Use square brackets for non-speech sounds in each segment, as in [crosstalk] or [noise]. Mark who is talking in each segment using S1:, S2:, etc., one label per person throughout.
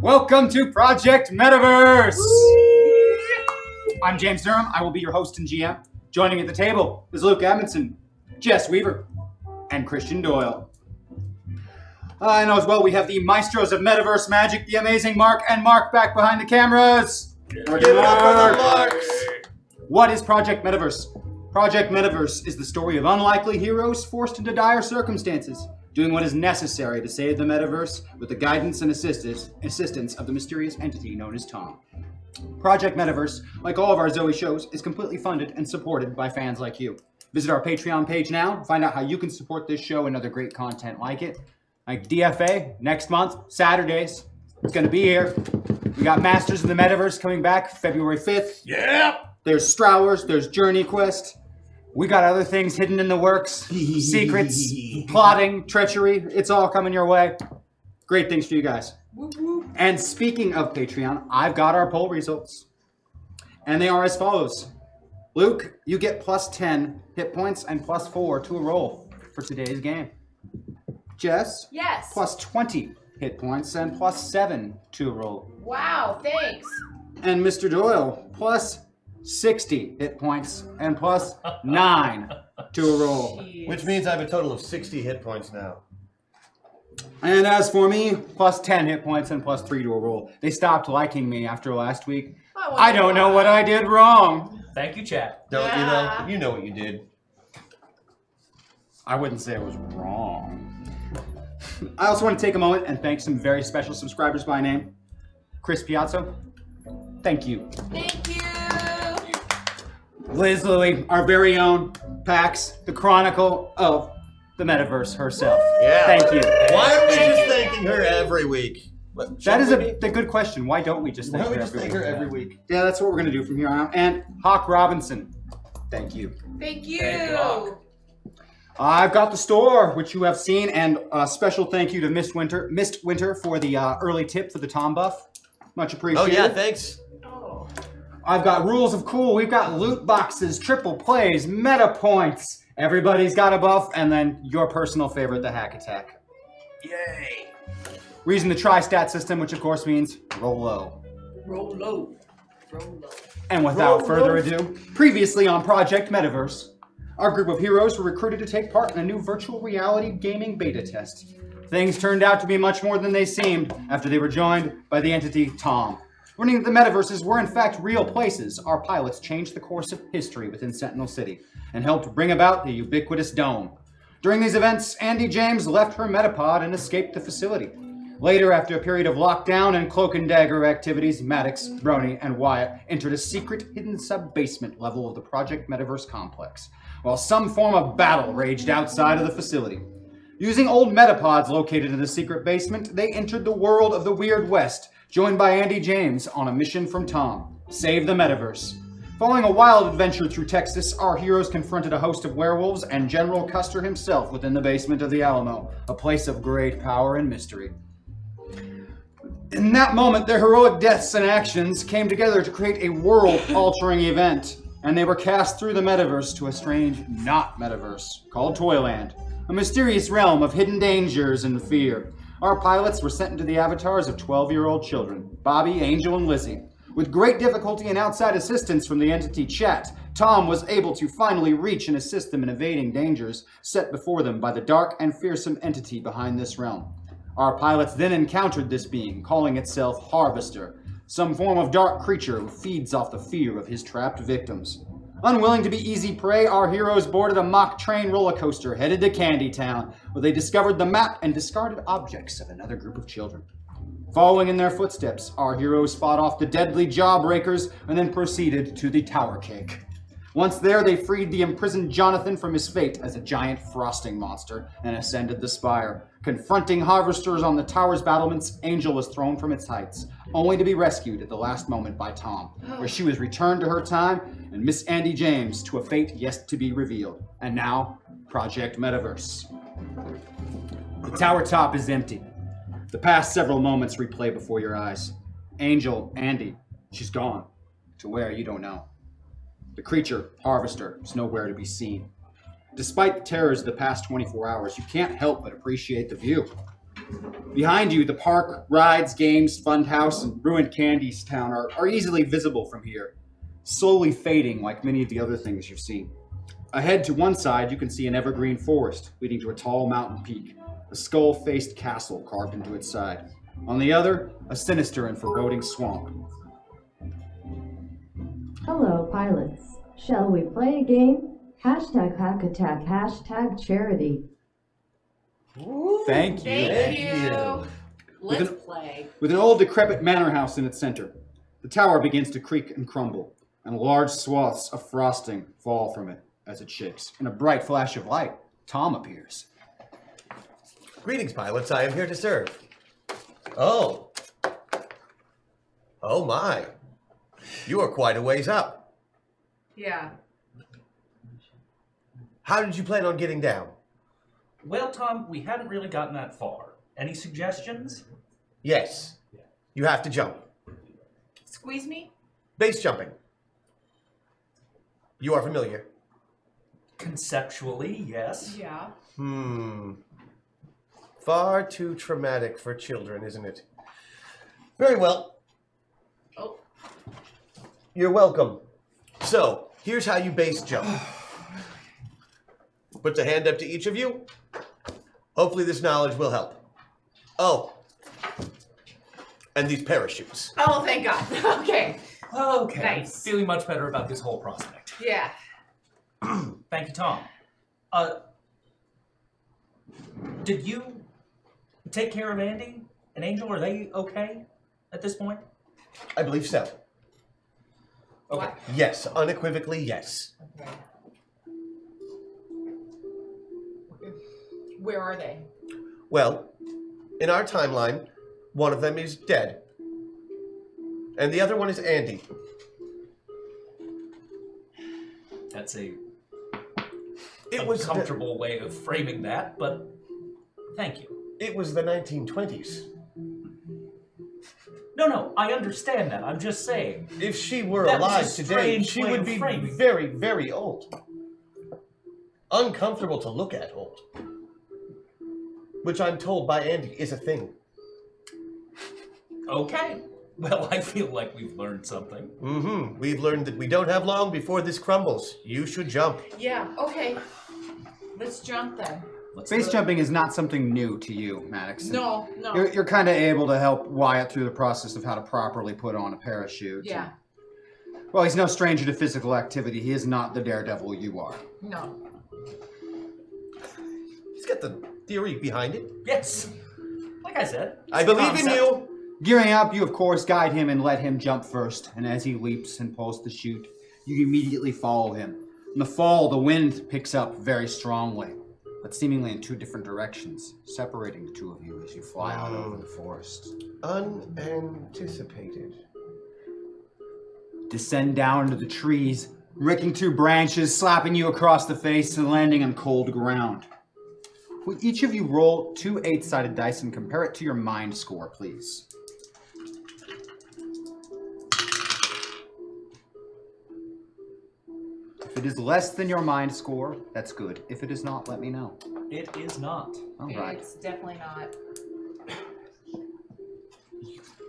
S1: Welcome to Project Metaverse. I'm James Durham. I will be your host and GM. Joining at the table is Luke Amundsen, Jess Weaver, and Christian Doyle. I know as well we have the maestros of Metaverse Magic, the amazing Mark and Mark back behind the cameras.
S2: Give it up for
S1: Mark.
S2: the larks.
S1: What is Project Metaverse? Project Metaverse is the story of unlikely heroes forced into dire circumstances, doing what is necessary to save the metaverse with the guidance and assistance, assistance of the mysterious entity known as Tom. Project Metaverse, like all of our Zoe shows, is completely funded and supported by fans like you. Visit our Patreon page now to find out how you can support this show and other great content like it. Like DFA next month, Saturdays. It's going to be here. We got Masters of the Metaverse coming back February 5th.
S2: Yeah.
S1: There's Strowers, there's Journey Quest. We got other things hidden in the works, secrets, plotting, treachery. It's all coming your way. Great things for you guys. And speaking of Patreon, I've got our poll results. And they are as follows Luke, you get plus 10 hit points and plus 4 to a roll for today's game. Jess,
S3: Yes.
S1: plus 20 hit points and plus 7 to a roll.
S3: Wow, thanks.
S1: and Mr. Doyle plus 60 hit points and plus 9 to a roll.
S2: Which means I have a total of 60 hit points now.
S1: And as for me, plus 10 hit points and plus 3 to a roll. They stopped liking me after last week.
S3: I wonder
S1: I don't know
S3: why.
S1: what I did wrong.
S4: Thank you, chat.
S2: Don't you
S3: Yeah.
S2: know? You know what you did.
S1: I wouldn't say I was wrong. [laughs] I also want to take a moment and thank some very special subscribers by name Chris Piazzo. Thank you.
S3: Thank you.
S1: Liz Lilly, our very own Pax, the Chronicle of the Metaverse herself.
S2: Yeah.
S1: Thank you.
S2: Why are we just thanking her every week?
S1: That is
S2: Why
S1: a the good question. Why don't we just thank
S2: don't we
S1: her
S2: just
S1: every
S2: thank
S1: week?
S2: her every week?
S1: Yeah, that's what we're gonna do from here on out. And Hawk Robinson, thank you.
S3: Thank you.
S4: Thank God.
S1: I've got the store, which you have seen, and a special thank you to Miss Winter, Mist Winter, for the uh, early tip for the Tom buff. Much
S2: Oh
S1: appreciated.
S2: yeah, thanks.
S3: Oh.
S1: I've got rules of cool. We've got loot boxes, triple plays, meta points. Everybody's got a buff, and then your personal favorite, the hack attack.
S4: Yay.
S1: We're using the tri stat system, which of course means roll low.
S3: Roll low. Roll low.
S1: And without further ado, previously on Project Metaverse, our group of heroes were recruited to take part in a new virtual reality gaming beta test. Things turned out to be much more than they seemed after they were joined by the entity Tom. Learning that the metaverses were in fact real places, our pilots changed the course of history within Sentinel City and helped bring about the ubiquitous dome. During these events, Andy James left her metapod and escaped the facility. Later, after a period of lockdown and cloak and dagger activities, Maddox, Brony, and Wyatt entered a secret hidden sub basement level of the Project Metaverse complex, while some form of battle raged outside of the facility. Using old metapods located in the secret basement, they entered the world of the Weird West, joined by Andy James on a mission from Tom save the metaverse. Following a wild adventure through Texas, our heroes confronted a host of werewolves and General Custer himself within the basement of the Alamo, a place of great power and mystery. In that moment, their heroic deaths and actions came together to create a world altering event, and they were cast through the metaverse to a strange, not metaverse called Toyland, a mysterious realm of hidden dangers and fear. Our pilots were sent into the avatars of 12 year old children Bobby, Angel, and Lizzie. With great difficulty and outside assistance from the entity chat, Tom was able to finally reach and assist them in evading dangers set before them by the dark and fearsome entity behind this realm. Our pilots then encountered this being, calling itself Harvester, some form of dark creature who feeds off the fear of his trapped victims. Unwilling to be easy prey, our heroes boarded a mock train roller coaster headed to Candy Town, where they discovered the map and discarded objects of another group of children. Following in their footsteps, our heroes fought off the deadly jawbreakers and then proceeded to the Tower Cake. Once there, they freed the imprisoned Jonathan from his fate as a giant frosting monster and ascended the spire. Confronting harvesters on the tower's battlements, Angel was thrown from its heights, only to be rescued at the last moment by Tom, where she was returned to her time and Miss Andy James to a fate yet to be revealed. And now, Project Metaverse. The tower top is empty. The past several moments replay before your eyes. Angel, Andy, she's gone. To where, you don't know. The creature, Harvester, is nowhere to be seen. Despite the terrors of the past 24 hours, you can't help but appreciate the view. Behind you, the park, rides, games, funhouse, and ruined candies town are, are easily visible from here, slowly fading like many of the other things you've seen. Ahead to one side, you can see an evergreen forest leading to a tall mountain peak, a skull faced castle carved into its side. On the other, a sinister and foreboding swamp.
S5: Hello, pilots. Shall we play a game? Hashtag hack attack, hashtag charity.
S1: Thank you.
S3: Thank
S2: Yeah.
S3: you. Let's play.
S1: With an old decrepit manor house in its center, the tower begins to creak and crumble, and large swaths of frosting fall from it as it shakes. In a bright flash of light, Tom appears.
S2: Greetings, pilots. I am here to serve. Oh. Oh my. You are quite a ways up.
S3: Yeah.
S2: How did you plan on getting down?
S4: Well, Tom, we hadn't really gotten that far. Any suggestions?
S2: Yes. You have to jump.
S3: Squeeze me.
S2: Base jumping. You are familiar.
S4: Conceptually, yes.
S3: Yeah.
S2: Hmm. Far too traumatic for children, isn't it? Very well.
S3: Oh.
S2: You're welcome. So, here's how you base jump. Put the hand up to each of you. Hopefully, this knowledge will help. Oh. And these parachutes.
S3: Oh, thank God. [laughs] okay.
S4: Okay.
S3: Nice.
S4: Feeling much better about this whole prospect.
S3: Yeah.
S4: Thank you, Tom. Uh, did you take care of Andy and Angel? Are they okay at this point?
S2: I believe so.
S4: Okay.
S3: Wow.
S2: Yes, unequivocally, yes.
S3: Okay. Where are they?
S2: Well, in our timeline, one of them is dead. And the other one is Andy.
S4: That's a
S2: It was the,
S4: uncomfortable way of framing that, but thank you.
S2: it was the 1920s.
S4: No, no, I understand that. I'm just saying.
S2: If she were
S4: That was a
S2: alive today,
S4: strange
S2: she
S4: way
S2: would
S4: of
S2: be
S4: framing.
S2: very, very old. Uncomfortable to look at old. Which I'm told by Andy is a thing.
S4: Okay. Well, I feel like we've learned something.
S2: Mm-hmm. We've learned that we don't have long before this crumbles. You should jump.
S3: Yeah. Okay. Let's jump then.
S4: Let's
S1: Space
S4: go.
S1: jumping is not something new to you, Maddox.
S3: No. No.
S1: You're, you're kind of able to help Wyatt through the process of how to properly put on a parachute.
S3: yeah.
S1: Well, he's no stranger to physical activity. He is not the daredevil you are.
S3: No.
S2: He's got the theory behind it.
S4: Yes. Like I said. it's
S2: I
S4: a
S2: believe in
S4: concept.
S2: you.
S1: Gearing up, you of course guide him and let him jump first, and as he leaps and pulls the chute, you immediately follow him. In the fall, the wind picks up very strongly, but seemingly in two different directions, separating the two of you as you fly out over the forest.
S2: Unanticipated.
S1: Descend down into the trees, raking through branches, slapping you across the face, and landing on cold ground. Will each of you roll two eight sided dice and compare it to your mind score, please? If it is less than your mind score, that's good. If it is not, let me know.
S4: It is not.
S1: All right.
S3: It's definitely not.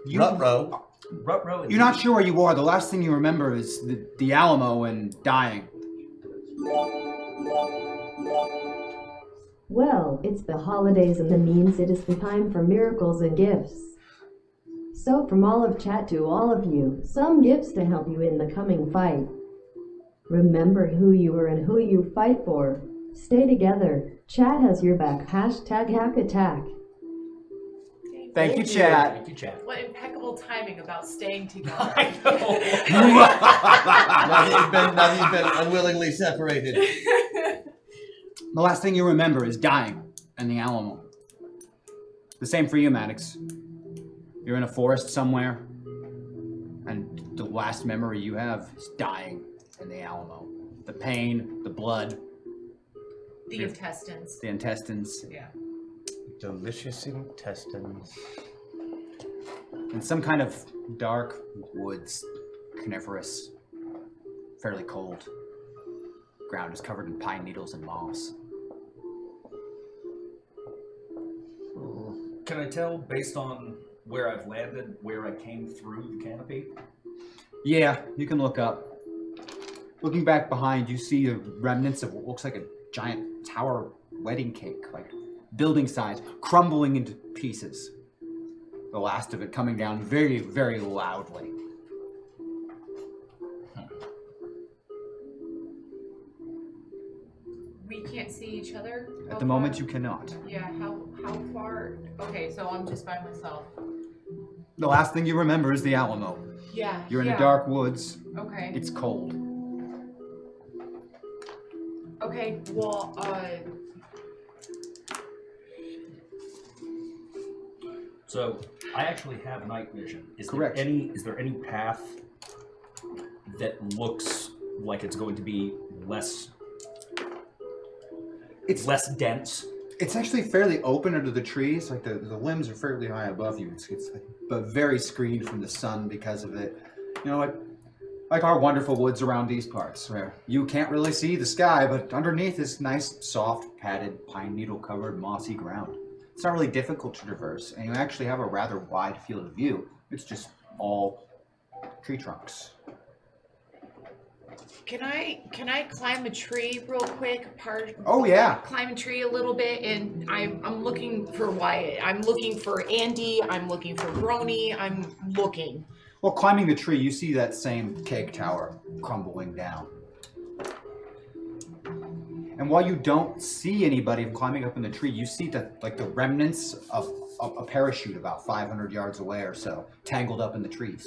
S1: You,
S2: Rut row.
S4: Rutro.
S1: you're not sure where you are. The last thing you remember is the, the Alamo and dying.
S5: Well, it's the holidays and the means it is the time for miracles and gifts. So, from all of chat to all of you, some gifts to help you in the coming fight. Remember who you are and who you fight for. Stay together. Chat has your back. Hashtag hack attack.
S1: Thank you, Chad.
S4: Thank you,
S1: [laughs]
S4: Chad.
S3: What impeccable timing about staying [laughs] together.
S4: I know.
S2: now, that you've been, now that you've been unwillingly separated.
S1: The last thing you remember is dying in the Alamo. The same for you, Maddox. You're in a forest somewhere, and the last memory you have is dying in the Alamo. The pain, the blood,
S3: the intestines.
S1: the intestines,
S3: Yeah.
S2: Delicious intestines.
S1: and some kind of dark woods, coniferous, fairly cold. Ground is covered in pine needles and moss.
S6: Can I tell based on where I've landed, where I came through the canopy?
S1: Yeah, you can look up. Looking back behind, you see the remnants of what looks like a giant tower wedding cake, like building size, crumbling into pieces. The last of it coming down very, very loudly.
S3: We can't see each other.
S1: At the moment, you cannot.
S3: Yeah. How how far? Okay, so I'm just by myself.
S1: The last thing you remember is the Alamo.
S3: Yeah.
S1: You're in
S3: yeah.
S1: the dark woods.
S3: Okay.
S1: It's cold.
S3: Okay, well, uh,
S6: So I actually have night vision. Is
S1: Correct.
S6: there any is there any path that looks like it's going to be less
S1: It's-
S6: less dense?
S1: It's actually fairly open under the trees. Like the, the limbs are fairly high above you. It's, it's like, but very screened from the sun because of it. You know, like, like our wonderful woods around these parts where you can't really see the sky, but underneath is nice, soft, padded, pine needle covered, mossy ground. It's not really difficult to traverse, and you actually have a rather wide field of view. It's just all tree trunks.
S3: can I can I climb a tree real quick? Par-
S1: Oh, yeah.
S3: climb a tree a little bit, and I'm I'm looking for Wyatt. I'm looking for Andy. I'm looking for Brony. I'm looking.
S1: Well, climbing the tree, you see that same cake tower crumbling down. And while you don't see anybody climbing up in the tree, you see that like the remnants of, of a parachute about 500 yards away or so, tangled up in the trees.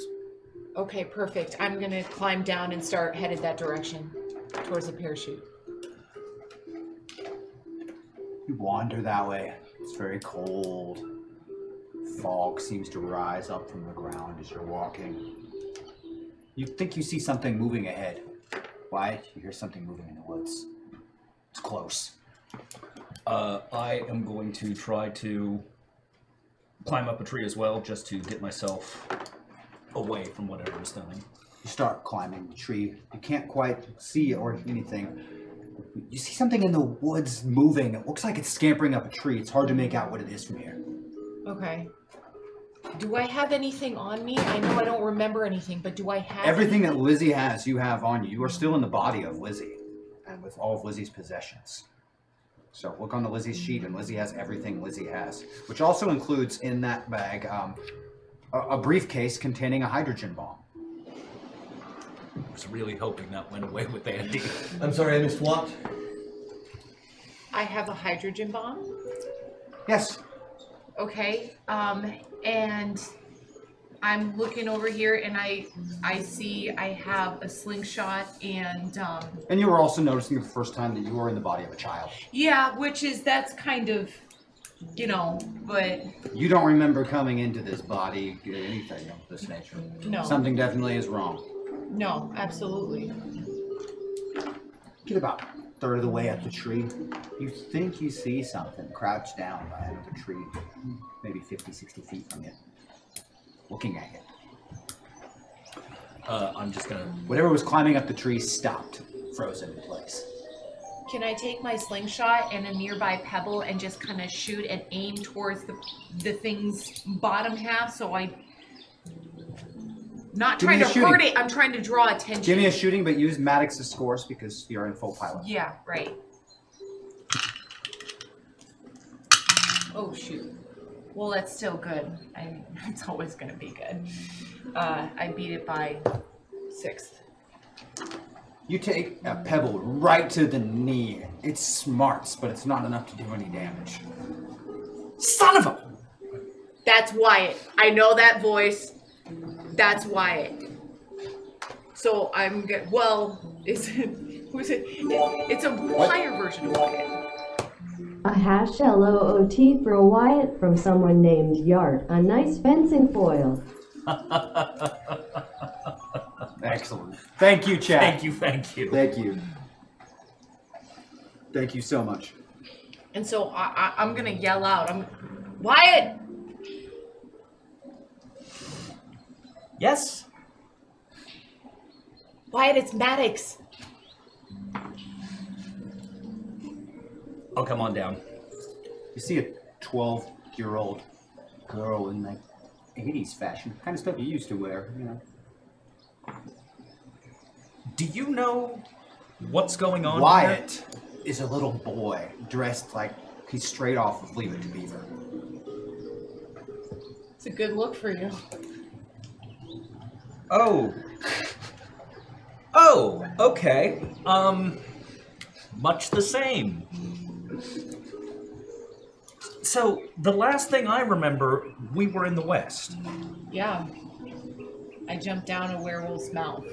S3: Okay, perfect. I'm gonna climb down and start headed that direction, towards the parachute.
S1: You wander that way. It's very cold. Fog seems to rise up from the ground as you're walking. You think you see something moving ahead. Why? You hear something moving in the woods. It's close.
S6: Uh, I am going to try to climb up a tree as well, just to get myself away from whatever is coming.
S1: You start climbing the tree. You can't quite see or anything. You see something in the woods moving. It looks like it's scampering up a tree. It's hard to make out what it is from here.
S3: Okay. Do I have anything on me? I know I don't remember anything, but do I have
S1: Everything that Lizzie has, you have on you. You are still in the body of Lizzie, and with all of Lizzie's possessions. So look on the Lizzie's sheet, and Lizzie has everything Lizzie has, which also includes in that bag um, a, a briefcase containing a hydrogen bomb.
S6: I was really hoping that went away with Andy.
S2: I'm sorry, I missed what?
S3: I have a hydrogen bomb.
S1: Yes,
S3: Okay, um, and I'm looking over here and I, I see I have a slingshot and, um,
S1: and you were also noticing the first time that you were in the body of a child.
S3: yeah, which is, that's kind of, you know, but
S1: You don't remember coming into this body, anything of this nature.
S3: No.
S1: Something definitely is wrong.
S3: no, absolutely.
S1: Get about third of the way up the tree. You think you see something crouched down by another tree, maybe 50, 60 feet from you, looking at you.
S6: [laughs] Uh, I'm just gonna.
S1: Whatever was climbing up the tree stopped, frozen in place.
S3: Can I take my slingshot and a nearby pebble and just kind of shoot and aim towards the, the thing's bottom half so I, not
S1: Give
S3: trying
S1: me
S3: to
S1: a
S3: hurt
S1: shooting.
S3: it, I'm trying to draw attention.
S1: Give me a shooting, but use Maddox's scores because you're in full pilot.
S3: Yeah, right. Oh shoot. Well, that's still good. [laughs] I, it's always gonna be good. Uh, I beat it by six.
S1: You take a pebble right to the knee. It smarts, but it's not enough to do any damage.
S6: Son of a!
S3: That's Wyatt. I know that voice. That's Wyatt. So I'm good. Well, [laughs] is it? Who's it? It's a higher version of Wyatt.
S5: A hash LOOT for a Wyatt from someone named Yart. A nice fencing foil.
S1: Excellent. Thank you, Chad.
S6: Thank you, thank you.
S1: Thank you. Thank you so much.
S3: And so I, I, I'm gonna yell out. I'm Wyatt.
S4: Yes?
S3: Wyatt, it's Maddox.
S6: I'll Oh, come on down.
S1: You see a 12 year old girl in like 80s fashion. Kind of stuff you used to wear, you know.
S6: Do you know what's going on? here?
S1: Wyatt is a little boy dressed like he's straight off of Leave It to Beaver.
S3: It's a good look for you.
S6: Oh. Oh, okay. Um much the same. So, the last thing I remember, we were in the West.
S3: Yeah. I jumped down a werewolf's mouth.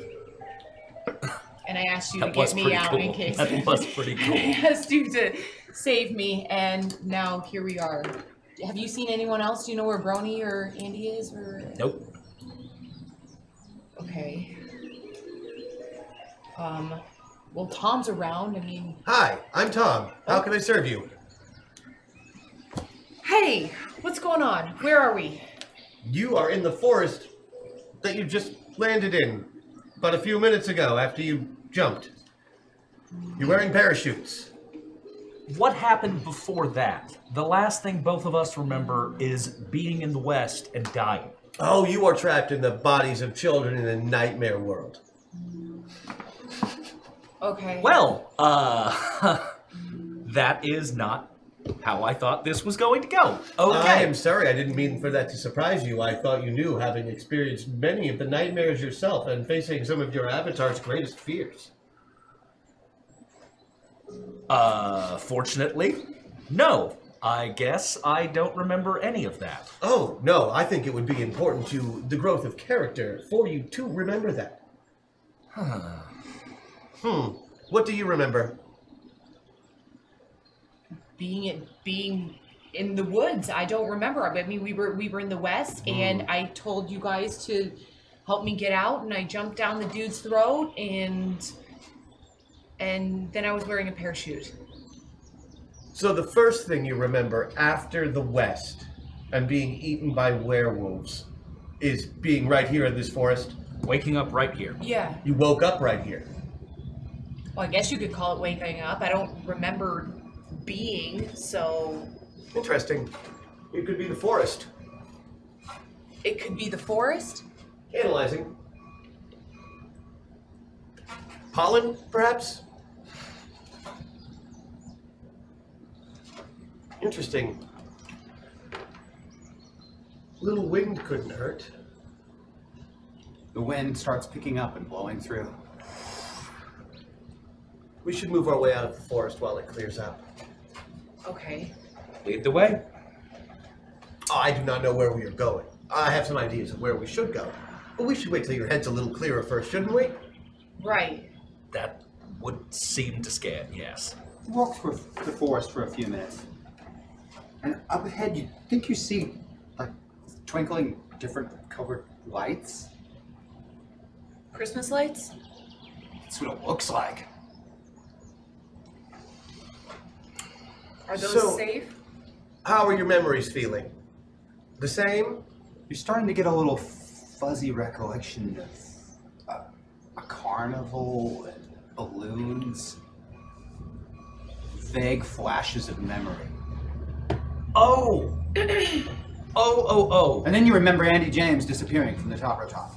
S3: And I asked you to get me out in case.
S6: That
S3: [laughs]
S6: was pretty
S3: I
S6: cool.
S3: asked you to save me, and now here we are. Have you seen anyone else? Do you know where Brony or Andy is? Or
S6: Nope.
S3: okay. Um, well, Tom's around. I mean,
S2: Hi, I'm Tom. How can I serve you?
S3: hey, what's going on? Where are we?
S2: You are in the forest that you just landed in but a few minutes ago after you jumped. You're wearing parachutes.
S6: What happened before that? The last thing both of us remember is being in the West and dying.
S2: Oh, you are trapped in the bodies of children in a nightmare world.
S3: Okay.
S6: Well, uh [laughs] that is not how I thought this was going to go.
S2: I
S6: Okay.
S2: am sorry, I didn't mean for that to surprise you. I thought you knew, having experienced many of the nightmares yourself and facing some of your avatar's greatest fears.
S6: Uh, fortunately, no. I guess I don't remember any of that.
S2: Oh, no, I think it would be important to the growth of character for you to remember that. hmm. What do you remember?
S3: being it being in the woods i don't remember i mean we were we were in the west and i told you guys to help me get out and i jumped down the dude's throat and and then i was wearing a parachute
S2: So the first thing you remember after the West and being eaten by werewolves is being right here in this forest.
S6: Waking up right here.
S3: yeah
S2: You woke up right here.
S3: well i guess you could call it waking up i don't remember being so
S2: Interesting. It could be the forest.
S3: it could be the forest
S2: Analyzing. Pollen, perhaps? Interesting. Little wind couldn't hurt.
S1: The wind starts picking up and blowing through.
S2: We should move our way out of the forest while it clears up.
S3: okay
S6: Lead the way.
S2: I do not know where we are going. I have some ideas of where we should go. But we should wait till your head's a little clearer first, shouldn't we?
S3: right
S6: That would seem to scare, yes.
S1: Walk through the forest for a few minutes. And up ahead, you think you see like twinkling different colored lights.
S3: christmas lights
S1: That's what it
S6: Oh!
S1: looks like.
S3: are those
S2: So-
S3: safe
S2: How are your memories feeling? The same?
S1: You're starting to get a little fuzzy recollection of a, a carnival and balloons. Vague flashes of memory.
S6: [clears throat] Oh! oh, oh, oh.
S1: And then you remember Andy James disappearing from the top of top.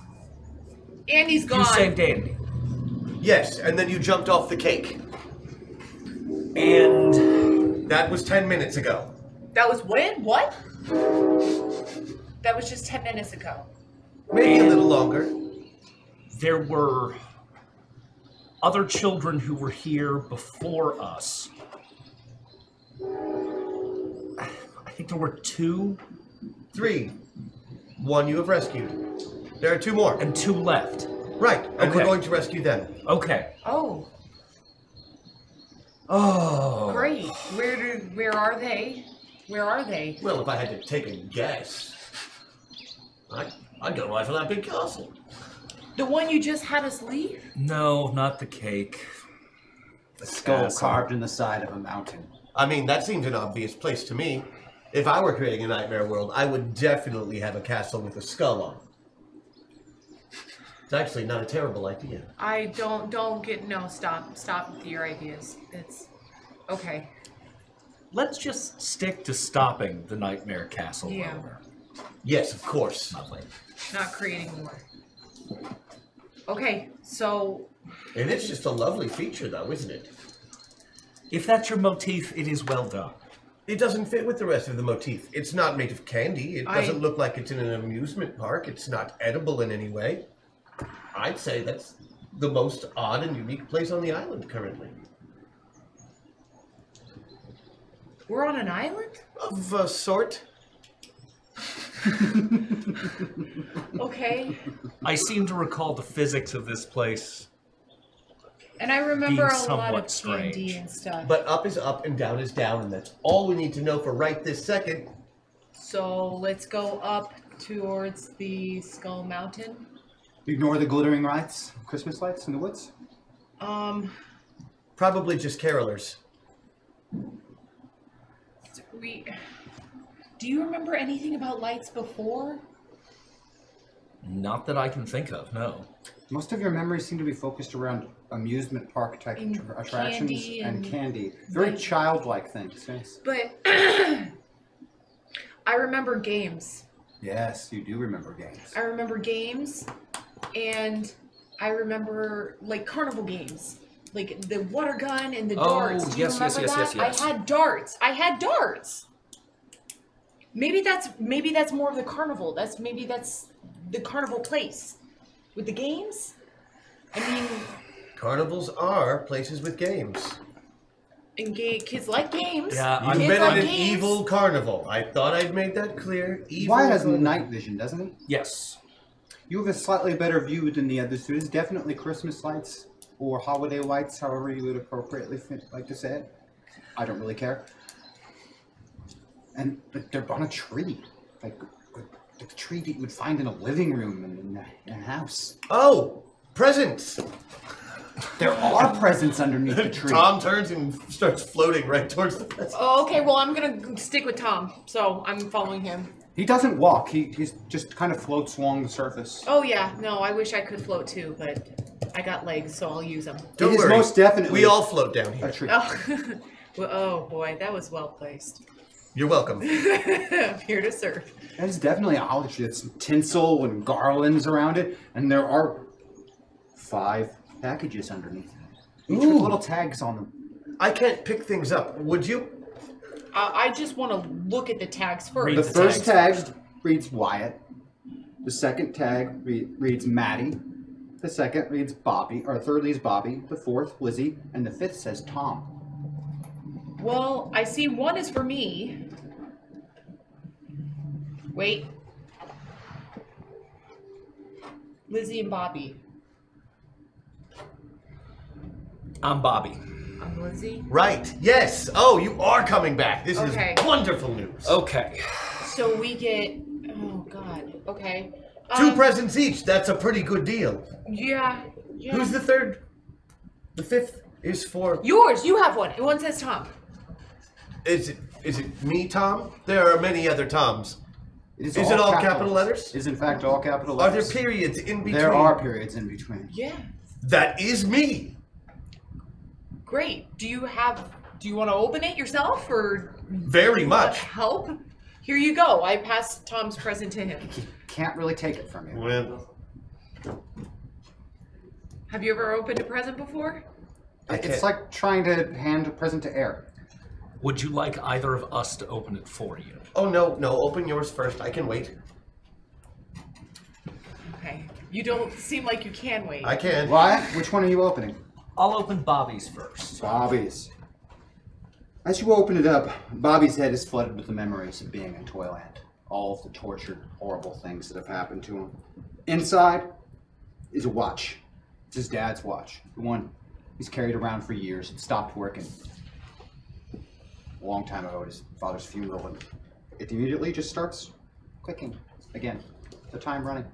S3: andy's gone
S6: You saved Andy.
S2: Yes, and then you jumped off the cake.
S6: And
S2: That was 10 minutes ago.
S3: that was when what that was just 10 minutes ago
S2: Maybe a little longer.
S6: there were other children who were here before us. I think there were two
S2: Three. One you have rescued. There are two more.
S6: and two left.
S2: Right, and we're
S6: Okay.
S2: going to rescue them.
S6: Okay.
S3: oh
S4: uh,
S6: Oh.
S3: Great. Where do where are they? Where are they?
S2: Well, if I had to take a guess, I, I'd go right for that big castle.
S3: The one you just had us leave?
S6: No, not the cake.
S1: The skull
S6: Awesome.
S1: carved in the side of a mountain.
S2: I mean, that seems an obvious place to me. If I were creating a nightmare world, I would definitely have a castle with a skull on. it. It's actually not a terrible idea.
S3: I don't don't get no stop stop with your ideas. It's okay.
S6: Let's just stick to stopping the Nightmare Castle
S3: Yeah.
S6: murder.
S2: Yes, of course.
S6: Lovely.
S3: Not creating more. Okay, so
S2: And it's just a lovely feature, though, isn't it?
S4: If that's your motif, it is well done.
S2: It doesn't fit with the rest of the motif. It's not made of candy. It
S3: I-
S2: doesn't look like it's in an amusement park. It's not edible in any way. I'd say that's the most odd and unique place on the island currently.
S3: we're on an island?
S2: Of a sort.
S3: Okay.
S4: I seem to recall the physics of this place.
S3: And I remember
S4: Being
S3: a lot of
S4: somewhat
S3: D
S4: strange.
S3: and stuff.
S2: But up is up and down is down, and that's all we need to know for right this second.
S3: so let's go up towards the Skull Mountain.
S1: Ignore the glittering lights, Christmas lights in the woods.
S3: Um,
S2: Probably just carolers.
S3: we. Do you remember anything about lights before?
S6: Not that I can think of, no.
S1: Most of your memories seem to be focused around amusement park type
S3: And
S1: attr- attractions
S3: candy
S1: and,
S3: and-
S1: candy. Very
S3: Right.
S1: childlike things. Yes.
S3: But [clears throat] I remember games.
S1: Yes, you do remember games.
S3: I remember games, and I remember like carnival games, like the water gun and the
S6: Oh,
S3: darts. Do you
S6: yes, yes,
S3: remember
S6: yes, yes,
S3: that?
S6: yes.
S3: I had darts. I had darts. Maybe that's maybe that's more of the carnival. That's maybe that's the carnival place with the games. I mean,
S2: Carnivals are places with games.
S3: and gay kids like games.
S4: Yeah,
S2: You've
S4: I'm-
S3: Kids
S2: been at
S3: like
S2: an
S3: games.
S2: evil carnival. I thought I'd made that clear. Evil
S1: Wyatt has
S2: carnival.
S1: night vision, doesn't he?
S6: Yes.
S1: You have a slightly better view than the others. So it's definitely Christmas lights or holiday lights, however you would appropriately fin- like to say it. I don't really care. And but they're on a tree, like the tree that you would find in a living room and in a- in a house.
S2: Oh, presents.
S1: There are presents underneath
S2: [laughs]
S1: the tree.
S2: Tom turns and starts floating right towards the present.
S3: Oh, okay. Well, I'm gonna stick with Tom, so I'm following him.
S1: He doesn't walk. He he's just kind of floats along the surface.
S3: Oh yeah, no, I wish I could float too, but I got legs, so I'll use them.
S2: Don't
S1: is
S2: worry.
S1: most definitely-
S2: We all float down
S1: A
S2: here.
S1: tree.
S3: [laughs] Oh, [laughs] well, oh boy, that was well placed. [laughs]
S2: You're welcome.
S3: I'm here to serve.
S1: That is definitely a holiday tree. It's tinsel and garlands around it, and there are five packages underneath it. Each with
S2: Ooh.
S1: little tags on them.
S2: I can't pick things up. Would you?
S3: I, I just want to look at the tags first.
S4: Read
S1: The
S4: the
S1: first tag
S4: tags
S1: reads Wyatt. The second tag re- reads Maddie. The second reads Bobby, or third reads Bobby. The fourth, Lizzie, and the fifth says Tom.
S3: Well, I see one is for me. Wait. Lizzie and Bobby.
S6: I'm Bobby.
S3: I'm Lizzie.
S2: Right. Yes. Oh, you are coming back. This
S3: Okay.
S2: is wonderful news.
S1: Oh.
S6: Okay.
S3: So we get. Oh God. Okay.
S2: Two
S3: Um,
S2: presents each. That's a pretty good deal.
S3: Yeah. Yeah.
S2: Who's the third? The fifth is for.
S3: Yours. You have one. And one says Tom.
S2: Is it? Is it me, Tom? There are many other Toms.
S1: is,
S2: Is it all capital letters?
S1: Is in fact all capital
S2: Are there
S1: letters.
S2: periods in between?
S1: There are periods in between.
S3: Yeah.
S2: That is me.
S3: Great. Do you have? Do you want to open it yourself or
S2: Very much.
S3: help? Here you go. I pass Tom's present to him.
S1: He can't really take it from you.
S2: Well,
S3: Have you ever opened a present before?
S1: It's like trying to hand a present to air.
S6: Would you like either of us to open it for you?
S2: Oh no, no. Open yours first. I can wait.
S3: Okay. You don't seem like you can wait.
S2: I can.
S1: Why? Which one are you opening?
S4: I'll open Bobby's first.
S1: Bobby's. As you open it up, Bobby's head is flooded with the memories of being in Toyland. All of the tortured, horrible things that have happened to him. Inside is a watch. It's his dad's watch. The one he's carried around for years. It stopped working a long time ago at his father's funeral, and it immediately just starts clicking again. The time running.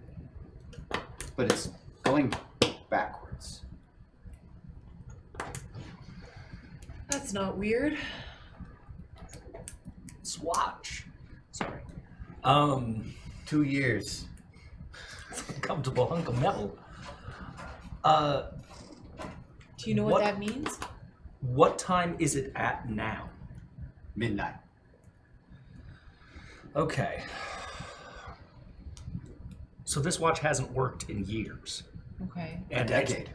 S1: But it's going backwards.
S3: That's not weird.
S6: Swatch. Sorry. Um,
S2: Two
S6: [laughs]
S2: years.
S6: comfortable hunk of metal. Uh,
S3: Do you know what,
S4: What?
S3: that means?
S4: What time is it at now?
S1: Midnight.
S6: okay.
S4: So this watch hasn't worked in years.
S3: Okay.
S4: A
S1: decade.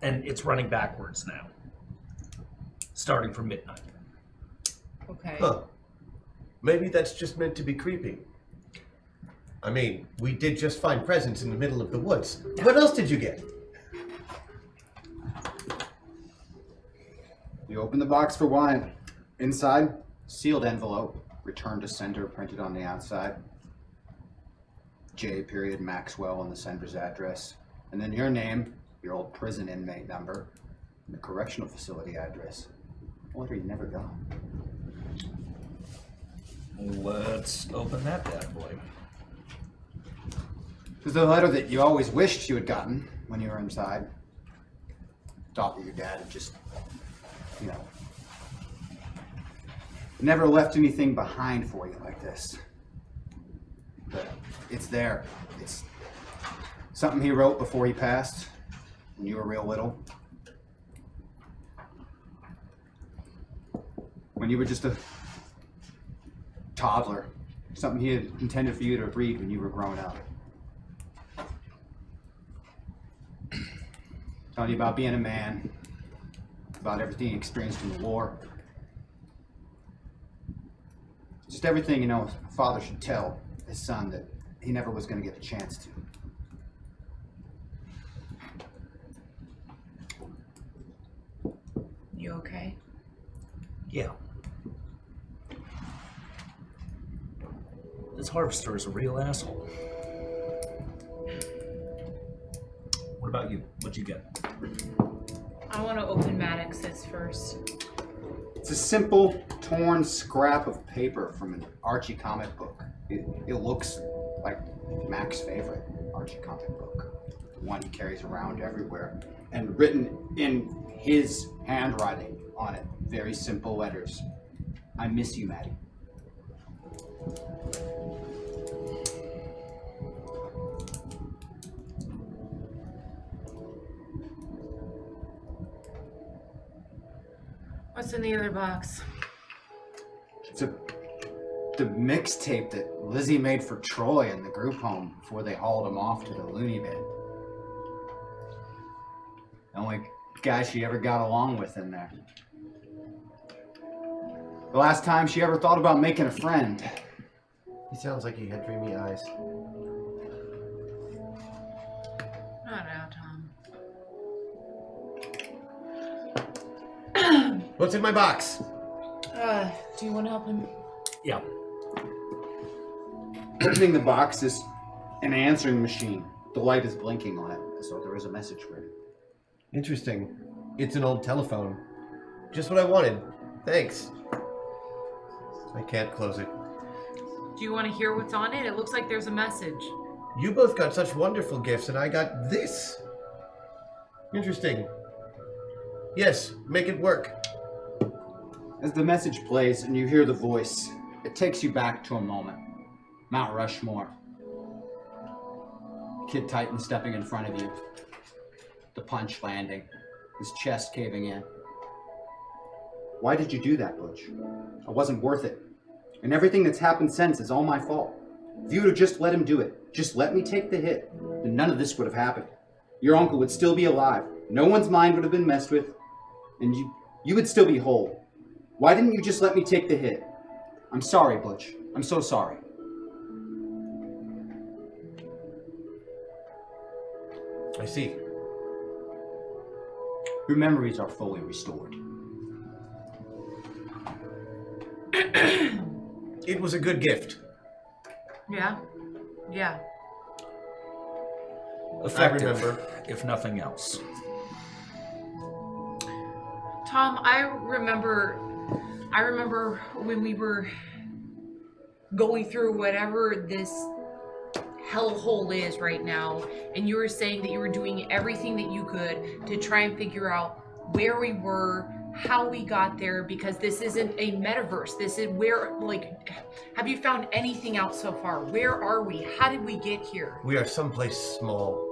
S4: And it's running backwards now, starting from midnight.
S3: Okay.
S2: Huh. Maybe that's just meant to be creepy. I mean, we did just find presents in the middle of the woods. What else did you get?
S1: You open the box for wine. Inside, sealed envelope, return to sender printed on the outside. J. Period Maxwell on the sender's address, and then your name, your old prison inmate number, and the correctional facility address. I wonder you never got.
S6: Let's open that bad boy.
S1: Because the letter that you always wished you had gotten when you were inside, thought that your dad had just, you know, never left anything behind for you like this. But it's there. It's something he wrote before he passed when you were real little. When you were just a toddler, something he had intended for you to read when you were growing up. telling you about being a man, about everything he experienced in the war. Just everything, you know, a father should tell his son that he never was going to get the chance to.
S3: You okay?
S4: Yeah. This harvester is a real asshole.
S6: What about you? What'd you get?
S3: I want to open Maddox's first.
S1: It's a simple, torn scrap of paper from an Archie comic book. It, it looks like Mac's favorite Archie comic book, the one he carries around everywhere, and written in his handwriting on it, very simple letters. I miss you, Maddie.
S3: What's in the other box?
S1: It's a, the mixtape that Lizzie made for Troy in the group home before they hauled him off to the loony bin. The only guy she ever got along with in there. The last time she ever thought about making a friend. [clears throat]
S2: He sounds like he had dreamy eyes.
S3: Not now, Tom.
S2: What's in my box?
S3: Uh, do you want to help him?
S4: Yeah.
S1: Opening the box is an answering machine. The light is blinking on it, so there is a message for you.
S2: Interesting. It's an old telephone. Just what I wanted. Thanks. I can't close it.
S3: Do you want to hear what's on it? It looks like there's a message.
S2: You both got such wonderful gifts, and I got this. Interesting. Yes, make it work.
S1: As the message plays and you hear the voice, it takes you back to a moment. Mount Rushmore. Kid Titan stepping in front of you. The punch landing. His chest caving in. Why did you do that, Butch? It wasn't worth it. And everything that's happened since is all my fault. If you would have just let him do it, just let me take the hit, then none of this would have happened. Your uncle would still be alive. No one's mind would have been messed with, and you you would still be whole. Why didn't you just let me take the hit? I'm sorry, Butch. I'm so sorry.
S2: I see.
S1: Your memories are fully restored.
S2: It was a good gift.
S3: Yeah? Yeah.
S2: Effective, remember.
S6: if nothing else.
S3: Tom, I remember I remember when we were going through whatever this hellhole is right now, and you were saying that you were doing everything that you could to try and figure out where we were, how we got there, because this isn't a metaverse. This is where like have you found anything out so far? Where are we? How did we get here?
S2: We are someplace small.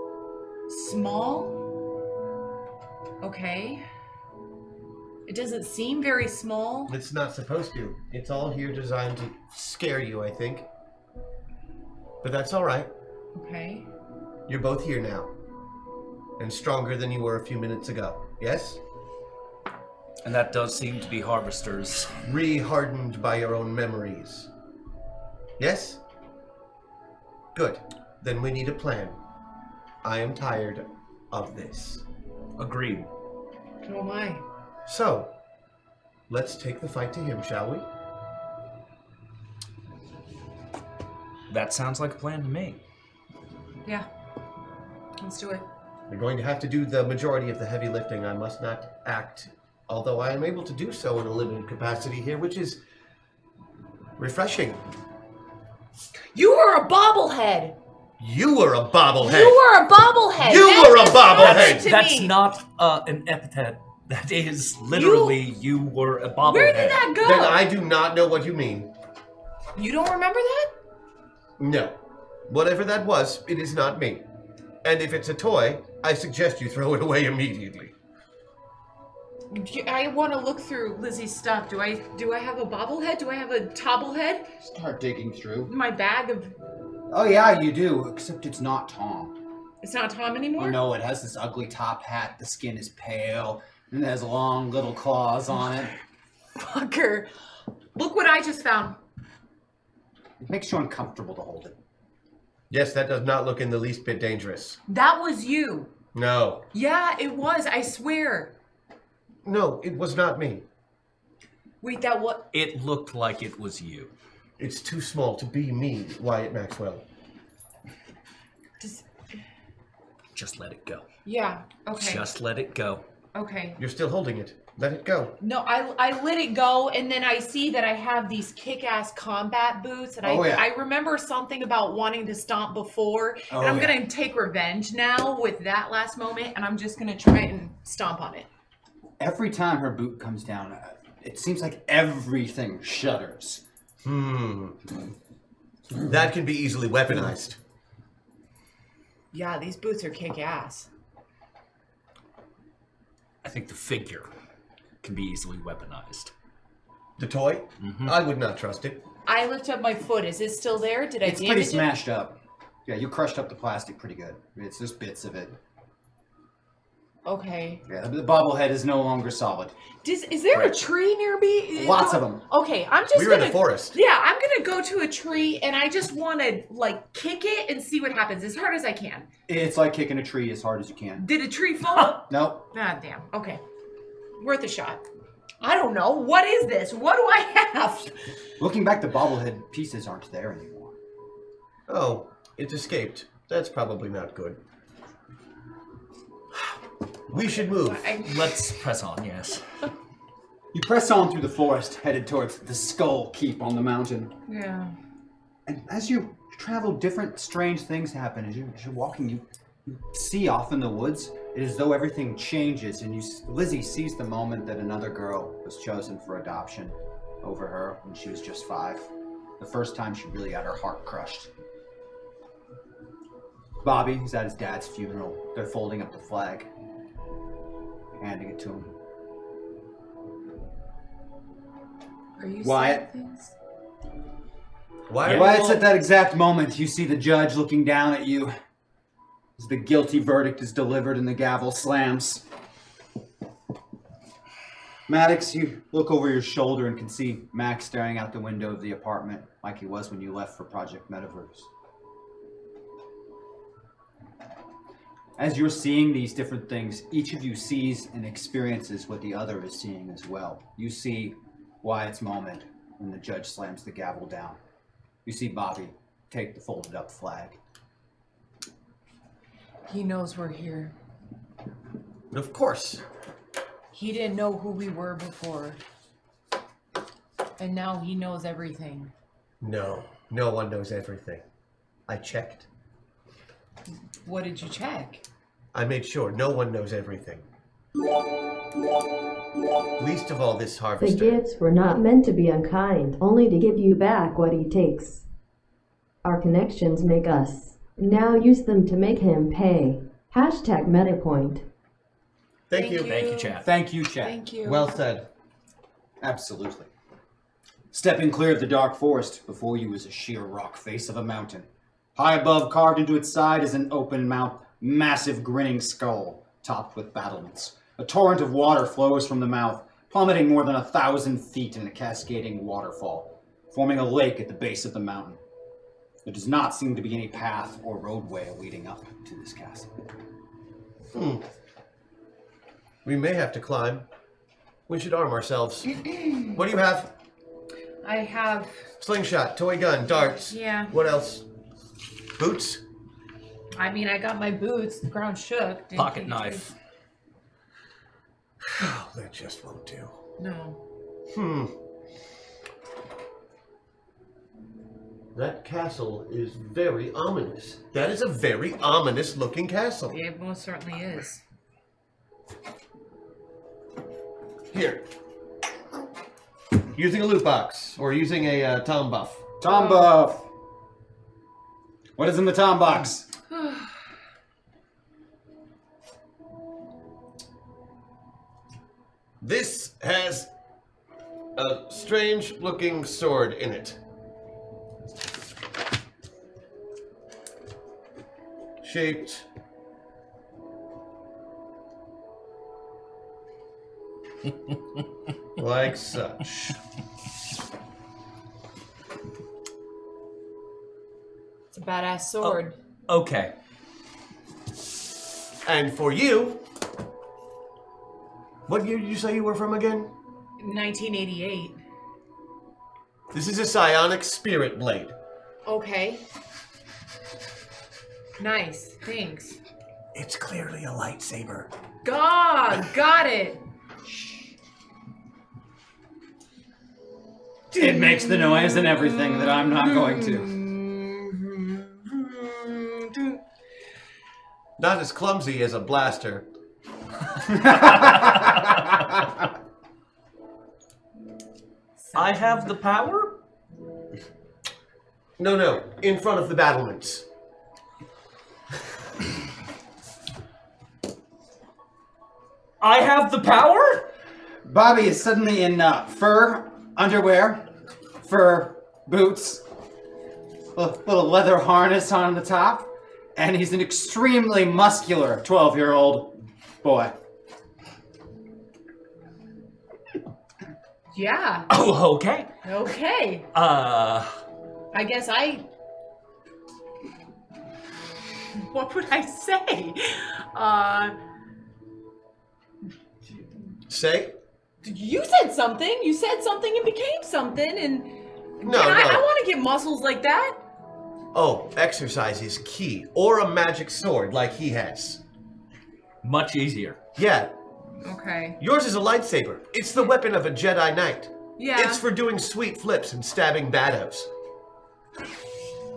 S3: small. Okay. It doesn't seem very small.
S2: It's not supposed to. It's all here designed to scare you, I think. But that's all right.
S3: Okay.
S2: You're both here now. And stronger than you were a few minutes ago. Yes?
S6: And that does seem to be harvesters.
S2: Rehardened by your own memories. Yes? Good. Then we need a plan. I am tired of this.
S6: Agreed.
S3: Oh my.
S2: So, let's take the fight to him, shall we?
S6: That sounds like a plan to me.
S3: Yeah. Let's do it.
S2: You're going to have to do the majority of the heavy lifting. I must not act, although I am able to do so in a limited capacity here, which is refreshing.
S7: You were a bobblehead.
S2: You were a bobblehead.
S7: You were a bobblehead.
S2: You
S7: That's
S2: were a
S7: just
S2: bobblehead.
S7: nuts to
S6: That's
S7: me.
S6: not uh, an epithet. That is literally you, were a bobblehead.
S7: Where did that go?
S2: Then I do not know what you mean.
S7: You don't remember that?
S2: No. Whatever that was, it is not me. And if it's a toy, I suggest you throw it away immediately.
S3: Do- I want to look through Lizzie's stuff. Do I do I have a bobblehead? Do I have a tobblehead?
S1: Start digging through.
S3: My bag of
S1: Oh yeah, you do. Except it's not Tom.
S3: it's not Tom
S1: Oh
S3: anymore.
S1: no, it has this ugly top hat. The skin is pale and it has long little claws on it.
S3: Fucker! Look what I just found.
S1: It makes you uncomfortable to hold it.
S2: Yes, that does not look in the least bit dangerous.
S3: That was you.
S2: No.
S3: Yeah, it was. I swear.
S2: No, it was not me.
S3: Wait, that what?
S6: It looked like it was you.
S2: It's too small to be me, Wyatt Maxwell.
S3: Does,
S6: Just let it go.
S3: yeah. Okay.
S6: Just let it go.
S3: okay.
S2: You're still holding it. Let it go.
S3: No, I I let it go, and then I see that I have these kick-ass combat boots, and I
S1: Oh, yeah.
S3: I remember something about wanting to stomp before,
S1: Oh,
S3: and I'm
S1: yeah.
S3: gonna take revenge now with that last moment, and I'm just gonna try and stomp on it.
S1: Every time her boot comes down, uh, it seems like everything shudders.
S2: Hmm. That can be easily weaponized.
S3: Yeah, these boots are kick-ass.
S6: I think the figure can be easily weaponized.
S2: The toy? I would not trust it.
S3: I lift up my foot. Is it still there? Did I
S1: It's
S3: damage
S1: pretty
S3: it?
S1: smashed up. Yeah, you crushed up the plastic pretty good. It's just bits of it.
S3: Okay.
S1: Yeah, the bobblehead is no longer solid.
S3: Does, is there a
S6: Right.
S3: tree near me?
S1: Lots of 'em.
S3: Okay, I'm just.
S2: We were
S3: gonna,
S2: in the forest.
S3: Yeah, I'm gonna go to a tree and I just want to like kick it and see what happens as hard as I can.
S1: It's like kicking a tree as hard as you can.
S3: Did a tree fall?
S1: Nope.
S3: ah, damn. Okay, worth a shot. I don't know. What is this? What do I have?
S1: Looking back, the bobblehead pieces aren't there anymore.
S2: Oh, it escaped. That's probably not good. We should move.
S3: I,
S6: Let's press on, yes.
S1: You press on through the forest, headed towards the skull keep on the mountain.
S3: yeah.
S1: And as you travel, different strange things happen. As, you, as you're walking, you, you see off in the woods, it is as though everything changes, and you, s- Lizzie sees the moment that another girl was chosen for adoption over her when she was just five. The first time she really got her heart crushed. Bobby is at his dad's funeral. They're folding up the flag, handing it to him.
S3: Are you
S1: Wyatt.
S3: seeing things?
S2: Why?
S1: Why it's at that exact moment you see the judge looking down at you as the guilty verdict is delivered and the gavel slams. Maddox, you look over your shoulder and can see Max staring out the window of the apartment like he was when you left for Project Metaverse. As you're seeing these different things, each of you sees and experiences what the other is seeing as well. You see Wyatt's moment when the judge slams the gavel down. You see Bobby take the folded up flag.
S3: He knows we're here.
S2: Of course.
S3: He didn't know who we were before, and now he knows everything.
S2: No, no one knows everything. I checked.
S3: What did you check?
S2: I made sure no one knows everything. Least of all this
S5: The
S2: harvester.
S5: gifts were not meant to be unkind, only to give you back what he takes. Our connections make us. Now use them to make him pay. Hashtag MetaPoint.
S2: Thank,
S3: Thank
S2: you.
S3: you.
S6: Thank you, Chad.
S1: Thank you, Chad.
S3: Thank you.
S2: Well said.
S1: Absolutely. Stepping clear of the dark forest, before you is a sheer rock face of a mountain. High above, carved into its side, is an open mouth, massive grinning skull topped with battlements. A torrent of water flows from the mouth, plummeting more than a thousand feet in a cascading waterfall, forming a lake at the base of the mountain. There does not seem to be any path or roadway leading up to this castle.
S2: Hmm. We may have to climb. We should arm ourselves. what do you have?
S3: I have.
S2: Slingshot, toy gun, darts.
S3: Yeah.
S2: What else? Boots?
S7: I mean, I got my boots. The ground shook. Didn't
S6: Pocket
S7: you-
S6: knife.
S2: Oh, that just won't do.
S3: No.
S2: Hmm. That castle is very ominous. That is a very ominous looking castle.
S3: It most certainly is.
S2: Here. Using a loot box or using a uh, tom buff.
S1: Tom Buff! What is in the Tom box?
S2: This has a strange looking sword in it. Shaped. like such.
S7: It's a badass
S6: Oh.
S7: sword.
S6: Okay.
S2: And for you, what year did you say you were from again?
S3: 1988.
S2: This is a psionic spirit blade.
S3: Okay. Nice. Thanks.
S2: It's clearly a lightsaber.
S3: God, got it.
S1: It makes the noise and everything that I'm not going to.
S2: Not as clumsy as a blaster.
S4: I have the power?
S2: No, no, in front of the battlements.
S4: I have the power?
S1: Bobby is suddenly in uh, fur underwear, fur boots, a little leather harness on the top, and he's an extremely muscular 12 year old boy.
S3: Yeah.
S4: Oh, okay.
S3: Okay.
S4: Uh,
S3: I guess I. [laughs] What would I say? Uh,
S2: Say?
S3: you said something. You said something and became something. And
S2: No,
S3: and I, I
S2: no.
S3: want to get muscles like that.
S2: Oh, exercise is key. Or a magic sword like he has.
S6: Much easier.
S2: Yeah,
S3: Okay.
S2: yours is a lightsaber. It's the weapon of a Jedi Knight.
S3: Yeah.
S2: It's for doing sweet flips and stabbing baddos.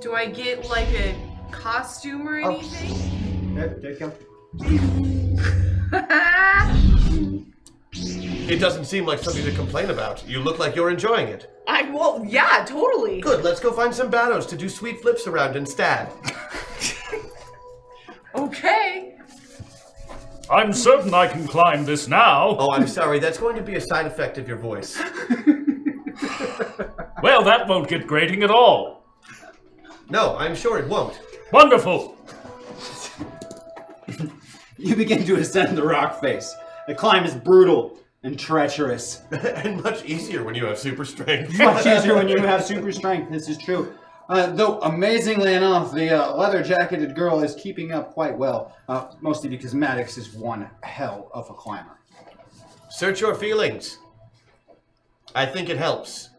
S3: Do I get like a costume or
S2: Oh.
S3: anything?
S1: There, there you go.
S2: It doesn't seem like something to complain about. You look like you're enjoying it.
S3: [laughs] I will. Yeah, totally.
S2: Good, let's go find some baddos to do sweet flips around and stab.
S3: Okay.
S8: I'm certain I can climb this now.
S2: Oh, I'm sorry, that's going to be a side effect of your voice.
S8: Well, that won't get grating at all.
S2: No, I'm sure it won't. [laughs]
S8: Wonderful.
S1: You begin to ascend the rock face. The climb is brutal and treacherous.
S2: and much easier when you have super strength.
S1: much easier when you have super strength. This is true. Uh, though amazingly enough, the uh, leather-jacketed girl is keeping up quite well, uh, mostly because Maddox is one hell of a climber.
S2: Search your feelings. I think it helps.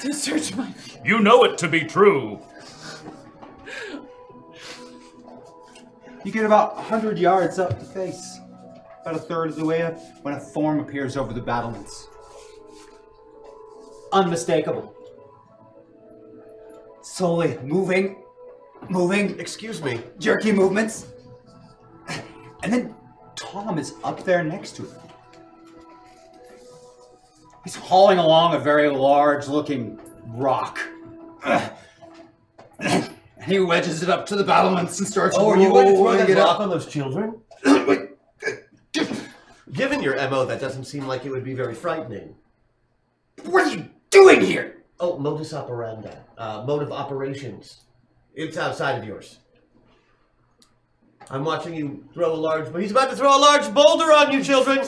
S3: To search my.
S8: You know it to be true.
S1: You get about 100 yards up the face, about a third of the way up, when a form appears over the battlements. Unmistakable. Slowly moving, moving,
S2: Excuse me.
S1: jerky movements. And then Tom is up there next to it. He's hauling along a very large looking rock. And he wedges it up to the battlements and starts rolling it up.
S2: on those children? [coughs] Given your MO, that doesn't seem like it would be very frightening.
S1: What are you doing here?
S2: Oh, modus operandi. Uh, mode of operations. It's outside of yours. I'm watching you throw a large. He's about to throw a large boulder on you, children.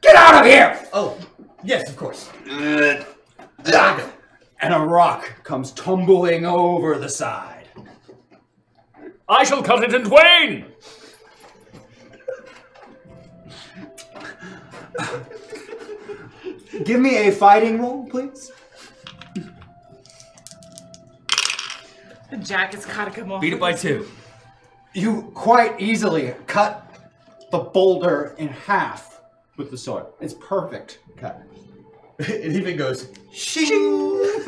S1: Get out of here!
S2: Oh, yes, of course. [laughs]
S1: And a rock comes tumbling over the side.
S8: I shall cut it in twain!
S1: Give me a fighting roll, please.
S3: The jacket's gotta come off.
S6: Beat it by two.
S1: You quite easily cut the boulder in half with the sword. It's perfect cut.
S2: It even goes.
S1: Shing!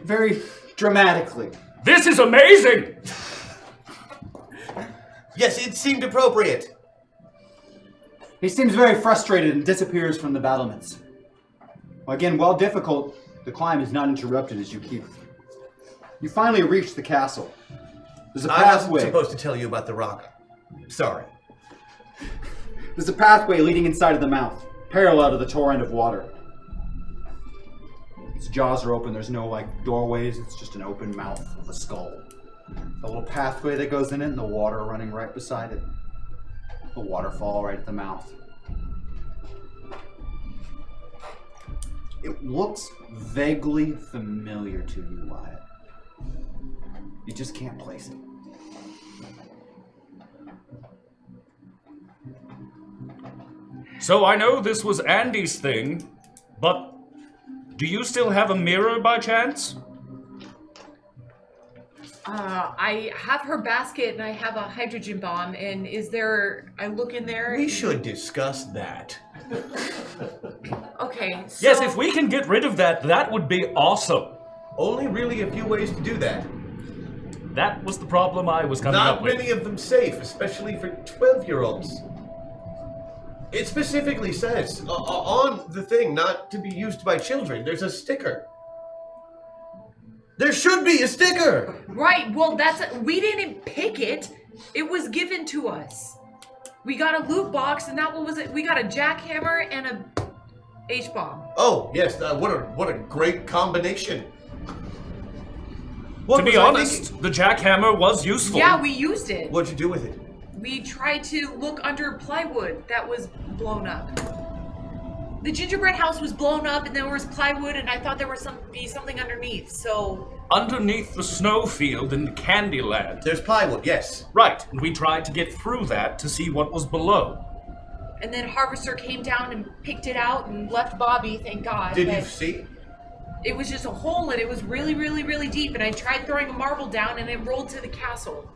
S1: Very dramatically.
S8: This is amazing!
S2: Yes, it seemed appropriate.
S1: He seems very frustrated and disappears from the battlements. Again, while difficult, the climb is not interrupted as you keep. You finally reach the castle. There's a
S2: I wasn't
S1: pathway.
S2: supposed to tell you about the rock. Sorry.
S1: There's a pathway leading inside of the mouth, parallel to the torrent of water. Its jaws are open, there's no like doorways, it's just an open mouth of a skull. A little pathway that goes in it, and the water running right beside it. A waterfall right at the mouth. It looks vaguely familiar to you, Wyatt. You just can't place it.
S8: So I know this was Andy's thing, but do you still have a mirror by chance?
S3: Uh, I have her basket and I have a hydrogen bomb. And is there? I look in there.
S2: We should discuss that.
S3: Okay. So
S8: Yes, if we can get rid of that, that would be awesome.
S2: Only really a few ways to do that.
S8: That was the problem I was coming
S2: Not
S8: up with.
S2: many of them safe, especially for 12 year olds. It specifically says uh, uh, on the thing not to be used by children, there's a sticker. There should be a sticker!
S3: Right. Well, that's we didn't pick it. It was given to us. We got a loot box, and that what was it? We got a jackhammer and a H bomb.
S2: Oh, yes, uh, what, a, what a great combination. What
S8: to be
S2: was I
S8: honest,
S2: thinking?
S8: the jackhammer was useful.
S3: Yeah, we used it.
S2: What'd you do with it?
S3: We tried to look under plywood that was blown up. The gingerbread house was blown up, and there was plywood, and I thought there was some be something underneath. So
S8: Underneath the snowfield in Candyland.
S2: There's plywood, yes.
S8: Right, and we tried to get through that to see what was below.
S3: And then Harvester came down and picked it out and left Bobby, thank God.
S2: Did
S3: but
S2: you see?
S3: It was just a hole and it was really, really, really deep. And I tried throwing a marble down and it rolled to the castle.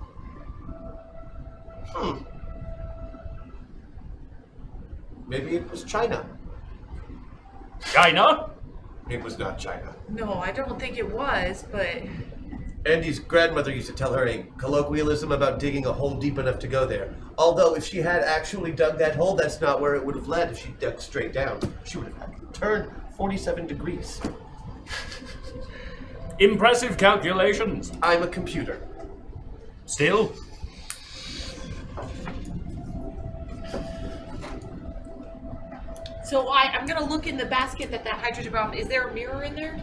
S2: Maybe it was China.
S8: China?
S2: It was not China.
S3: No, I don't think it was, but
S2: Andy's grandmother used to tell her a colloquialism about digging a hole deep enough to go there. Although, if she had actually dug that hole, that's not where it would have led if she dug straight down. She would have had to turn 47 degrees.
S8: Impressive calculations.
S2: I'm a computer.
S8: Still,
S3: so I, I'm gonna look in the basket that that hydrogen bomb. Is there a mirror in there?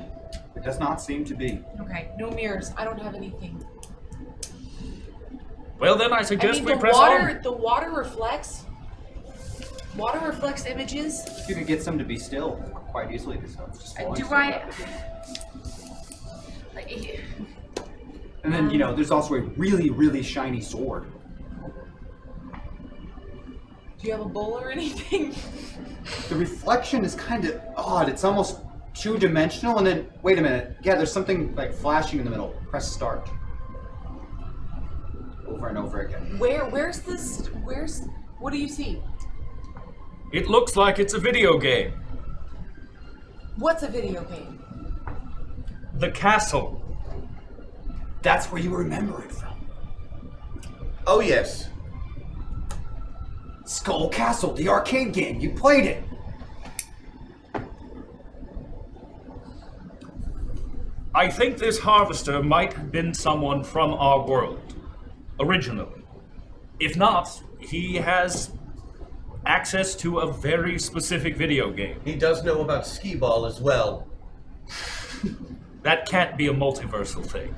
S1: It does not seem to be.
S3: Okay, no mirrors. I don't have anything.
S8: well then I
S3: I
S8: suggest
S3: mean,
S8: we
S3: the
S8: press
S3: water,
S8: on.
S3: the water reflects. Water reflects images.
S1: You could get some to be still quite easily. So it's just falling
S3: Uh, do
S1: still
S3: I-
S1: rapidly.
S3: Like,
S1: And then you know, there's also a really, really shiny sword.
S3: do you have a bowl or [laughs] anything?
S1: The reflection is kind of odd. It's almost two-dimensional. And then wait a minute, yeah, there's something like flashing in the middle. Press start. Over and over again.
S3: Where, where's this? Where's? What do you see?
S8: It looks like it's a video game.
S3: What's a video game?
S8: The castle.
S1: That's where you remember it from.
S2: Oh, yes.
S1: Skull Castle, the arcade game. You played it.
S8: I think this harvester might have been someone from our world, originally. If not, he has access to a very specific video game.
S2: He does know about skee ball as well.
S8: That can't be a multiversal thing.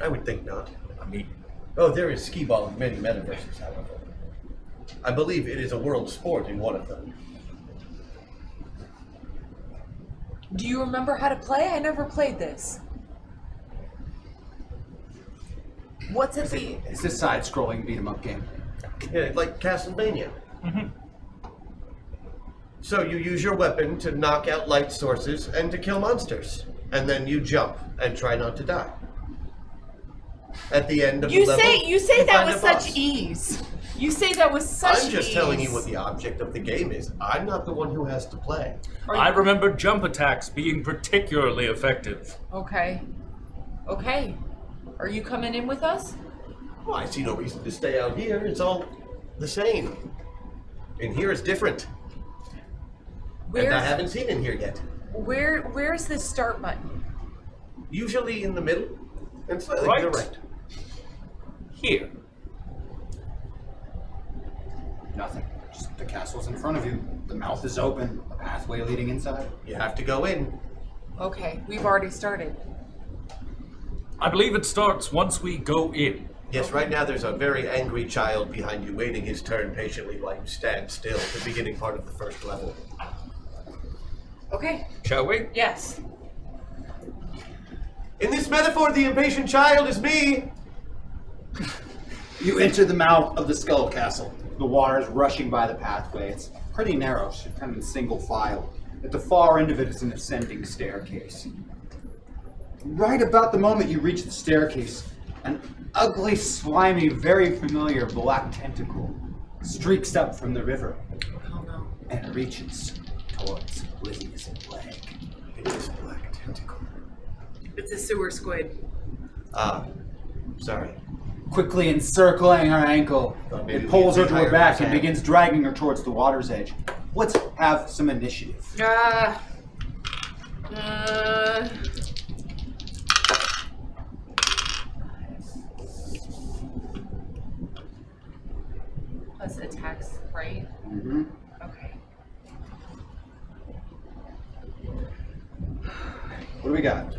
S2: I would think not.
S8: I mean,
S2: Oh, there is skee ball in many metaverses, however. I believe it is a world sport in one of them.
S9: Do you remember how to play? I never played this. What's at the
S1: It's this side-scrolling beat 'em up game.
S2: Yeah, like Castlevania. So you use your weapon to knock out light sources and to kill monsters, and then you jump and try not to die. At the end of
S3: You
S2: the level,
S3: say you say that
S2: find
S3: with
S2: a
S3: such
S2: boss.
S3: ease. You say that with such
S2: I'm just
S3: ease.
S2: telling you what the object of the game is. I'm not the one who has to play.
S8: I remember jump attacks being particularly effective.
S9: Okay. Okay. Are you coming in with us?
S2: Well, Oh, I see no reason to stay out here. It's all the same. In here is different, and I
S9: Where's
S2: haven't seen in here yet.
S9: where where's the start button?
S2: Usually in the middle and slightly to the
S8: Right.
S2: right.
S8: Here.
S1: Nothing. Just the castle's in front of you. The mouth is open. A pathway leading inside.
S2: You have to go in.
S9: Okay, we've already started.
S8: I believe it starts once we go in.
S2: Yes, right now there's a very angry child behind you waiting his turn patiently while you stand still at the beginning part of the first level.
S9: Okay.
S8: Shall we?
S9: Yes.
S2: In this metaphor, the impatient child is me!
S1: You enter the mouth of the skull castle. The water is rushing by the pathway. It's pretty narrow, so you're kind of in single file. At the far end of it is an ascending staircase. Right about the moment you reach the staircase, an ugly, slimy, very familiar black tentacle streaks up from the river and reaches towards Lizzie's leg.
S2: It is black tentacle.
S3: It's a sewer squid.
S2: Ah, sorry.
S1: Quickly encircling her ankle,
S2: Thought maybe
S1: it pulls her
S2: the
S1: to her
S2: entire
S1: back and
S2: design.
S1: begins dragging her towards the water's edge. Let's have some initiative.
S3: Uh, uh,
S7: Plus attacks, right?
S2: Mm-hmm.
S1: Mhm.
S7: Okay.
S1: What do we got?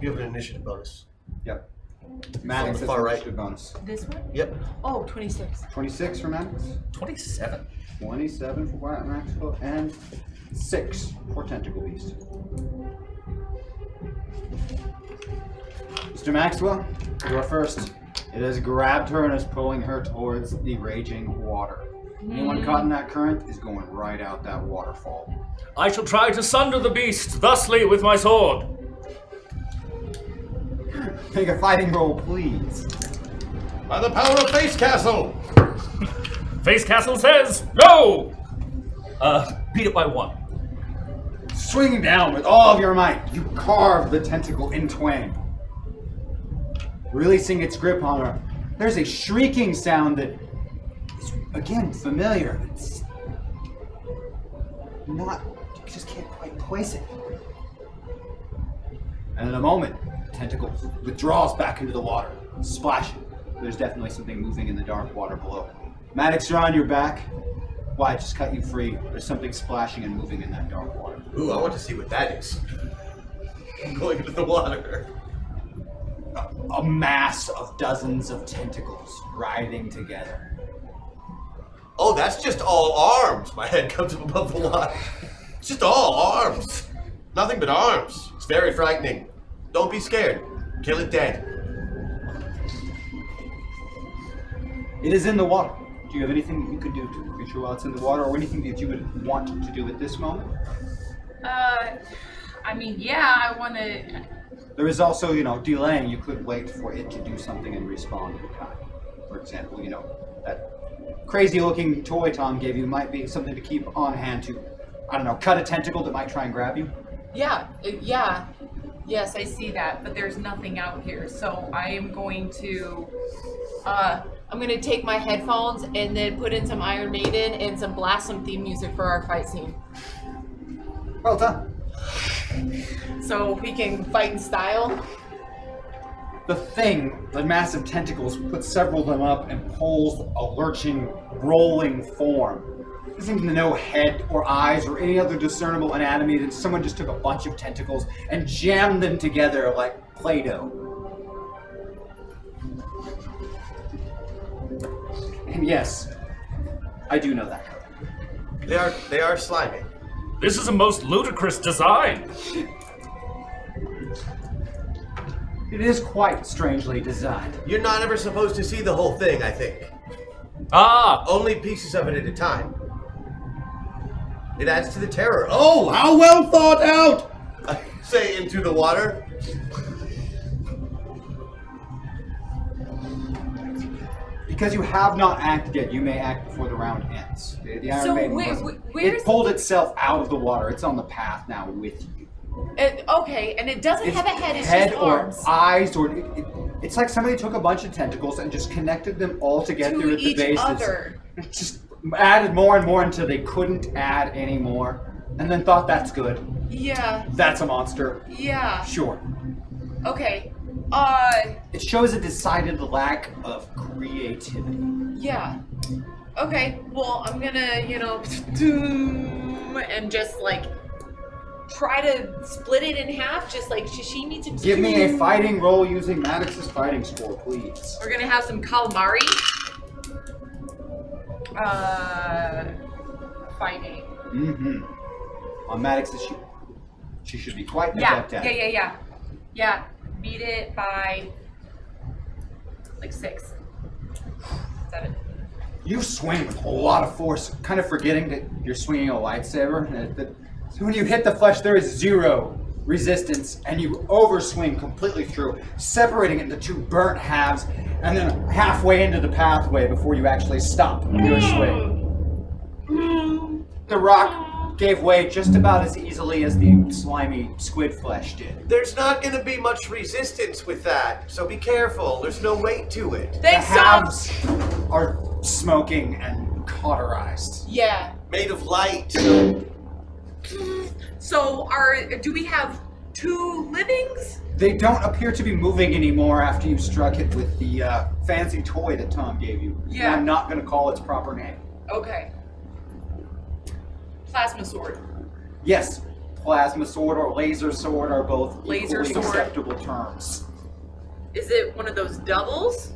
S2: You have an initiative bonus.
S1: Yep.
S2: On
S1: Maddox has
S2: the far
S1: an
S2: right.
S1: initiative bonus.
S7: This one?
S2: Yep.
S9: Oh, 26.
S1: 26 for Maddox,
S6: 27.
S1: 27 for Wyatt Maxwell, and 6 for Tentacle Beast. Mr. Maxwell, you are first. It has grabbed her and is pulling her towards the raging water. Anyone caught in that current is going right out that waterfall.
S8: I shall try to sunder the beast thusly with my sword.
S1: Make a fighting roll, please.
S2: By the power of Face Castle!
S8: Face Castle says no. Uh, beat it by one.
S1: Swing down with all of your might. You carve the tentacle in twain. Releasing its grip on her, there's a shrieking sound that is, again, familiar. It's not, you just can't quite place it. And in a moment, the tentacle withdraws back into the water, splashing. There's definitely something moving in the dark water below. Maddox, you're on your back. Why, it just cut you free. There's something splashing and moving in that dark water.
S2: Ooh, I want to see what that is. [laughs] I'm going into the water.
S1: a mass of dozens of tentacles writhing together.
S2: Oh, that's just all arms. My head comes up above the water. It's just all arms. Nothing but arms. It's very frightening. Don't be scared. Kill it dead.
S1: It is in the water. Do you have anything that you could do to the creature while it's in the water, or anything that you would want to do at this moment?
S7: Uh, I mean, yeah, I want to.
S1: There is also, you know, delaying. You could wait for it to do something and respond in kind. For example, you know, that crazy-looking toy Tom gave you might be something to keep on hand to, I don't know, cut a tentacle that might try and grab you.
S9: Yeah, it- yeah.
S7: Yes, I see that, but there's nothing out here, so I am going to. Uh,
S9: I'm going to take my headphones and then put in some Iron Maiden and some blast some theme music for our fight scene.
S1: Well done.
S9: So we can fight in style.
S1: The thing, the massive tentacles, puts several of them up and pulls a lurching, rolling form. There seems to no head or eyes or any other discernible anatomy that someone just took a bunch of tentacles and jammed them together like Play Doh. can. Yes, I do know that.
S2: They are they are slimy.
S8: This is a most ludicrous design.
S1: It is quite strangely designed.
S2: You're not ever supposed to see the whole thing, I think.
S8: Ah,
S2: Only pieces of it at a time. It adds to the terror. Oh, how well thought out! I [laughs] say into the water.
S1: Because you have not acted yet, you may act before the round ends. The, the Iron
S3: So
S1: Maiden
S3: where-
S1: was-
S3: wh-
S1: it
S3: where's-
S1: pulled itself out of the water. It's on the path now with you.
S3: It, okay, and it doesn't have a head. It's
S1: head
S3: just
S1: or
S3: arms.
S1: eyes or it, it- it's like somebody took a bunch of tentacles and just connected them all together
S3: To
S1: at the
S3: each
S1: bases.
S3: other.
S1: Just added more and more until they couldn't add any more, and then thought that's good.
S3: Yeah.
S1: That's a monster.
S3: Yeah.
S1: Sure.
S3: Okay. Uh.
S1: It shows a decided lack of creativity.
S3: Yeah. Okay. Well, I'm gonna, you know, doom and just like try to split it in half, just like sashimi to.
S1: Give me a fighting roll using Maddox's fighting score, please.
S3: We're gonna have some calamari. Uh, fighting.
S1: Mm-hmm. On Maddox's, she, she should be quite
S3: Yeah,
S1: adept at
S3: yeah,
S1: it.
S3: yeah, yeah, yeah. Beat it by like six, seven.
S1: You swing with a lot of force, kind of forgetting that you're swinging a lightsaber. And it- that- so when you hit the flesh, there is zero resistance, and you overswing completely through, separating it into two burnt halves, and then halfway into the pathway before you actually stop your swing. The rock gave way just about as easily as the slimy squid flesh did.
S2: There's not going to be much resistance with that, so be careful. There's no weight to it.
S1: The
S3: Thanks, Tom.
S1: halves are smoking and cauterized.
S3: Yeah.
S2: Made of light.
S3: So are do we have two livings?
S1: They don't appear to be moving anymore after you struck it with the uh, fancy toy that Tom gave you. And
S3: Yeah.
S1: I'm not going to call its proper name.
S3: Okay. Plasma sword.
S1: Yes, plasma sword or laser sword are both
S3: Laser
S1: equally
S3: sword.
S1: acceptable terms.
S3: Is it one of those doubles,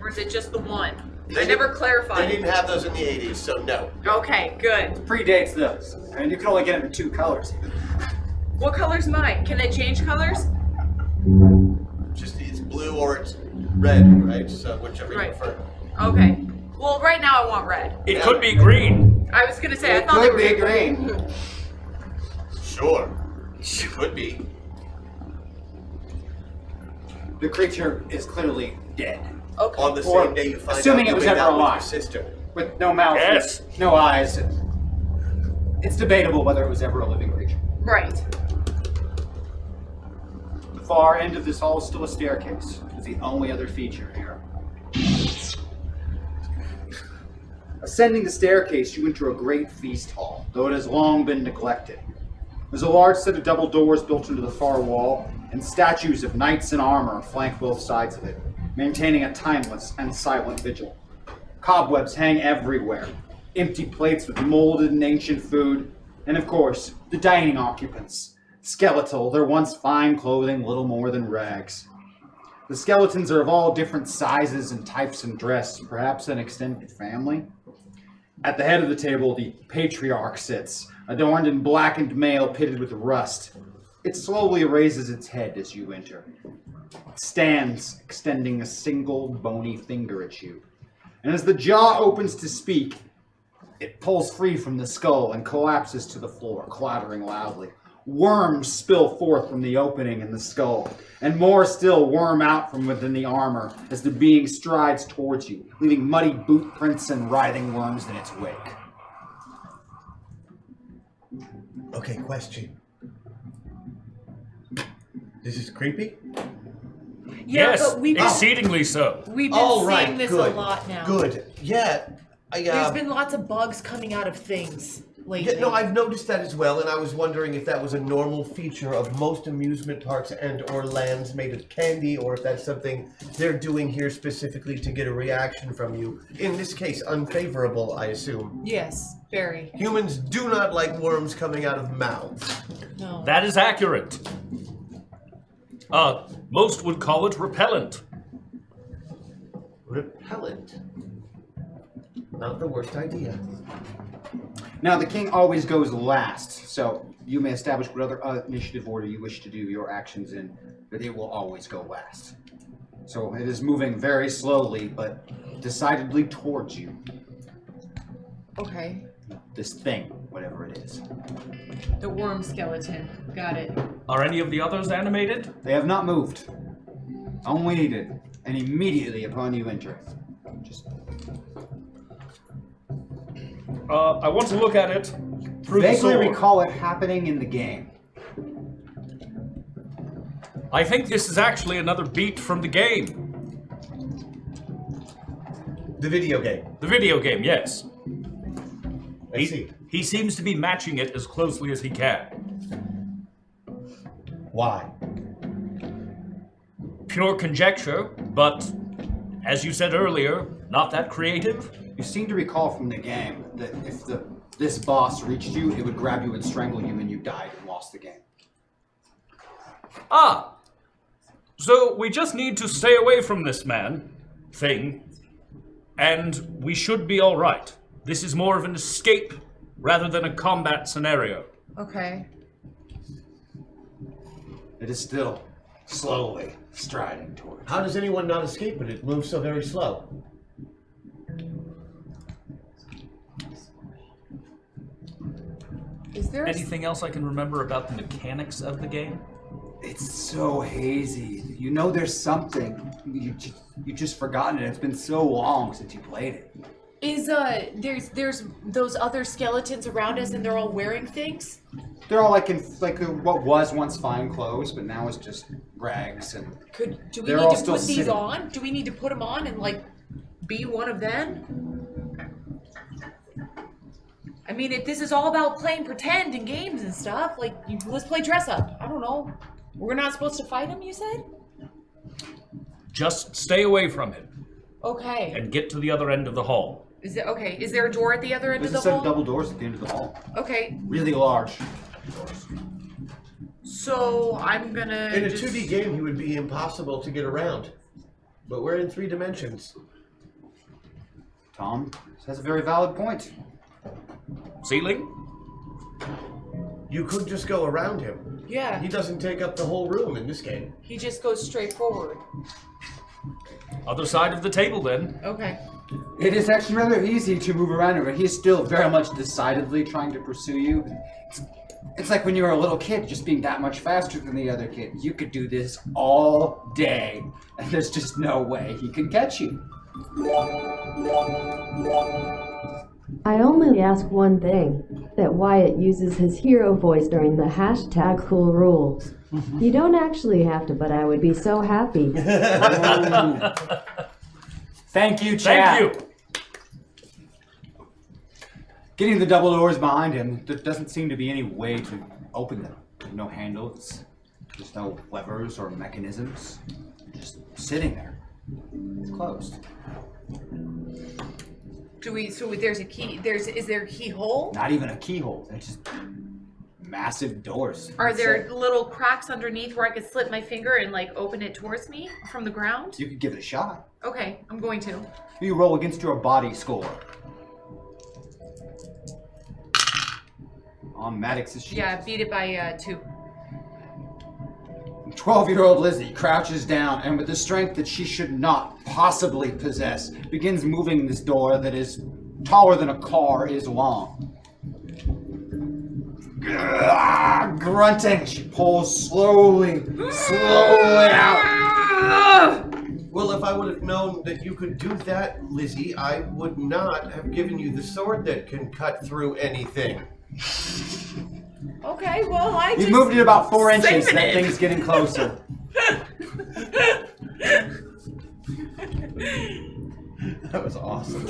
S3: or is it just the one?
S2: They
S3: I never
S2: didn't- They
S3: clarified.
S2: didn't have those in the 80s, so no.
S3: Okay, good.
S1: Predates those. I mean, you can only get them in two colors.
S3: What color's mine? Can I change colors?
S2: Just it's blue or it's red, right? So whichever
S3: Right.
S2: you prefer.
S3: Okay. Well, right now I want red.
S8: it could be green.
S3: I was gonna say I
S1: It
S3: thought they
S1: could
S3: were
S1: be green.
S2: Sure. Could be.
S1: The creature is clearly dead.
S3: Okay.
S2: On the
S1: Or-
S2: same day you find
S1: assuming
S2: out
S1: it was
S2: you made
S1: ever
S2: out with
S1: alive.
S2: your sister.
S1: With no mouth,
S8: Yes.
S1: no eyes. It's debatable whether it was ever a living creature.
S3: Right.
S1: The far end of this hall is still a staircase. It's the only other feature here. Ascending the staircase, you enter a great feast hall, though it has long been neglected. There's a large set of double doors built into the far wall, and statues of knights in armor flank both sides of it, maintaining a timeless and silent vigil. Cobwebs hang everywhere, empty plates with molded and ancient food, and of course, the dining occupants. Skeletal, their once fine clothing little more than rags. The skeletons are of all different sizes and types and dress, perhaps an extended family. At the head of the table, the patriarch sits, adorned in blackened mail pitted with rust. It slowly raises its head as you enter. It stands, extending a single bony finger at you. And as the jaw opens to speak, it pulls free from the skull and collapses to the floor, clattering loudly. Worms spill forth from the opening in the skull, and more still worm out from within the armor as the being strides towards you, leaving muddy boot prints and writhing worms in its wake.
S2: Okay, question. This is creepy?
S3: Yeah,
S8: yes,
S3: but we've
S8: exceedingly so.
S3: we've been
S2: All
S3: seeing
S2: right,
S3: this
S2: good.
S3: a lot now.
S2: Good. Yeah. I, uh,
S3: There's been lots of bugs coming out of things lately.
S2: Yeah, no, I've noticed that as well, and I was wondering if that was a normal feature of most amusement parks and or lands made of candy, or if that's something they're doing here specifically to get a reaction from you. In this case, unfavorable, I assume.
S3: Yes, very.
S2: Humans do not like worms coming out of mouths.
S3: No.
S8: That is accurate. Uh, most would call it repellent.
S2: Repellent. Not the worst idea.
S1: Now, the king always goes last, so you may establish what other uh, initiative order you wish to do your actions in, but it will always go last. So it is moving very slowly, but decidedly towards you.
S3: Okay.
S1: This thing, whatever it is.
S3: The worm skeleton. Got it.
S6: Are any of the others animated?
S1: They have not moved. Only did, and immediately upon you enter. Just
S6: Uh, I want to look at it through the
S1: vaguely
S6: sword.
S1: recall it happening in the game.
S6: I think this is actually another beat from the game,
S2: The video game.
S6: the video game. Yes,
S2: I see.
S6: he seems to be matching it as closely as he can.
S2: Why?
S6: Pure conjecture, but as you said earlier, not that creative.
S1: You seem to recall from the game that if the this boss reached you, it would grab you and strangle you, and you died and lost the game.
S6: Ah! So we just need to stay away from this man thing, and we should be alright. This is more of an escape rather than a combat scenario.
S3: Okay.
S1: It is still slowly striding toward.
S2: How does anyone not escape when it moves so very slow?
S3: Is there a
S6: Anything else I can remember about the mechanics of the game?
S1: It's so hazy. You know there's something. You ju- you just forgotten it. It's been so long since you played it.
S3: Is uh there's there's those other skeletons around us and they're all wearing things?
S1: They're all like in like uh, what was once fine clothes, but now it's just rags and
S3: Could do we
S1: They're all
S3: need to
S1: still
S3: put these
S1: sitting.
S3: on? Do we need to put them on and like be one of them? I mean, if this is all about playing pretend and games and stuff, like you, let's play dress up. I don't know. We're not supposed to fight them, you said?
S6: Just stay away from him
S3: Okay.
S6: and get to the other end of the hall.
S3: Is there okay? Is there a door at the other end
S1: there's
S3: of
S1: a
S3: the
S1: set
S3: hall?
S1: of double doors at the end of the hall.
S3: okay.
S1: Really large.
S10: So I'm gonna.
S2: In a
S10: just-
S2: 2D game, he would be impossible to get around. But we're in three dimensions.
S1: Tom has a very valid point.
S6: Ceiling?
S2: You could just go around him.
S3: Yeah.
S2: He doesn't take up the whole room in this game.
S3: He just goes straight forward.
S6: Other side of the table then.
S3: Okay.
S1: It is actually rather easy to move around him, but he is still very much decidedly trying to pursue you. It's, it's like when you were a little kid, just being that much faster than the other kid. You could do this all day, and there's just no way he can catch you.
S5: I only ask one thing that Wyatt uses his hero voice during the hashtag cool rule. You don't actually have to, but I would be so happy.
S1: Thank you,
S6: Thank
S1: Chad.
S6: you!
S1: Getting the double doors behind him, there doesn't seem to be any way to open them. There's no handles, there's no levers or mechanisms. Just sitting there. It's closed.
S3: Do we? So there's a key. There's is there a keyhole?
S1: Not even a keyhole. They're just massive doors.
S3: Are there little cracks underneath where I could slip my finger and like open it towards me from the ground?
S1: You could give it a shot.
S3: Okay, I'm going to.
S1: You roll against your body score. On Maddox's sheet.
S3: Yeah, I beat it by uh, two.
S1: 12 year old Lizzie crouches down and, with the strength that she should not possibly possess, begins moving this door that is taller than a car is long. Grrrr, Grunting, she pulls slowly, slowly out.
S2: Well, if I would have known that you could do that, Lizzie, I would not have given you the sword that can cut through anything.
S3: Okay, well I
S1: You've
S3: just
S1: moved it about four inches,
S3: saving
S1: that
S3: it.
S1: thing's getting closer.
S2: That was awesome.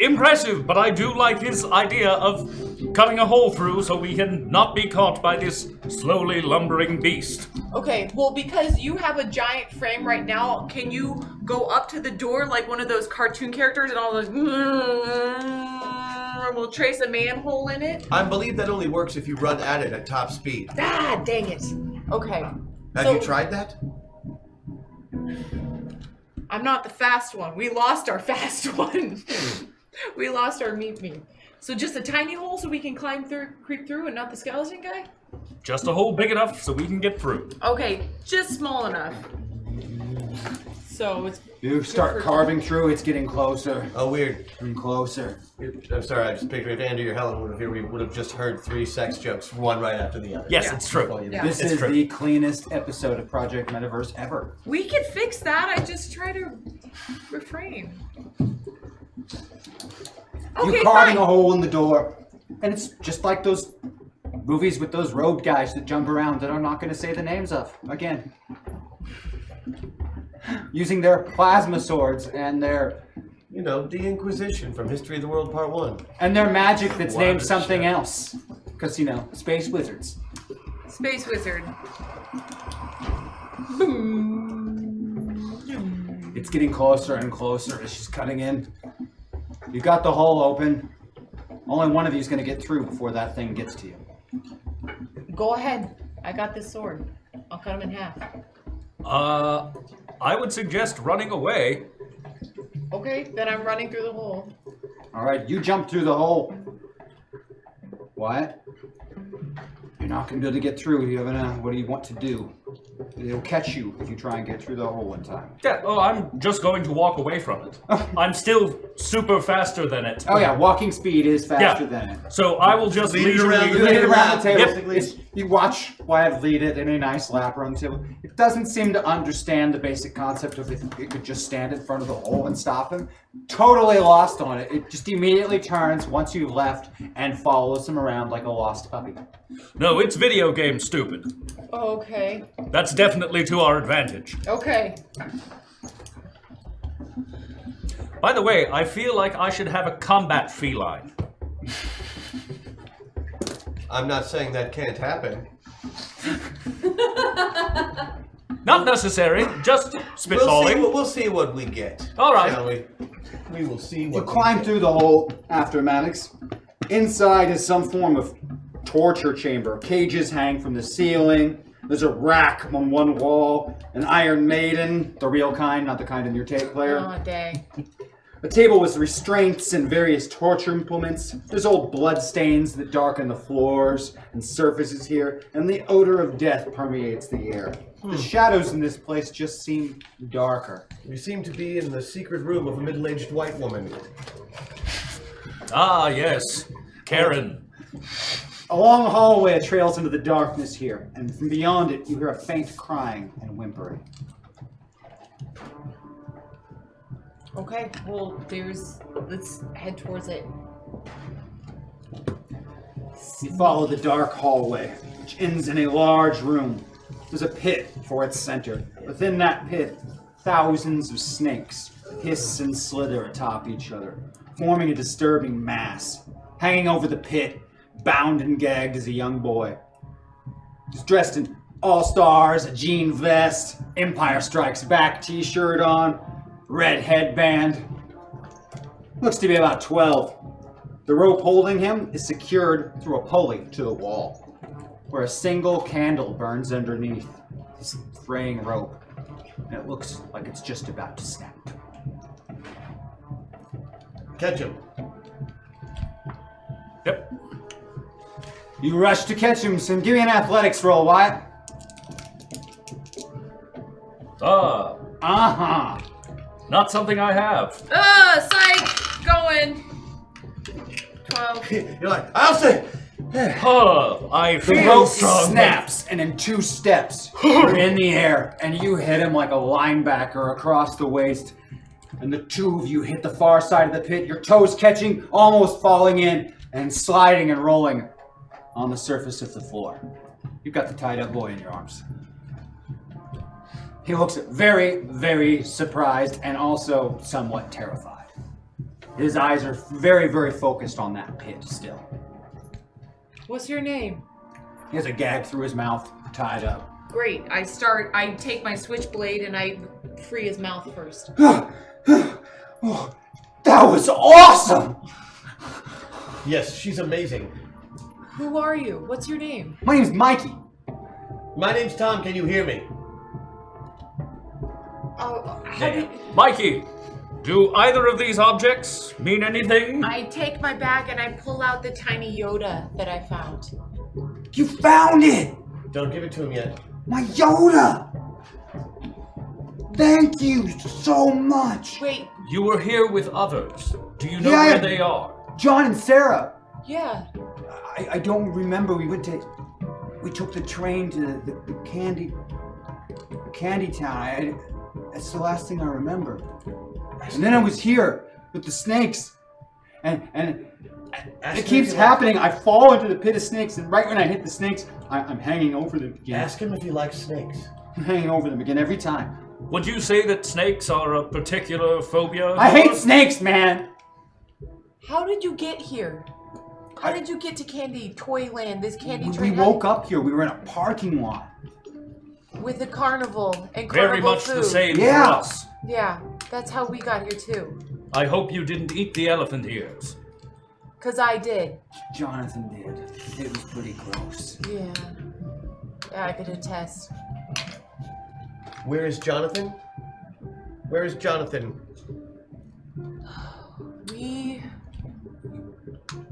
S6: Impressive, but I do like his idea of cutting a hole through so we can not be caught by this slowly lumbering beast.
S10: Okay, well, because you have a giant frame right now, can you go up to the door like one of those cartoon characters and all those? And we'll trace a manhole in it.
S2: I believe that only works if you run at it at top speed.
S3: Ah, dang it. Okay,
S2: Have
S3: So-
S2: you tried that?
S3: I'm not the fast one. We lost our [laughs] fast one. we lost our meat meat. So just a tiny hole so we can climb through, creep through, and not the skeleton guy.
S8: Just a hole big enough so we can get through.
S3: Okay, just small enough. So it's
S1: You start carving through, it's getting closer
S2: Oh, weird.
S1: and closer.
S2: I'm sorry, I just pictured if Andrew or Helen would have here, we would have just heard three sex jokes, one right after the other.
S8: Yes, it's true.
S1: This
S8: It's
S1: is
S8: true.
S1: the cleanest episode of Project Metaverse ever.
S3: we can fix that. I just try to refrain. Okay,
S1: You're carving
S3: fine.
S1: a hole in the door, and it's just like those movies with those robe guys that jump around that I'm not going to say the names of again. Using their plasma swords and their
S2: You know, the Inquisition from History of the World Part One.
S1: and their magic that's
S2: What
S1: named
S2: a
S1: something
S2: shit.
S1: else, because you know space wizards.
S3: Space wizard.
S1: It's getting closer and closer as she's cutting in. You got the hole open. Only one of you is going to get through before that thing gets to you.
S7: Go ahead. I got this sword. I'll cut him in half.
S8: Uh, I would suggest running away.
S3: Okay, then I'm running through the hole.
S1: All right, you jump through the hole. What? You're not going to be able to get through. You haven't. Uh, what do you want to do? It'll catch you if you try and get through the hole in time.
S8: Yeah, oh, I'm just going to walk away from it. I'm still super faster than it.
S1: Oh yeah, walking speed is faster
S8: Yeah.
S1: than it.
S8: So I will just
S2: Lead it around
S8: leisurely
S2: the-
S1: You lead it around the table.
S8: Yep.
S1: Basically, it's- You watch Wyatt lead it in a nice lap around the table. It doesn't seem to understand the basic concept of if it could just stand in front of the hole and stop him. Totally lost on it. It just immediately turns once you've left and follows him around like a lost puppy.
S8: No, it's video game stupid.
S3: Okay.
S8: That's definitely to our advantage.
S3: Okay.
S8: By the way, I feel like I should have a combat feline.
S2: I'm not saying that can't happen.
S8: Not necessary, just
S2: We'll see,
S8: spitballing.
S2: what, we'll see what we get.
S8: All right.
S2: Shall we? We will see
S1: You
S2: what. we
S1: climb
S2: get.
S1: through the hole after Maddox. Inside is some form of torture chamber. Cages hang from the ceiling. There's a rack on one wall, an Iron Maiden, the real kind, not the kind in your tape player.
S7: Oh, dang.
S1: A table with restraints and various torture implements. There's old blood stains that darken the floors and surfaces here, and the odor of death permeates the air. The shadows in this place just seem darker.
S2: We seem to be in the secret room of a middle-aged white woman. [laughs]
S8: Ah, yes. Karen.
S1: A long hallway trails into the darkness here, and from beyond it, you hear a faint crying and whimpering.
S7: Okay, well, there's. Let's head towards it.
S1: You follow the dark hallway, which ends in a large room. There's a pit for its center. Within that pit, thousands of snakes hiss and slither atop each other, forming a disturbing mass. Hanging over the pit, bound and gagged, is a young boy. He's dressed in all stars, a jean vest, Empire Strikes Back t shirt on, red headband. Looks to be about 12. The rope holding him is secured through a pulley to the wall, where a single candle burns underneath this fraying rope, and it looks like it's just about to snap.
S2: Catch him.
S8: Yep.
S1: You rush to catch him, so give me an athletics roll, Wyatt.
S8: Ah,
S1: Uh huh.
S8: not something
S1: [laughs]
S8: I have.
S3: Ah, psych. Going. Twelve.
S2: You're like, I'll say.
S8: Huh, I
S1: The
S8: feel
S1: rope
S8: strong.
S1: snaps, and in two steps, you're in the air, and you hit him like a linebacker across the waist. And the two of you hit the far side of the pit, your toes catching, almost falling in, and sliding and rolling on the surface of the floor. You've got the tied up boy in your arms. He looks very, very surprised and also somewhat terrified. His eyes are very, very focused on that pit still.
S3: What's your name?
S1: He has a gag through his mouth, tied up.
S3: Great. I start. I take my switchblade and I free his mouth first.
S1: That was awesome!
S2: Yes, she's amazing.
S3: Who are you? What's your name?
S1: My name's Mikey.
S2: My name's Tom. Can you hear me?
S3: Oh, how
S6: Damn.
S3: did
S6: Mikey, do either of these objects mean anything?
S3: I take my bag and I pull out the tiny Yoda that I found?
S1: You found it!
S2: Don't give it to him yet.
S1: My Yoda! Thank you so much!
S3: Wait,
S6: You were here with others. Do you know
S1: Yeah.
S6: where they are?
S1: John and Sarah!
S3: yeah.
S1: I, I don't remember. We went to. We took the train to the, the candy. Candy Town. I, that's the last thing I remember. And then I was here with the snakes. And, and
S2: Ask him
S1: it
S2: if
S1: keeps
S2: he likes-
S1: happening. I fall into the pit of snakes, and right when I hit the snakes, I, I'm hanging over them again.
S2: Ask him if he likes snakes.
S1: I'm hanging over them again every time.
S6: Would you say that snakes are a particular phobia?
S1: I hate snakes, man!
S3: How did you get here? How did you get to Candy Toyland? This candy
S1: We, we
S3: train
S1: woke up here. We were in a parking lot.
S3: with the carnival and carnival
S6: Very much
S3: food.
S6: the same for
S1: Yeah.
S6: us.
S3: Yeah, that's how we got here too.
S6: I hope you didn't eat the elephant ears.
S3: Cause I did.
S1: Jonathan did. It was pretty gross.
S3: Yeah. Yeah, I could attest.
S2: Where is Jonathan? Where is Jonathan?
S3: We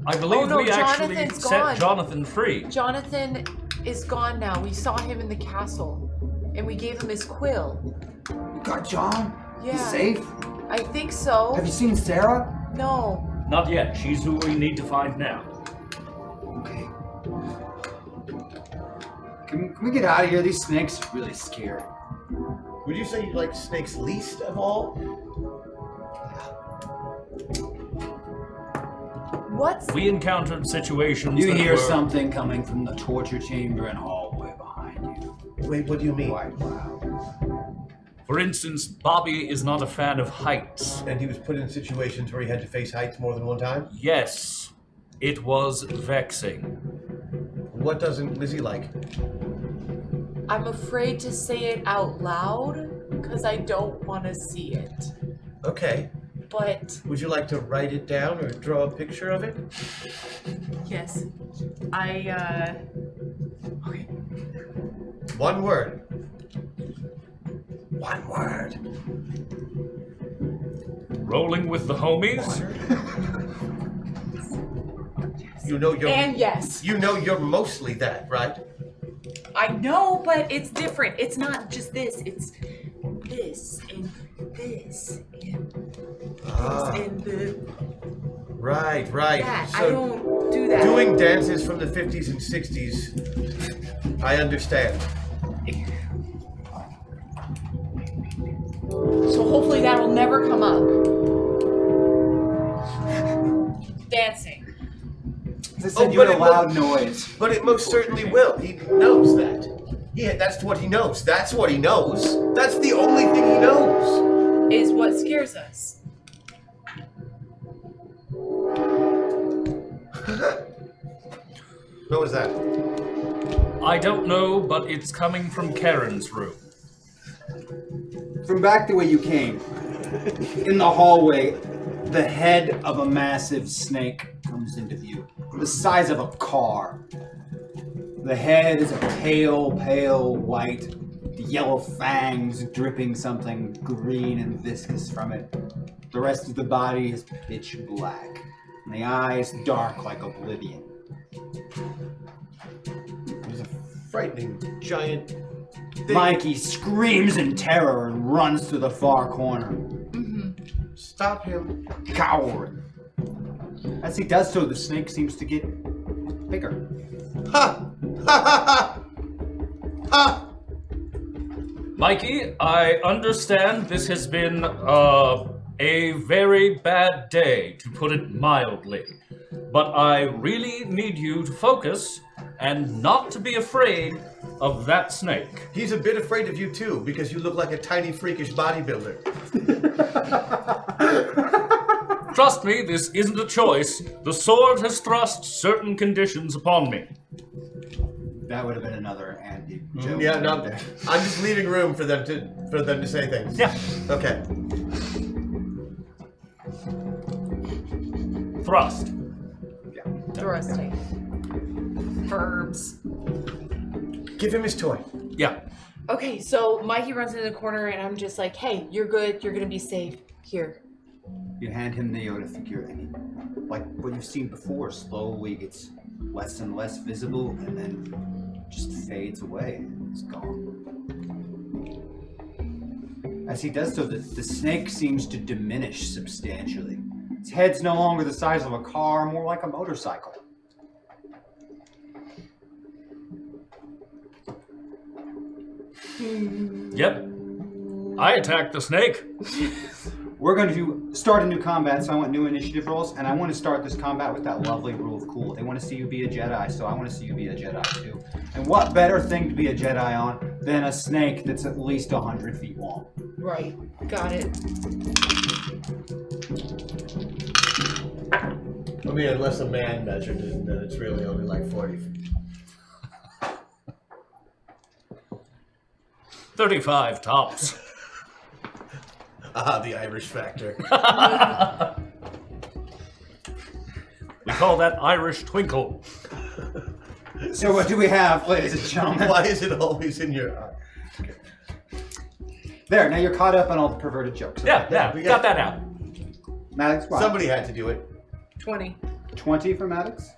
S6: I believe
S3: Oh, no,
S6: we actually
S3: Jonathan's
S6: set
S3: gone.
S6: Jonathan free.
S3: Jonathan is gone now. We saw him in the castle, and we gave him his quill.
S1: You got John? He's
S3: Yeah.
S1: safe?
S3: I think so.
S1: Have you seen Sarah?
S3: No.
S6: Not yet. She's who we need to find now.
S1: Okay. Can, can we get out of here? These snakes really scary.
S2: Would you say you like snakes least of all?
S3: What's
S6: We encountered situations.
S1: You
S6: that
S1: hear
S6: were-
S1: something coming from the torture chamber and hallway behind you.
S2: Wait, what do you mean?
S1: Quite loud.
S6: For instance, Bobby is not a fan of heights.
S2: And he was put in situations where he had to face heights more than one time?
S6: Yes, it was vexing.
S2: What doesn't Lizzie like?
S3: I'm afraid to say it out loud because I don't want to see it.
S2: Okay.
S3: But
S2: Would you like to write it down or draw a picture of it?
S11: Yes. I, uh. Okay.
S2: One word. One word.
S6: Rolling with the homies?
S2: You know you're
S11: And yes.
S2: you know you're mostly that, right?
S11: I know, but it's different. It's not just this, it's this and this and this
S2: Ah,
S11: and the,
S2: right, right.
S11: that. I
S2: so
S11: don't do that.
S2: doing dances from the 50s and 60s. I understand.
S3: so hopefully that will never come
S2: [laughs]
S3: up. Dancing.
S1: As I said,
S2: Oh,
S1: you had
S2: but
S1: a
S2: it will-
S1: loud noise.
S2: But it most certainly will. He knows that. He, that's what he knows. That's what he knows. That's the only thing he knows.
S3: Is what scares us.
S2: What was that?
S6: I don't know, but it's coming from Karen's room.
S1: From back the way you came, in the hallway, the head of a massive snake comes into view, the size of a car. The head is a pale, pale white, the yellow fangs dripping something green and viscous from it. The rest of the body is pitch black, and the eyes dark like oblivion.
S2: There's a frightening giant thing.
S1: Mikey screams in terror and runs to the far corner.
S2: Stop him.
S1: cowering. As he does so, the snake seems to get bigger.
S2: Ha! Ha ha ha! Ha!
S6: Mikey, I understand this has been uh, a very bad day, to put it mildly. But I really need you to focus and not to be afraid of that snake.
S2: He's a bit afraid of you too because you look like a tiny freakish bodybuilder.
S6: Trust me, this isn't a choice. The sword has thrust certain conditions upon me.
S1: That would have been another Andy joke.
S2: Yeah, no, I'm just leaving room for them to for them to say things.
S6: Yeah.
S2: Okay.
S6: Thrust.
S3: Thrusting. Verbs.
S2: Give him his toy.
S6: Yeah.
S7: Okay, so Mikey runs into the corner and I'm just like, hey, you're good. You're going to be safe here.
S1: You hand him the Yoda figure, and he, like what you've seen before, slowly gets less and less visible, and then just fades away. It's gone. As he does so, the, the snake seems to diminish substantially. Its head's no longer the size of a car, more like a motorcycle.
S8: Yep. I attacked the snake.
S1: We're going to start a new combat, so I want new initiative rolls, and I want to start this combat with that lovely rule of cool. They want to see you be a Jedi, so I want to see you be a Jedi too. And what better thing to be a Jedi on than a snake that's at least 100 feet long?
S7: Right. Got it.
S2: I mean, unless a man measured it, then it's really only like 40 feet.
S8: 35 tops.
S2: Ah, the Irish factor.
S8: We call that Irish twinkle.
S1: So, what do we have, ladies and gentlemen?
S2: [laughs] Why is it always in your eye?
S1: There, now you're caught up on all the perverted jokes.
S8: Yeah, yeah,
S2: we
S8: got,
S2: got-
S8: that out.
S1: Maddox, what?
S2: Somebody had to do it.
S7: 20.
S1: 20 for Maddox?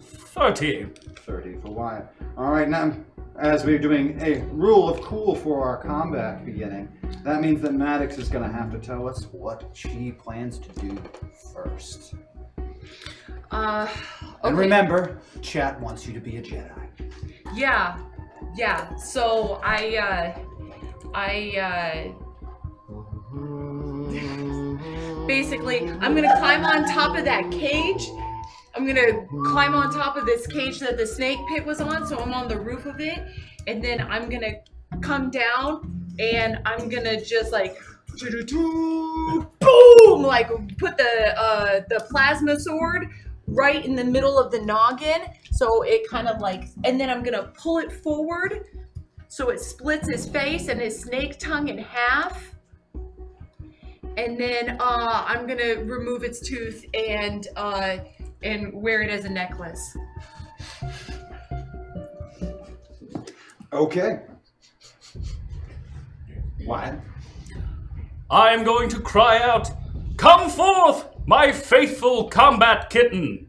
S8: 30.
S1: 30 for Wyatt. All right, now as we're doing a rule of cool for our combat beginning, that means that Maddox is going to have to tell us what she plans to do first.
S3: Uh,
S1: And
S3: Okay.
S1: remember, chat wants you to be a Jedi.
S3: yeah, yeah. So I, uh, I, uh, basically, I'm gonna climb on top of that cage. I'm gonna climb on top of this cage that the snake pit was on, so I'm on the roof of it, and then I'm gonna come down and I'm gonna just like
S7: Boom! Like, put the, uh, the plasma sword right in the middle of the noggin. So it kind of like, and then I'm going to pull it forward so it splits his face and his snake tongue in half.
S3: and then uh, I'm gonna remove its tooth and uh, and wear it as a
S7: [laughs]
S3: necklace.
S1: Okay. Wyatt.
S8: I am going to cry out, Come forth, my faithful combat kitten!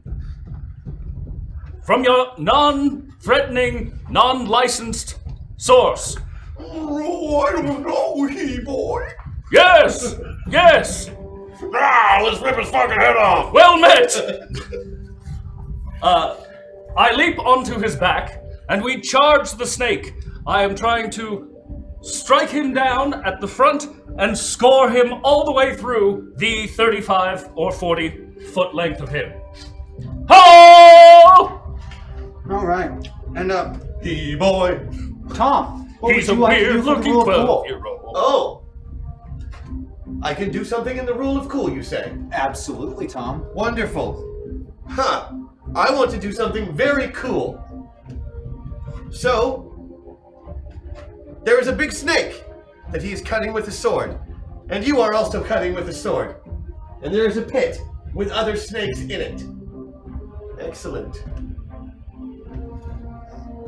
S8: From your non threatening, non licensed source.
S2: Oh, I don't know, he boy.
S8: Yes! Yes!
S2: Ah, let's rip his fucking head off.
S8: Well met! Uh, I leap onto his back and we charge the snake. I am trying to strike him down at the front and score him all the way through the 35 or 40 foot length of him. Ho!
S1: All right. And uh,
S2: He boy.
S1: Tom, what
S8: He's a
S1: would you like to do for
S8: weird
S1: the
S8: looking
S1: rule of
S8: 12
S1: cool?
S8: year old.
S2: Oh. I can do something in the rule of cool, you say?
S1: Absolutely, Tom.
S2: Wonderful. Huh. I want to do something very cool. So, there is a big snake that he is cutting with a sword. And you are also cutting with a sword. And there is a pit with other snakes in it. Excellent.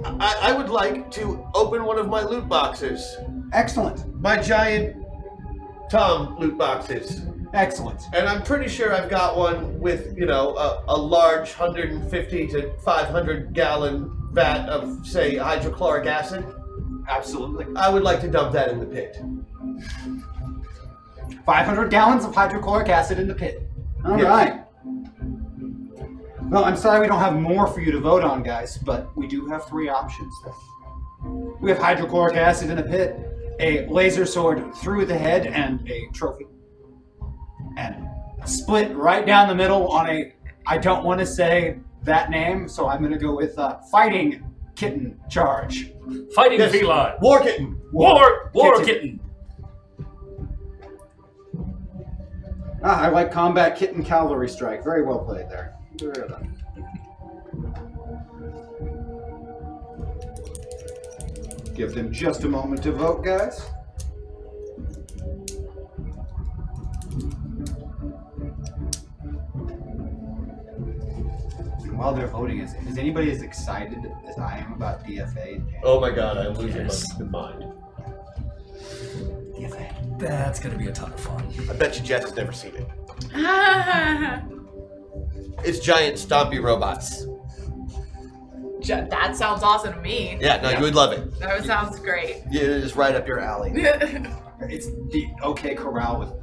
S2: I- I, I would like to open one of my loot boxes.
S1: Excellent.
S2: My giant Tom loot boxes.
S1: Excellent.
S2: And I'm pretty sure I've got one with, you know, a, a large 150 to 500 gallon vat of, say, hydrochloric acid.
S1: Absolutely.
S2: I would like to dump that in the pit.
S1: 500 gallons of hydrochloric acid in the pit. All right.
S2: Yes.
S1: Well, I'm sorry we don't have more for you to vote on, guys, but we do have three options. We have hydrochloric acid in the pit, a laser sword through the head, and a trophy. And split right down the middle on a. I don't want to say that name, so I'm going to go with uh, Fighting Kitten Charge.
S8: Fighting feline.
S2: War kitten.
S8: War, war
S1: Kitten.
S8: kitten.
S1: Ah, I like combat kitten cavalry strike. Very well played there. Very well done. Give them just a moment to vote, guys. And while they're voting, is, is anybody as excited as I am about DFA?
S2: Oh my god, I'm losing
S6: Yes.
S2: my mind.
S1: DFA.
S6: That's gonna be a ton of fun.
S2: I bet you Jess has never seen it. It's giant stompy robots.
S7: Ju- that sounds awesome to me.
S2: Yeah, no, you would love it.
S7: That sounds great. [laughs]
S2: Yeah, it's right up your alley.
S1: It's the OK Corral with.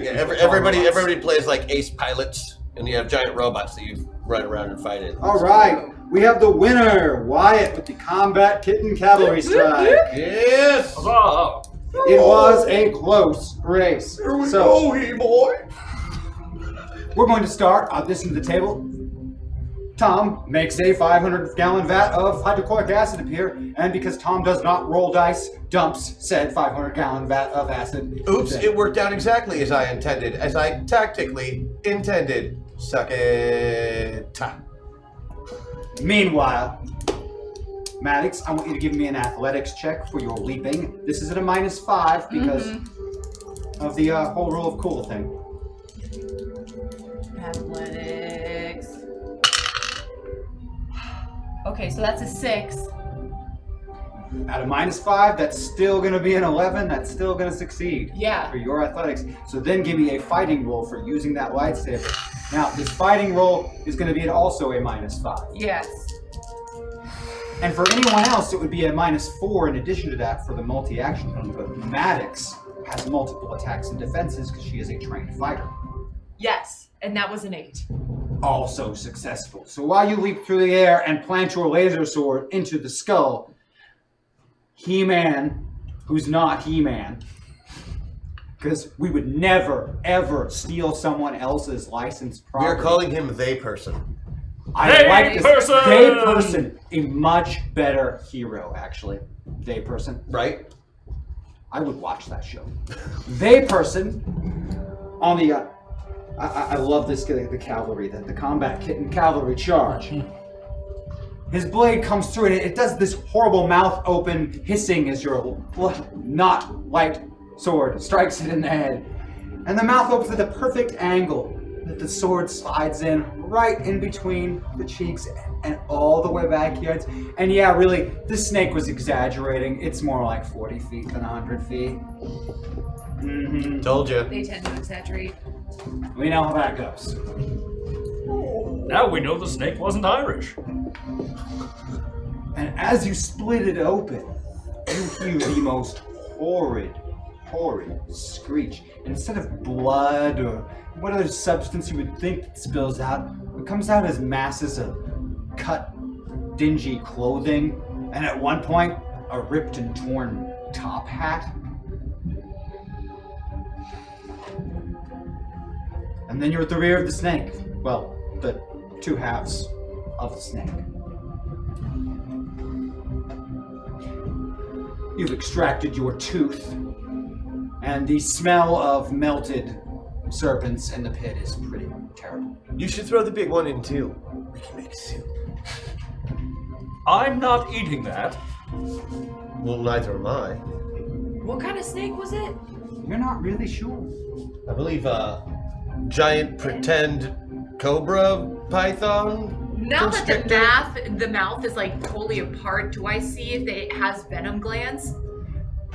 S2: Yeah, every, everybody, everybody plays like ace pilots, and you have giant robots that you run around and fight it.
S1: All right, we have the winner, Wyatt, with the Combat Kitten Cavalry Strike.
S2: Yes.
S8: Huzzah!
S1: It was a close race. so
S2: hey boy.
S1: we're going to start on this end of the table. Tom makes a 500 gallon vat of hydrochloric acid appear, and because Tom does not roll dice, dumps said 500 gallon vat of acid.
S2: Oops, it worked out exactly as I intended, as I tactically intended. Suck it.
S1: Meanwhile, Maddox, I want you to give me an athletics check for your leaping. This is at a minus five because of the uh, whole rule of cool thing.
S7: Athletics. Okay, so that's a six.
S1: At a minus five, that's still going to be an 11. That's still going to succeed.
S7: Yeah.
S1: For your athletics. So then give me a fighting roll for using that lightsaber. Now, this fighting roll is going to be at also a minus five.
S7: Yes.
S1: And for anyone else, it would be a minus four in addition to that for the multi action penalty. But Maddox has multiple attacks and defenses because she is a trained fighter.
S7: Yes. And that was an eight.
S1: also successful. So while you leap through the air and plant your laser sword into the skull, He Man, who's not He Man, because we would never, ever steal someone else's license
S2: We
S1: property.
S2: are calling him they person.
S1: I
S8: They
S1: like this.
S8: person!
S1: They person, a much better hero, actually. They person.
S2: Right?
S1: I would watch that show. They person on the. Uh, I, I- I love this the, the cavalry, the, the combat kitten cavalry charge. His blade comes through and it, it does this horrible mouth open hissing as your l- not light sword strikes it in the head. And the mouth opens at the perfect angle that the sword slides in right in between the cheeks and all the way back here. It's- And yeah, really, this snake was exaggerating. It's more like 40 feet than 100 feet. hmm
S2: Told you.
S7: They tend to exaggerate.
S1: We know how that goes.
S8: Now we know the snake wasn't Irish.
S1: And as you split it open, you hear the most horrid, horrid screech. And instead of blood or what other substance you would think that spills out, it comes out as masses of cut, dingy clothing, and at one point, a ripped and torn top hat. And then you're at the rear of the snake. Well, the two halves of the snake. You've extracted your tooth, and the smell of melted serpents in the pit is pretty terrible.
S2: You should throw the big one in too. We can make soup.
S8: I'm not eating that.
S2: Well, neither am I.
S7: What kind of snake was it?
S1: You're not really sure.
S2: I believe uh, giant pretend cobra python.
S7: Now that the
S2: constrictor?
S7: mouth, the mouth is like totally apart, do I see if it has venom glands?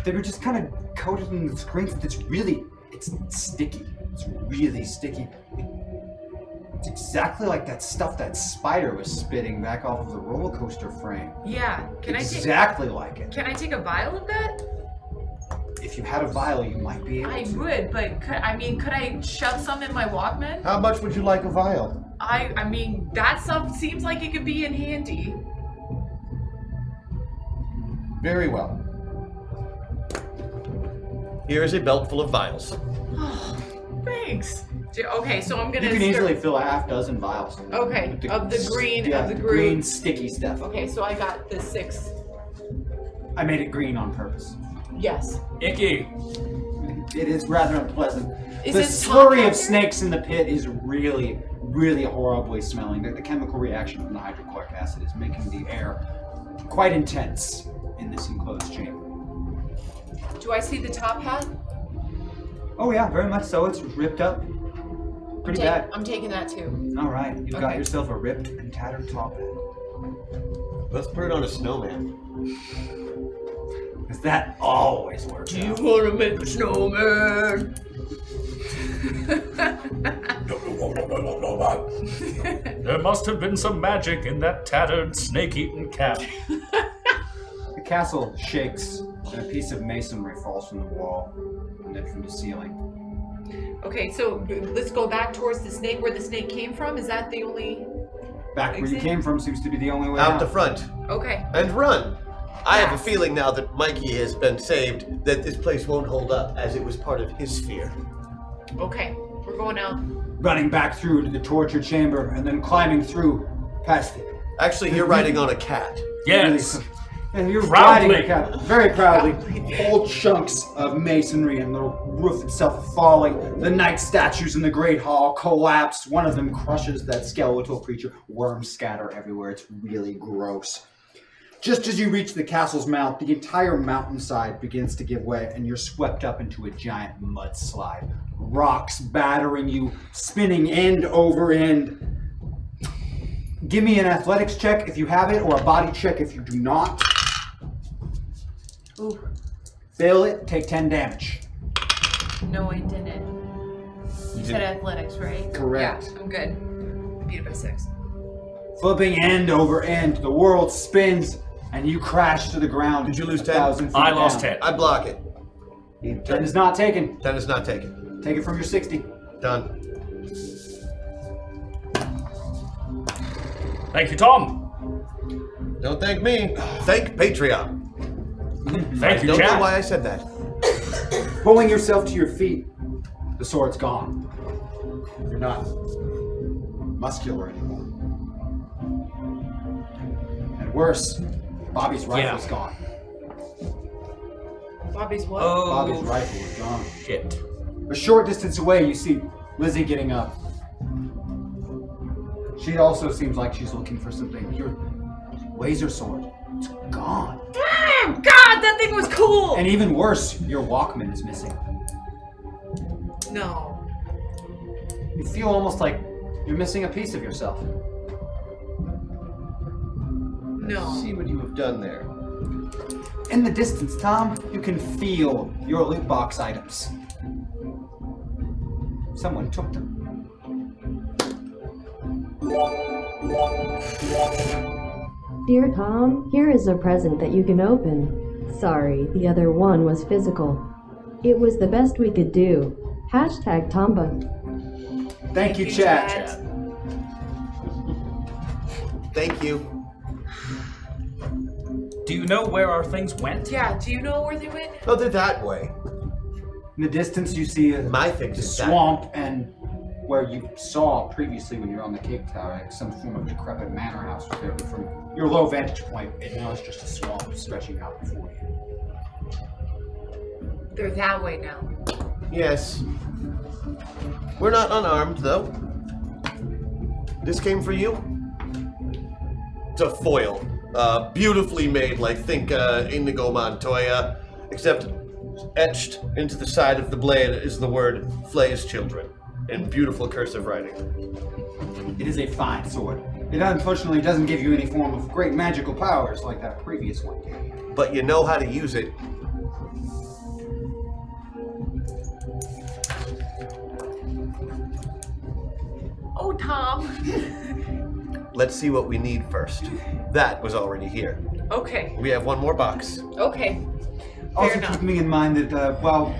S1: They were just kind of coated in this green stuff that's really, it's sticky. It's really sticky. It's exactly like that stuff that spider was spitting back off of the roller coaster frame.
S7: Yeah. Can I
S1: exactly like
S7: take?
S1: it.
S7: Can I take a vial of that?
S1: If you had a vial, you might be able
S7: I
S1: to.
S7: would, but could, I mean, could I shove some in my Walkman?
S2: How much would you like a vial?
S7: I I mean, that stuff seems like it could be in handy.
S2: Very well. Here is a belt full of vials.
S7: Thanks. Do- Okay, so I'm gonna.
S1: You can
S7: start-
S1: easily fill a half dozen vials.
S7: Okay, of the green,
S1: yeah,
S7: of the
S1: green
S7: green.
S1: sticky stuff.
S7: Okay, so I got the six.
S1: I made it green on purpose.
S7: Yes.
S8: Icky.
S1: It is rather unpleasant.
S7: Is
S1: the
S7: it
S1: slurry
S7: top
S1: of
S7: after?
S1: snakes in the pit is really, really horribly smelling. The, the chemical reaction from the hydrochloric acid is making the air quite intense in this enclosed chamber.
S7: Do I see the top hat?
S1: Oh yeah, very much so. It's ripped up. Pretty
S9: take-
S1: bad.
S9: I'm taking that too.
S1: All right, you've got
S9: Okay.
S1: yourself a ripped and tattered top hat.
S2: Let's put it on a snowman.
S1: Because that always works.
S3: Do you want to make a snowman?
S8: There must have been some magic in that tattered, snake-eaten cap.
S1: The castle shakes, and a piece of masonry falls from the wall and then from the ceiling.
S3: Okay, so g- let's go back towards the snake where the snake came from. Is that the only?
S1: Back where you
S3: Exit.
S1: came from seems to be the only way
S2: Out
S1: out.
S2: the front
S3: Okay.
S2: and run. I have a feeling now that Mikey has been saved that this place won't hold up as it was part of his sphere.
S3: Okay, we're going out.
S1: Running back through to the torture chamber and then climbing through past it.
S2: Actually, you're riding on a cat.
S8: Yes.
S1: And you're
S8: Proudly.
S1: riding the cap very proudly. Whole chunks of masonry and the roof itself falling. The knight statues in the great hall collapse. One of them crushes that skeletal creature. Worms scatter everywhere. It's really gross. Just as you reach the castle's mouth, the entire mountainside begins to give way, and you're swept up into a giant mudslide. Rocks battering you, spinning end over end. Give me an athletics check if you have it, or a body check if you do not. Fail it, take 10 damage.
S9: No, I didn't. You said athletics, right?
S1: Correct.
S9: I'm good.
S3: Beat it by six.
S1: Flipping end over end, the world spins, and you crash to the ground.
S2: Did you lose
S1: a
S2: 10?
S1: thousand feet
S8: I lost
S1: down.
S8: ten.
S2: I block it.
S1: 10 is not taken.
S2: That is not taken.
S1: Take it from your 60.
S2: Done.
S8: Thank you, Tom.
S2: Don't thank me. Thank Patreon.
S8: Thank you,
S2: Don't know
S8: Jack.
S2: why I said that.
S1: Pulling yourself to your feet, the sword's gone. You're not muscular anymore. And worse, Bobby's rifle's
S8: Yeah.
S1: gone.
S3: Bobby's what?
S1: Bobby's
S4: Oh,
S1: rifle is gone.
S4: shit.
S1: A short distance away, you see Lizzie getting up. She also seems like she's looking for something. Your laser sword, it's gone.
S3: Damn, God, that thing was cool.
S1: And even worse, your Walkman is missing.
S3: No.
S1: You feel almost like you're missing a piece of yourself.
S3: No.
S2: See what you have done there.
S1: In the distance, Tom, you can feel your loot box items. Someone took them.
S5: Dear Tom, here is a present that you can open. Sorry, the other one was physical. It was the best we could do. Hashtag Tomba.
S1: Thank, you, Chad.
S2: Thank you.
S4: Do you know where our things went?
S3: Yeah. Do you know where they went?
S2: Oh, they're that way.
S1: In the distance, you see a
S2: My things
S1: the
S2: is that.
S1: swamp and where you saw previously when you were on the Cape Tower, like some form of decrepit manor house was there, but from your low vantage point, it now is just a swamp stretching out before you.
S3: They're that way now.
S2: Yes. We're not unarmed, though. This came for you. It's a foil. Uh, beautifully made, like think uh, Indigo Montoya, except etched into the side of the blade is the word Flay's Children in beautiful cursive writing.
S1: It is a fine sword. It unfortunately doesn't give you any form of great magical powers like that previous one did.
S2: But you know how to use it.
S3: Oh, Tom. [laughs]
S2: Let's see what we need first. That was already here.
S3: Okay.
S2: We have one more box.
S3: Okay.
S1: also,
S3: enough.
S1: keeping in mind that uh, while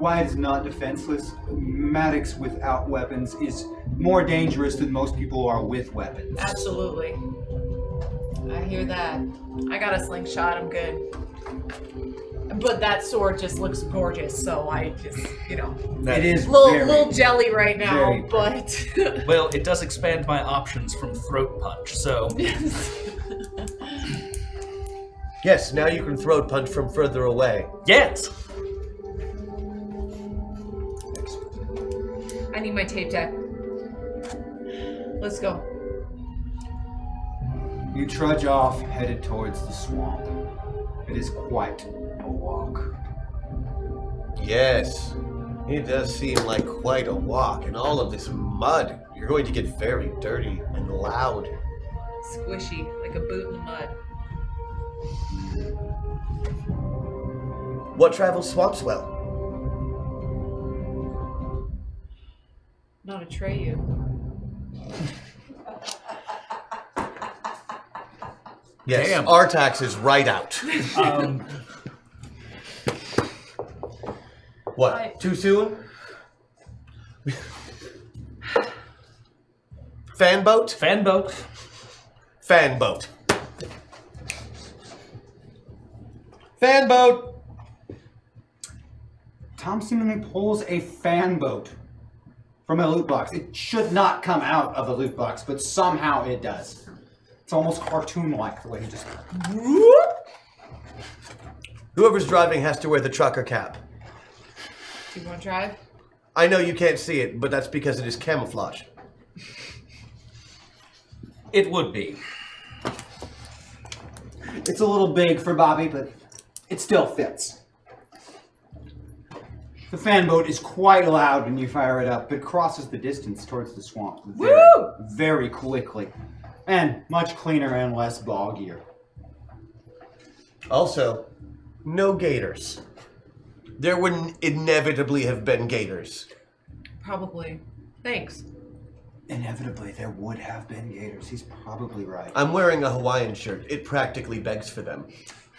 S1: Wyatt is not defenseless, Maddox without weapons is more dangerous than most people are with weapons.
S3: Absolutely.
S9: I hear that.
S3: I got a slingshot. I'm good. But that sword just looks gorgeous, so I just, you know,
S1: It is
S3: little
S1: very-
S3: little jelly right now.
S1: very
S3: But
S6: Well, it does expand my options from throat punch, so
S2: Yes, now you can throat punch from further away.
S6: yes.
S3: [laughs] I need my tape deck. Let's go.
S1: You trudge off, headed towards the swamp. It is quite a walk.
S2: Yes, it does seem like quite a walk, and all of this mud. You're going to get very dirty and loud.
S3: Squishy, like a boot in the mud.
S2: What travels swamps well?
S3: Not a tray you.
S2: Yes,
S8: Damn.
S2: our tax is right out.
S6: Um,
S2: What?
S3: I-
S2: Too soon? Fan boat?
S8: Fanboat.
S2: Fan boat. Fan boat!
S1: Tom seemingly pulls a fan boat from a loot box. It should not come out of the loot box, but somehow it does. It's almost cartoon-like the way he just.
S2: Whoever's driving has to wear the trucker cap.
S3: Do you want to drive?
S2: I know you can't see it, but that's because it is camouflage.
S8: It would be.
S1: It's a little big for Bobby, but it still fits. The fan boat is quite loud when you fire it up. It crosses the distance towards the swamp very, very quickly, and much cleaner and less boggier.
S2: Also, no gators. There would not inevitably have been gators.
S3: Probably. Thanks.
S1: Inevitably, there would have been gators. He's probably right.
S2: I'm wearing a Hawaiian shirt. It practically begs for them.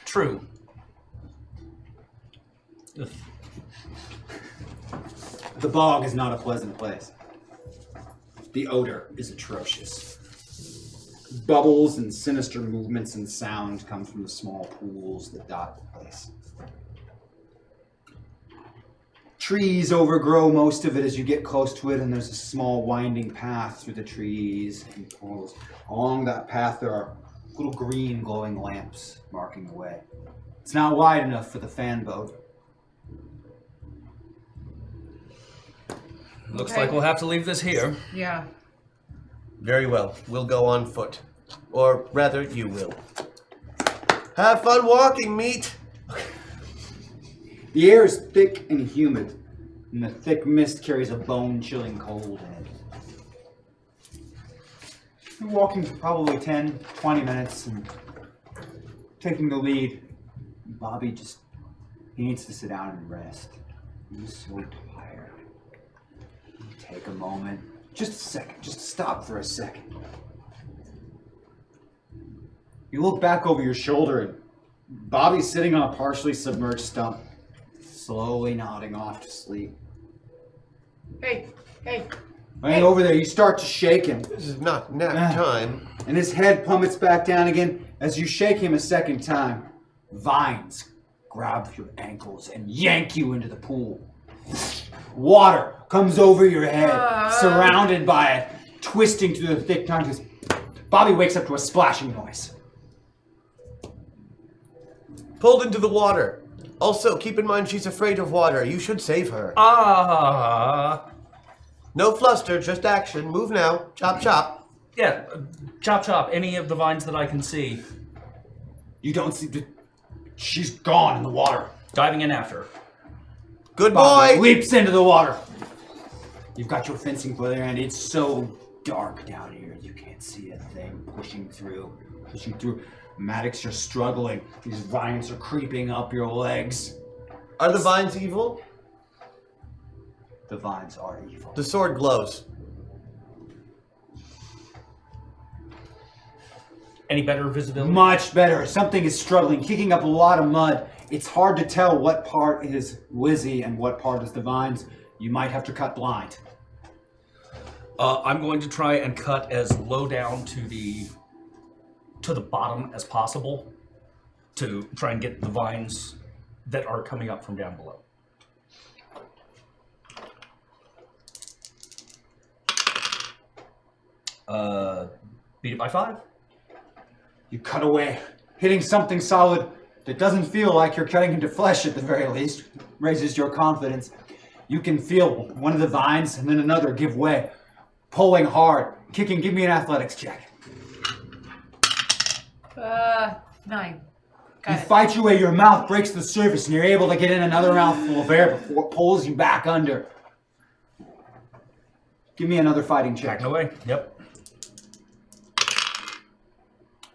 S6: true. Ugh.
S1: The bog is not a pleasant place. The odor is atrocious. Bubbles and sinister movements and sound come from the small pools that dot the place. Trees overgrow most of it as you get close to it, and there's a small winding path through the trees and pools. Along that path, there are little green glowing lamps marking the way. It's not wide enough for the fan boat.
S6: Looks
S3: Okay.
S6: like we'll have to leave this here.
S3: Yeah.
S2: Very well. We'll go on foot. Or rather, you will. Have fun walking, meat!
S1: The air is thick and humid, and the thick mist carries a bone chilling cold in it. You're walking for probably 10, 20 minutes and taking the lead. Bobby just he needs to sit down and rest. He's so tired. Take a moment. Just a second. Just stop for a second. You look back over your shoulder and Bobby's sitting on a partially submerged stump slowly nodding off to sleep.
S3: Hey, hey.
S1: Laying over there, you start to shake him,
S2: This is not nap
S1: Ah.
S2: time.
S1: and his head plummets back down again. As you shake him a second time, vines grab your ankles and yank you into the pool. Water comes over your head, surrounded by it, twisting through the thick tentacles. Bobby wakes up to a splashing noise.
S2: Pulled into the water. Also, keep in mind she's afraid of water. You should save her.
S8: Ah.
S2: No fluster, just action. Move now. Chop, chop.
S8: Yeah. uh, Chop chop. Any of the vines that I can see.
S1: You don't see the. She's gone in the water.
S8: Diving in after.
S2: Good
S1: Bobby
S2: boy!
S1: leaps into the water. You've got your fencing for there, and it's so dark down here you can't see a thing. Pushing through, pushing through. Maddox, you're struggling. These vines are creeping up your legs.
S2: Are the vines evil?
S1: The vines are evil.
S2: The sword glows.
S8: Any better visibility?
S1: Much better. Something is struggling, kicking up a lot of mud. It's hard to tell what part is Lizzie and what part is the vines. You might have to cut blind.
S6: Uh, I'm going to try and cut as low down to the to the bottom as possible to try and get the vines that are coming up from down below. Uh, beat it by five.
S1: You cut away, hitting something solid that doesn't feel like you're cutting into flesh at the very least, raises your confidence. You can feel one of the vines and then another give way, pulling hard, kicking. Give me an athletics check.
S3: Uh, nine.
S1: You fight your way, your mouth breaks the surface, and you're able to get in another mouthful of air before it pulls you back under. Give me another fighting check.
S6: Back away. Yep.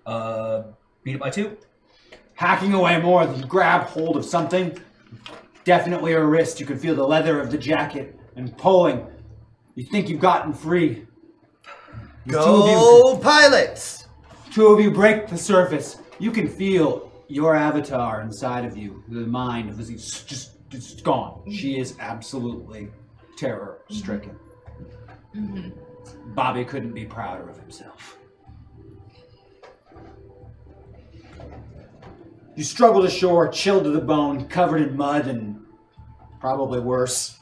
S6: Uh, beat it by two.
S1: Hacking away more, you grab hold of something. Definitely a wrist. You can feel the leather of the jacket and pulling. You think you've gotten free. The two of you-
S2: Go pilots!
S1: Two of you break the surface. You can feel your avatar inside of you. The mind of Lizzie's just it's gone. She is absolutely terror stricken. Bobby couldn't be prouder of himself. You struggled ashore, chilled to the bone, covered in mud and probably worse.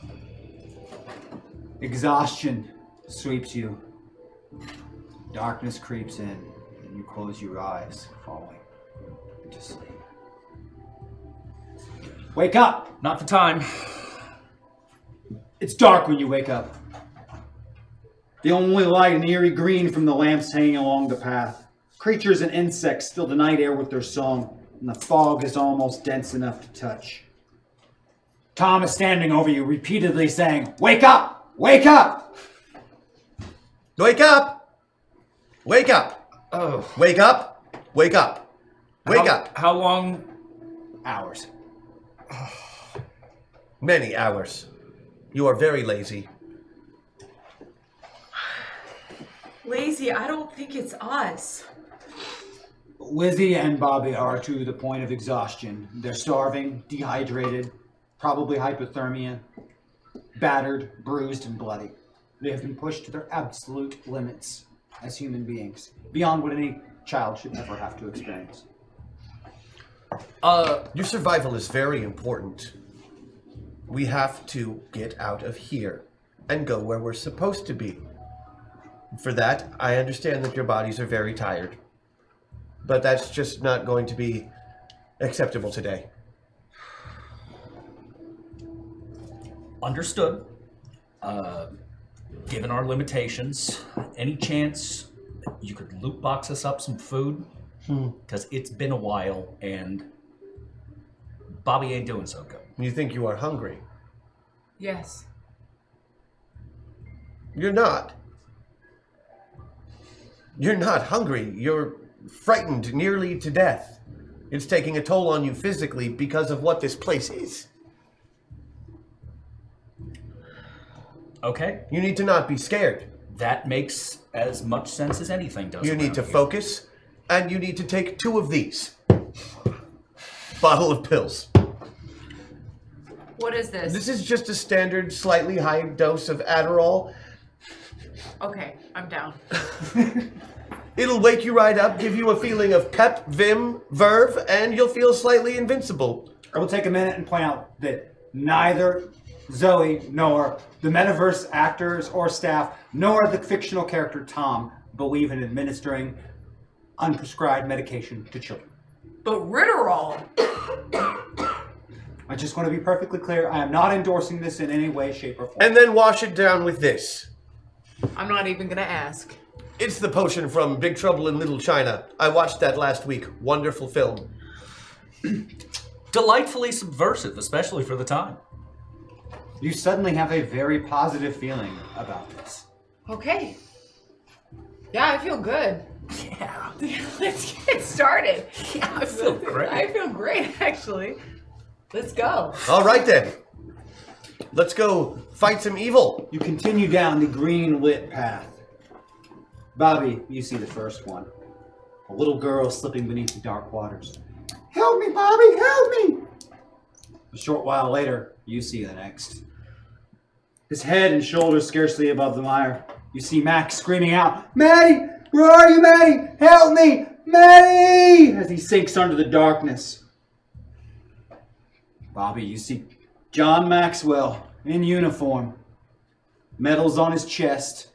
S1: Exhaustion sweeps you. Darkness creeps in, and you close your eyes, falling into sleep. Wake up!
S6: Not the time.
S1: It's dark when you wake up. The only light an eerie green from the lamps hanging along the path. Creatures and insects fill the night air with their song, and the fog is almost dense enough to touch. Tom is standing over you, repeatedly saying, Wake up! Wake up!
S2: Wake up! Wake up!
S6: Oh.
S2: Wake up! Wake up! Wake
S6: How-
S2: up!
S6: How long?
S1: Hours.
S2: Many hours. You are very lazy.
S3: Lazy, I don't think it's us.
S1: Lizzie and Bobby are to the point of exhaustion. They're starving, dehydrated, probably hypothermia, battered, bruised, and bloody. They have been pushed to their absolute limits as human beings, beyond what any child should ever have to experience.
S6: Uh,
S2: Your survival is very important. We have to get out of here and go where we're supposed to be. For that, I understand that your bodies are very tired. But that's just not going to be acceptable today.
S6: understood. Uh, given our limitations, any chance you could loot box us up some food? Because it's been a while, and Bobby ain't doing so good.
S2: You think you are hungry.
S3: Yes.
S2: You're not. You're not hungry. You're frightened nearly to death. It's taking a toll on you physically because of what this place is.
S6: Okay,
S2: You need to not be scared.
S6: that makes as much sense as anything does.
S2: You need
S6: around
S2: to
S6: here.
S2: focus, and you need to take two of these. Bottle of pills.
S7: What is this?
S2: This is just a standard, slightly high dose of Adderall.
S3: Okay, I'm down.
S2: It'll wake you right up, give you a feeling of pep, vim, verve, and you'll feel slightly invincible.
S1: I will take a minute and point out that neither Zoe nor the metaverse actors or staff nor the fictional character Tom believe in administering unprescribed medication to children.
S3: But Ritterall.
S1: I just want to be perfectly clear. I am not endorsing this in any way, shape, or form.
S2: And then wash it down with this.
S3: I'm not even gonna ask.
S2: It's the potion from Big Trouble in Little China. I watched that last week. Wonderful film.
S6: Delightfully subversive, especially for the time.
S1: you suddenly have a very positive feeling about this.
S7: Okay. Yeah, I feel good. Yeah. [laughs] Let's get started. Yeah, I feel
S6: great.
S7: I feel great [laughs] actually. Let's go.
S2: All right then. Let's go fight some evil.
S1: You continue down the green lit path. Bobby, you see the first one. A little girl slipping beneath the dark waters. Help me, Bobby, help me! A short while later, you see the next. His head and shoulders scarcely above the mire. You see Max screaming out, Maddie! Where are you, Maddie? Help me! Maddie! As he sinks under the darkness. Bobby, you see John Maxwell in uniform, medals on his chest.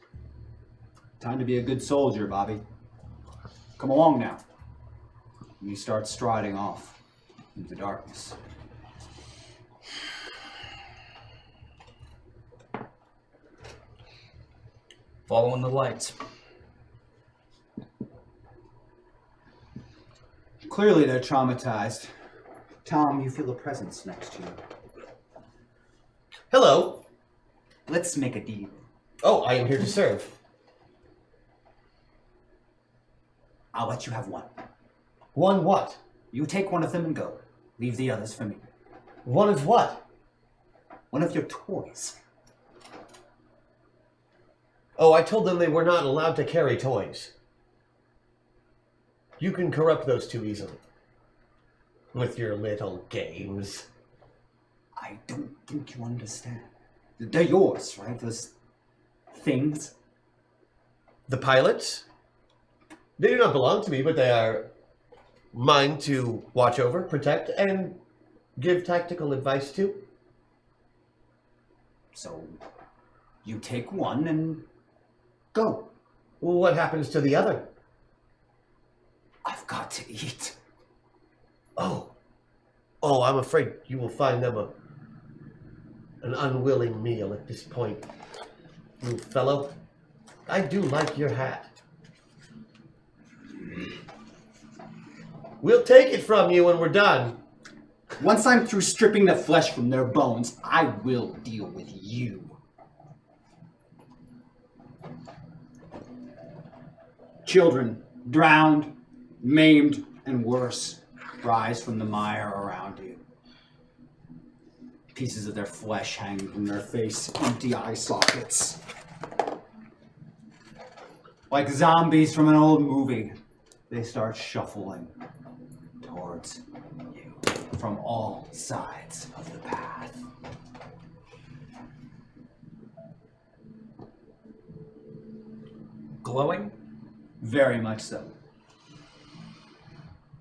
S1: Time to be a good soldier, Bobby. Come along now. And he starts striding off into the darkness.
S6: Following the lights.
S1: Clearly, they're traumatized. Tom, you feel a presence next to you.
S2: Hello.
S1: Let's make a deal.
S2: Oh, I am here to serve.
S1: I'll let you have one.
S2: One what?
S1: You take one of them and go. Leave the others for me.
S2: One of what?
S1: One of your toys.
S2: Oh, I told them they were not allowed to carry toys. You can corrupt those too easily. With your little games.
S1: I don't think you understand. They're yours, right? Those things.
S2: The pilots? They do not belong to me, but they are mine to watch over, protect, and give tactical advice to.
S1: So you take one and go.
S2: What happens to the other?
S1: I've got to eat.
S2: Oh. Oh, I'm afraid you will find them a an unwilling meal at this point. Little fellow. I do like your hat. We'll take it from you when we're done.
S1: Once I'm through stripping the flesh from their bones, I will deal with you. Children, drowned, maimed, and worse, rise from the mire around you. Pieces of their flesh hang from their face, empty eye sockets. Like zombies from an old movie, they start shuffling towards you from all sides of the path.
S6: Glowing?
S1: Very much so.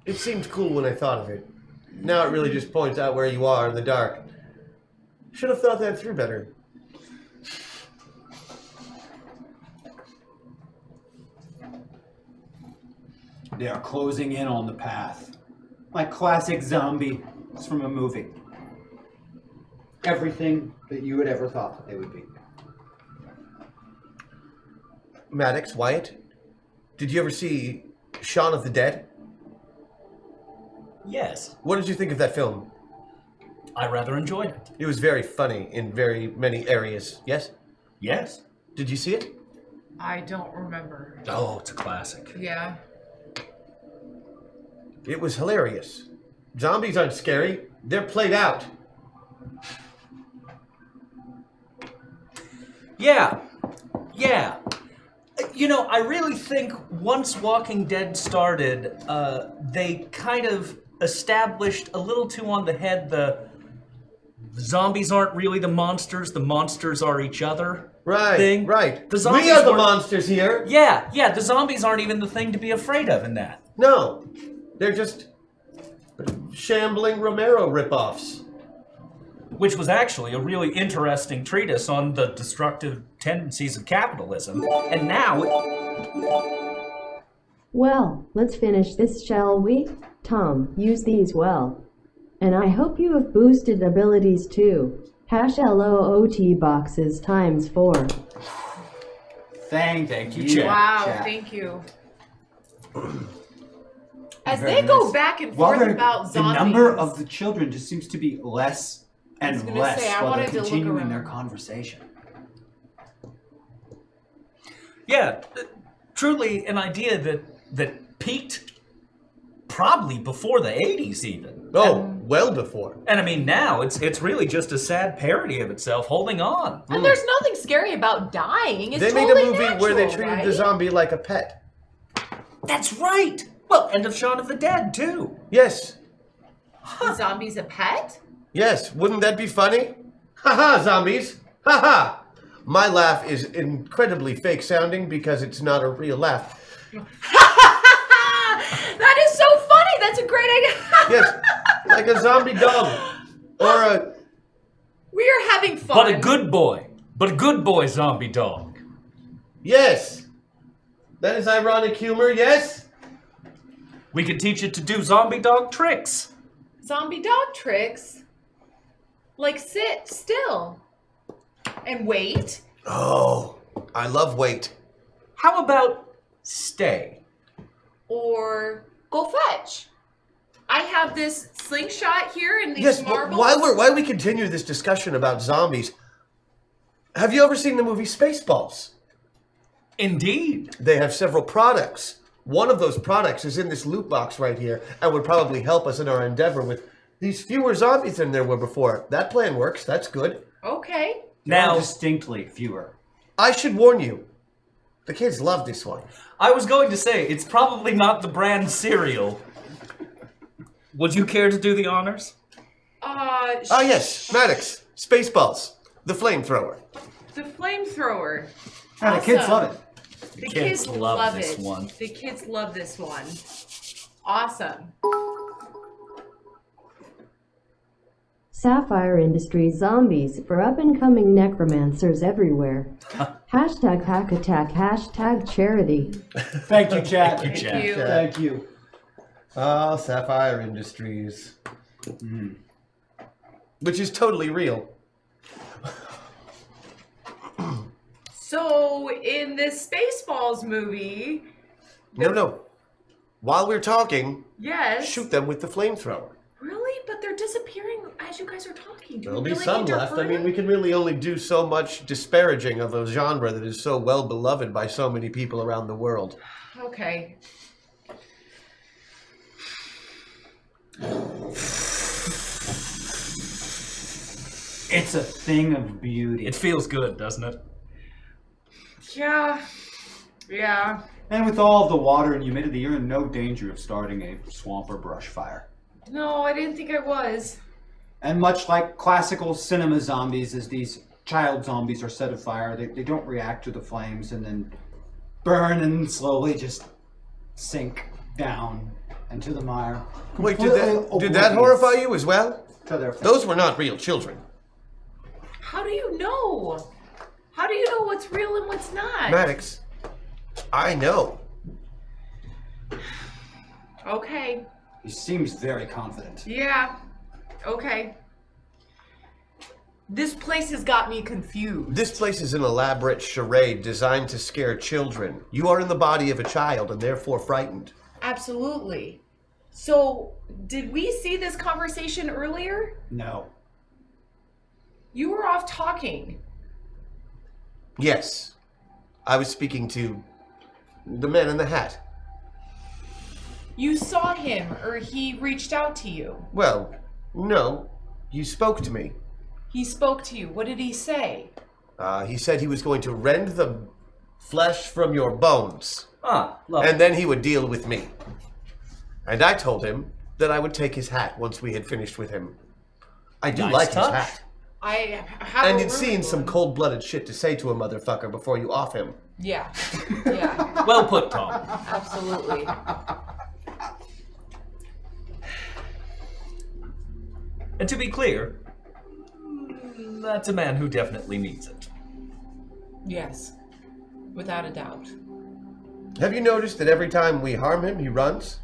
S2: It seemed cool when I thought of it. Now it really just points out where you are in the dark. Should have thought that through better.
S1: They are closing in on the path. Like classic zombie It's from a movie. Everything that you had ever thought that they would be.
S2: Maddox, Wyatt, did you ever see Shaun of the Dead?
S4: Yes.
S2: What did you think of that film?
S6: I rather enjoyed it.
S2: It was very funny in very many areas. Yes?
S6: Yes.
S2: Did you see it?
S3: I don't remember.
S6: Oh, it's a classic.
S3: Yeah.
S2: It was hilarious. Zombies aren't scary, they're played out.
S6: Yeah. Yeah. Uh, You know, I really think once Walking Dead started, uh, they kind of established a little too on the head the zombies aren't really the monsters, the monsters are each other.
S2: Right.
S6: Thing.
S2: Right.
S6: The zombies
S2: we are the
S6: were-
S2: monsters here.
S6: Yeah, yeah, the zombies aren't even the thing to be afraid of in that.
S2: No. They're just shambling Romero ripoffs.
S6: Which was actually a really interesting treatise on the destructive tendencies of capitalism. And now it
S5: Well, let's finish this, shall we? Tom, use these well. And I hope you have boosted abilities too. Hash LOOT boxes times 4.
S1: Thank,
S6: Thank you, Chad.
S3: Wow.
S1: Chad.
S3: Thank you.
S7: As
S1: Very
S7: they go
S1: nice.
S7: back and
S1: While
S7: forth
S1: they're-
S7: about
S1: the
S7: zombies,
S1: number of the children just seems to be less
S7: was
S1: and
S7: gonna
S1: less
S7: say, I
S1: while they're
S7: wanted to look
S1: continuing their
S7: around.
S1: conversation.
S6: Yeah, th- truly an idea that that peaked probably before the 80s even.
S2: Oh, well before.
S6: And I mean now it's it's really just a sad parody of itself holding on.
S7: and there's nothing scary about dying. It's
S2: they made
S7: totally
S2: a movie
S7: natural,
S2: where they treated
S7: right?
S2: the zombie like a pet.
S6: That's right. Well, and of Shaun of the Dead too.
S2: Yes.
S7: The [laughs] zombies a pet.
S2: Yes. Wouldn't that be funny? Haha, zombies. Haha. My laugh is incredibly fake sounding because it's not a real laugh.
S3: [laughs]
S7: that is so funny. That's a great idea. [laughs]
S2: Yes. like a zombie dog. Or a
S3: [laughs] We are having fun.
S6: But a good boy. But a good boy zombie dog.
S2: Yes. That is ironic humor, yes?
S6: We could teach it to do zombie dog tricks.
S3: zombie dog tricks.
S7: like sit still and wait.
S2: Oh, I love weight.
S6: How about stay?
S7: or go fetch.
S3: I have this slingshot here and these
S2: Yes, but
S3: marbles.
S2: while we're while we continue this discussion about zombies, have you ever seen the movie Spaceballs?
S6: Indeed.
S2: They have several products. One of those products is in this loot box right here and would probably help us in our endeavor with these fewer zombies than there were before. That plan works. That's good.
S3: okay.
S1: Now
S6: Now,
S1: distinctly fewer.
S2: I should warn you. The kids love this one.
S6: I was going to say it's probably not the brand cereal. Would you care to do the honors?
S3: Uh, sh-
S2: Ah, yes, Maddox, Spaceballs, the flamethrower.
S3: the flamethrower.
S1: Ah, the kids
S3: Awesome.
S1: love it.
S3: The
S6: kids love this
S3: it.
S6: one.
S3: The kids love this one. Awesome.
S5: Sapphire Industries zombies for up and coming necromancers everywhere. hashtag hack attack, hashtag charity.
S1: Thank you, chat. Thank
S6: Jack.
S3: You.
S1: Thank you. Mm-hmm.
S2: Ah, Sapphire Industries. Which is totally real.
S3: So in this Spaceballs movie,
S2: No, no. While we're talking,
S3: yes.
S2: shoot them with the flamethrower.
S3: Really? But they're disappearing as you guys are talking. Do
S2: There'll
S3: we
S2: be
S3: really
S2: some
S3: need to
S2: left. I
S3: hurry?
S2: mean, we can really only do so much disparaging of a genre that is so well beloved by so many people around the world.
S3: Okay.
S1: It's a thing of beauty.
S6: It feels good, doesn't it?
S3: Yeah. Yeah.
S1: and with all the water and humidity, you're in no danger of starting a swamp or brush fire.
S3: No, I didn't think I was.
S1: And much like classical cinema zombies, as these child zombies are set afire, they, they don't react to the flames and then burn and slowly just sink down into the mire.
S2: Wait, did that,
S1: Completely
S2: did
S1: oblivious
S2: that horrify you as well?
S1: To their fate.
S2: Those were not real children.
S3: How do you know? How do you know what's real and what's not?
S2: Maddox, I know.
S3: Okay.
S1: He seems very confident.
S3: Yeah. Okay.
S12: This place has got me confused.
S2: This place is an elaborate charade designed to scare children. You are in the body of a child and therefore frightened.
S3: Absolutely. So, did we see this conversation earlier?
S1: No.
S3: You were off talking.
S2: Yes, I was speaking to the man in the hat.
S3: You saw him or he reached out to you.
S2: Well, no, you spoke to me.
S3: He spoke to you. What did he say?
S2: Uh, he said he was going to rend the flesh from your bones,
S6: Ah, love.
S2: and then he would deal with me. And I told him that I would take his hat once we had finished with him. I do
S6: Nice
S2: like
S6: touch. Oh,
S2: his hat.
S3: I have
S2: And
S3: a
S2: it's
S3: room
S2: seen
S3: full
S2: some
S3: of-
S2: cold blooded shit to say to a motherfucker before you off him.
S3: Yeah. Yeah.
S6: it. Well put, Tom.
S3: absolutely.
S6: And to be clear, mm, that's a man who definitely needs it.
S3: Yes. Without a doubt.
S2: Have you noticed that every time we harm him, he runs?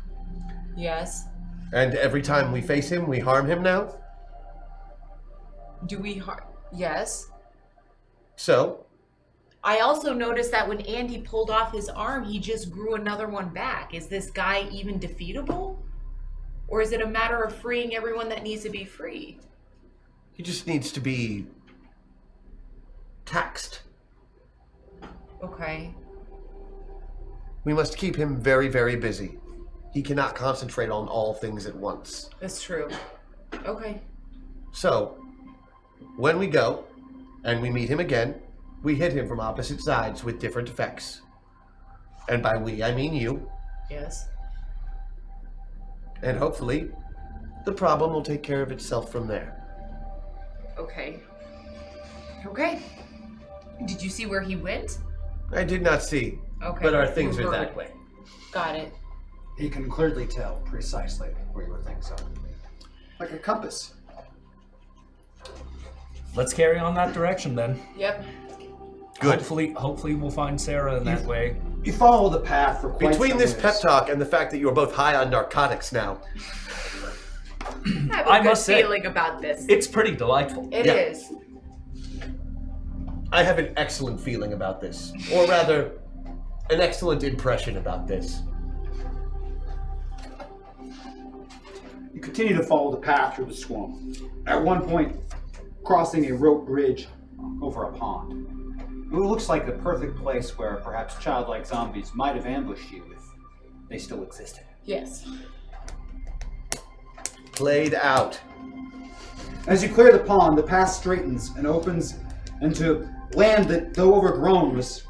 S3: Yes.
S2: And every time we face him, we harm him now?
S3: Do we har- Yes.
S2: So,
S3: I also noticed that when Andy pulled off his arm, he just grew another one back. Is this guy even defeatable? Or is it a matter of freeing everyone that needs to be free?
S2: he just needs to be taxed.
S3: Okay.
S2: We must keep him very, very busy. He cannot concentrate on all things at once.
S3: That's true. Okay.
S2: So, when we go and we meet him again, we hit him from opposite sides with different effects. And by we, I mean you.
S3: Yes.
S2: And hopefully, the problem will take care of itself from there.
S3: Okay. Okay. Did you see where he went?
S2: I did not see,
S3: Okay.
S2: but our things
S3: You
S2: are
S3: heard.
S2: that way.
S3: Got it.
S1: He can clearly tell precisely where your things are. Like a compass.
S6: Let's carry on that direction then.
S3: Yep.
S2: Good.
S6: Hopefully, hopefully we'll find Sarah in that way.
S1: You follow the path for quite
S2: Between
S1: some
S2: this
S1: ways.
S2: pep talk and the fact that you're both high on narcotics now,
S3: I have a
S6: I
S3: good
S6: must say-
S3: feeling about this.
S6: It's pretty delightful.
S3: It is.
S2: Yeah. I have an excellent feeling about this. Or rather, an excellent impression about this.
S1: You continue to follow the path through the swamp. At one point, crossing a rope bridge over a pond. It looks like the perfect place where perhaps childlike zombies might have ambushed you if they still existed.
S7: Yes.
S2: Played out.
S1: As you clear the pond, the path straightens and opens into land that, though overgrown, was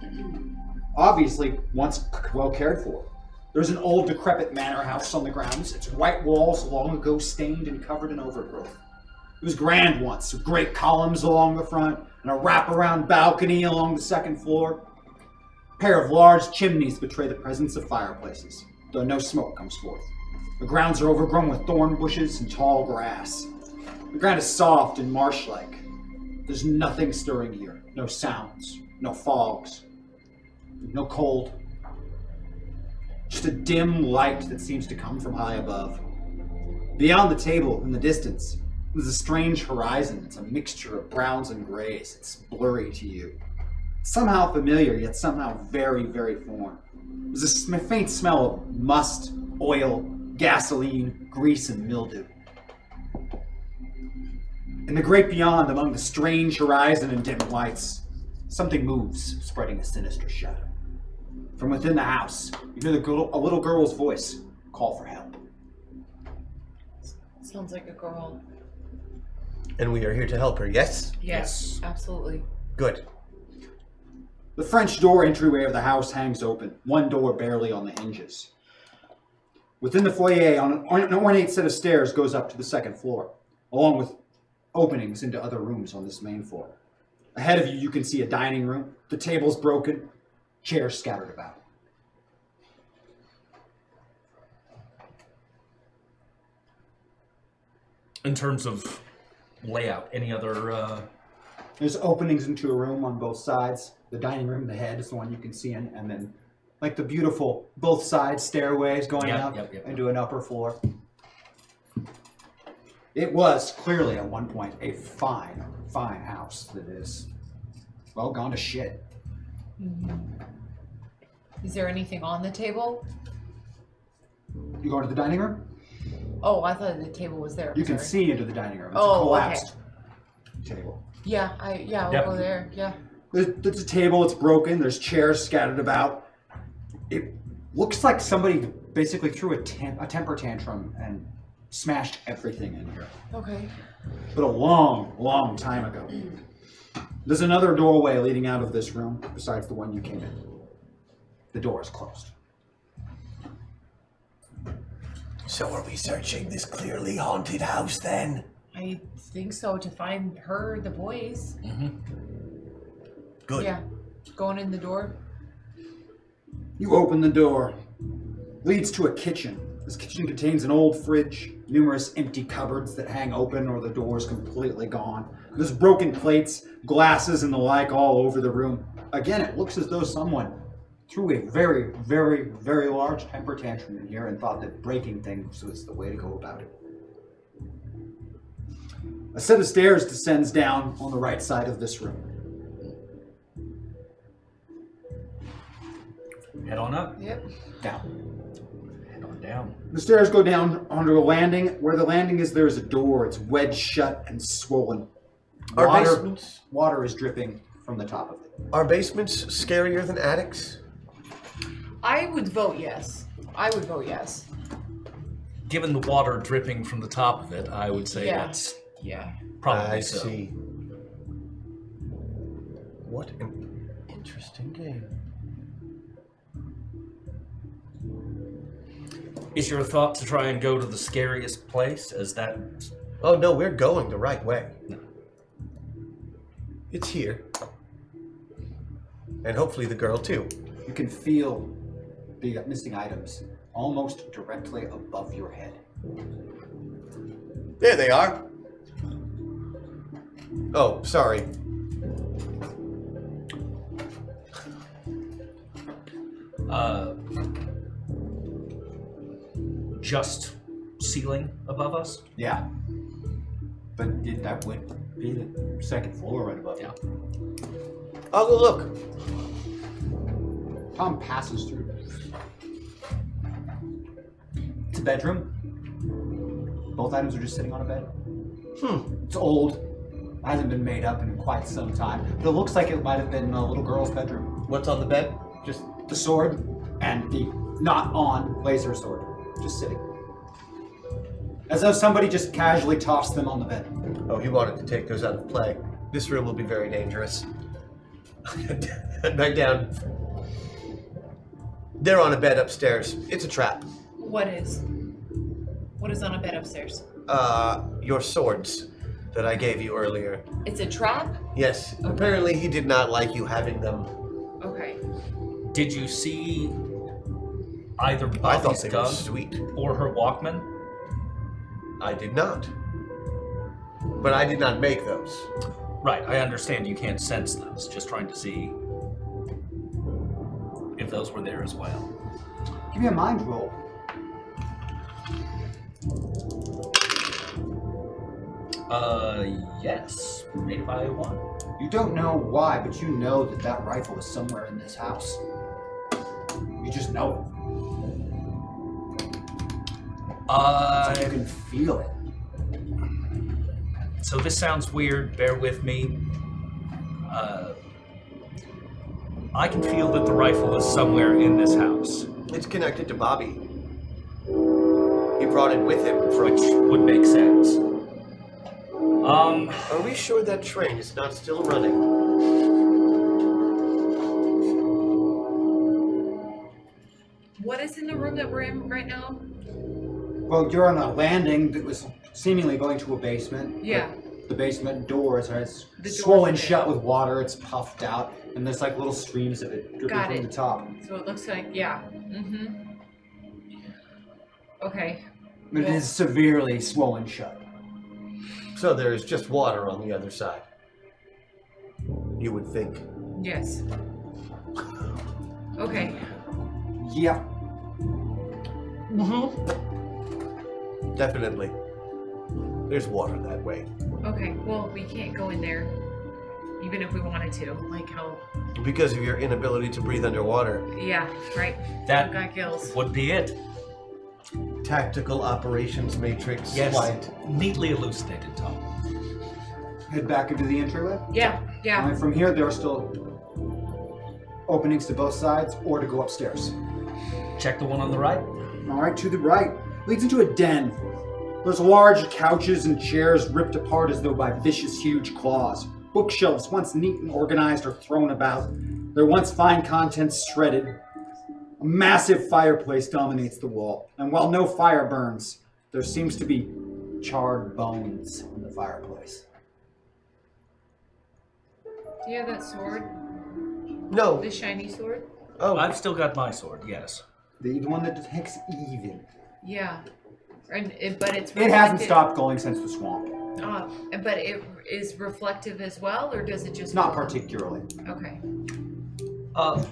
S1: obviously once c- well cared for. There's an old, decrepit manor house on the grounds, its white walls long ago stained and covered in overgrowth. It was grand once, with great columns along the front and a wraparound balcony along the second floor. A pair of large chimneys betray the presence of fireplaces, though no smoke comes forth. The grounds are overgrown with thorn bushes and tall grass. The ground is soft and marsh like. There's nothing stirring here. No sounds, no fogs, no cold. Just a dim light that seems to come from high above. Beyond the table, in the distance, there's a strange horizon. It's a mixture of browns and grays. It's blurry to you. Somehow familiar, yet somehow very, very foreign. There's a sm- faint smell of must, oil, gasoline, grease, and mildew. In the great beyond, among the strange horizon and dim lights, something moves, spreading a sinister shadow. From within the house, you hear the girl, a little girl's voice call for help.
S7: Sounds like a girl.
S2: And we are here to help her, yes?
S7: Yes. Absolutely.
S2: Good.
S1: The French door entryway of the house hangs open, one door barely on the hinges. Within the foyer, on an, or- an ornate set of stairs goes up to the second floor, along with openings into other rooms on this main floor. Ahead of you, you can see a dining room, the tables broken, chairs scattered about.
S6: In terms of layout, any other? Uh,
S1: There's openings into a room on both sides. The dining room, the head is the one you can see in, and then like the beautiful both side stairways going
S6: Yep,
S1: up
S6: yep, yep,
S1: into an upper floor. It was clearly at one point a fine, fine house that is well gone to shit.
S9: Is there anything on the table?
S1: You go into the dining room,
S9: Oh, I thought the table was there. I'm
S1: you can
S9: sorry.
S1: see into the dining room. It's
S9: Oh,
S1: a
S9: okay.
S1: collapsed table.
S9: Yeah, I yeah, we'll
S6: Yep.
S9: go there. Yeah.
S1: There's, there's a table, it's broken, there's chairs scattered about. It looks like somebody basically threw a, tam- a temper tantrum and smashed everything in here.
S9: Okay.
S1: But a long, long time ago. There's another doorway leading out of this room besides the one you came in. The door is closed.
S2: So are we searching this clearly haunted house then?
S9: I think so to find her, the boys.
S2: Mm-hmm. Good.
S9: Yeah. Going in the door.
S1: You open the door. Leads to a kitchen. This kitchen contains an old fridge, numerous empty cupboards that hang open or the door's completely gone. There's broken plates, glasses, and the like all over the room. Again, it looks as though someone threw a very, very, very large temper tantrum in here and thought that breaking things was the way to go about it. A set of stairs descends down on the right side of this room.
S6: head on up.
S9: Yep.
S1: Down.
S6: Head on down.
S1: The stairs go down onto a landing. Where the landing is, there is a door. It's wedged shut and swollen.
S2: Our
S1: Water,
S2: basements?
S1: water is dripping from the top of it.
S2: Are basements scarier than attics?
S7: I would vote yes. I would vote yes.
S6: Given the water dripping from the top of it, I would say
S7: Yeah.
S6: that's
S7: Yeah.
S6: probably
S2: I
S6: so.
S2: see. What an interesting game.
S6: Is your thought to try and go to the scariest place? Is that
S2: Oh no, we're going the right way. It's here. And hopefully the girl too.
S1: You can feel the missing items almost directly above your head.
S2: There they are. Oh, sorry.
S6: uh, just ceiling above us?
S1: Yeah. But it, that would be the second floor right above you.
S2: I'll go Oh, look.
S1: Tom passes through. It's a bedroom. Both items are just sitting on a bed. Hmm, it's old. Hasn't been made up in quite some time, but it looks like it might have been a little girl's bedroom.
S2: What's on the bed? Just
S1: The sword and the not on laser sword, just sitting. As though somebody just casually tossed them on the bed.
S2: oh, he wanted to take those out of play. This room will be very dangerous. [laughs] Head back down. They're on a bed upstairs. It's a trap.
S9: What is? What is on a bed upstairs?
S2: Uh, your swords that I gave you earlier.
S9: It's a trap?
S2: Yes. Apparently, he did not like you having them.
S9: Okay.
S6: Did you see either
S2: I thought
S6: Bobby's
S2: they
S6: gun
S2: were sweet.
S6: or her Walkman?
S2: I did not. But I did not make those.
S6: Right, I understand you can't sense those. Just trying to see if those were there as well.
S1: Give me a mind roll.
S6: Uh, yes, made by one.
S1: You don't know why, but you know that that rifle is somewhere in this house. You just know it.
S6: Uh,
S1: It's like you can feel it.
S6: so this sounds weird. Bear with me. Uh, I can feel that the rifle is somewhere in this house,
S2: It's connected to Bobby. He brought it with him from.
S6: which would make sense. Um,
S2: Are we sure that train is not still running?
S3: What is in the room that we're in right now?
S1: Well, you're on a landing that was seemingly going to a basement. but
S3: Yeah.
S1: The basement doors are it's
S3: The doors
S1: swollen
S3: are-
S1: shut with water. It's puffed out, and there's like little streams of it dripping
S3: Got
S1: from
S3: it.
S1: the top.
S3: So it looks like yeah. Mm-hmm. Okay.
S1: But it
S3: Yeah.
S1: is severely swollen shut.
S2: So there is just water on the other side. You would think.
S3: Yes. Okay.
S1: Yeah.
S2: Definitely. There's water that way.
S3: Okay. Well, we can't go in there, even if we wanted to. Like how?
S2: Because of your inability to breathe underwater.
S3: Yeah. Right.
S6: that
S3: Got gills.
S6: would be it.
S2: Tactical operations matrix.
S6: Yes,
S2: Slide.
S6: neatly elucidated, Tom.
S1: Head back into the entryway.
S3: Yeah. Yeah.
S1: And from here, there are still openings to both sides, or to go upstairs.
S6: Check the one on the right.
S1: All right, to the right leads into a den. There's large couches and chairs ripped apart as though by vicious, huge claws. Bookshelves, once neat and organized, are thrown about. Their once fine contents shredded. A massive fireplace dominates the wall, and while no fire burns, there seems to be charred bones in the fireplace.
S3: Do you have that sword?
S2: No.
S3: The shiny sword?
S2: Oh,
S6: I've still got my sword. Yes.
S1: The, the one that detects even.
S3: Yeah. And it, but it's
S1: It hasn't
S3: reflective-
S1: stopped going since the swamp.
S3: Uh, but it is reflective as well, or does it just
S1: Not particularly.
S3: Okay.
S6: Uh,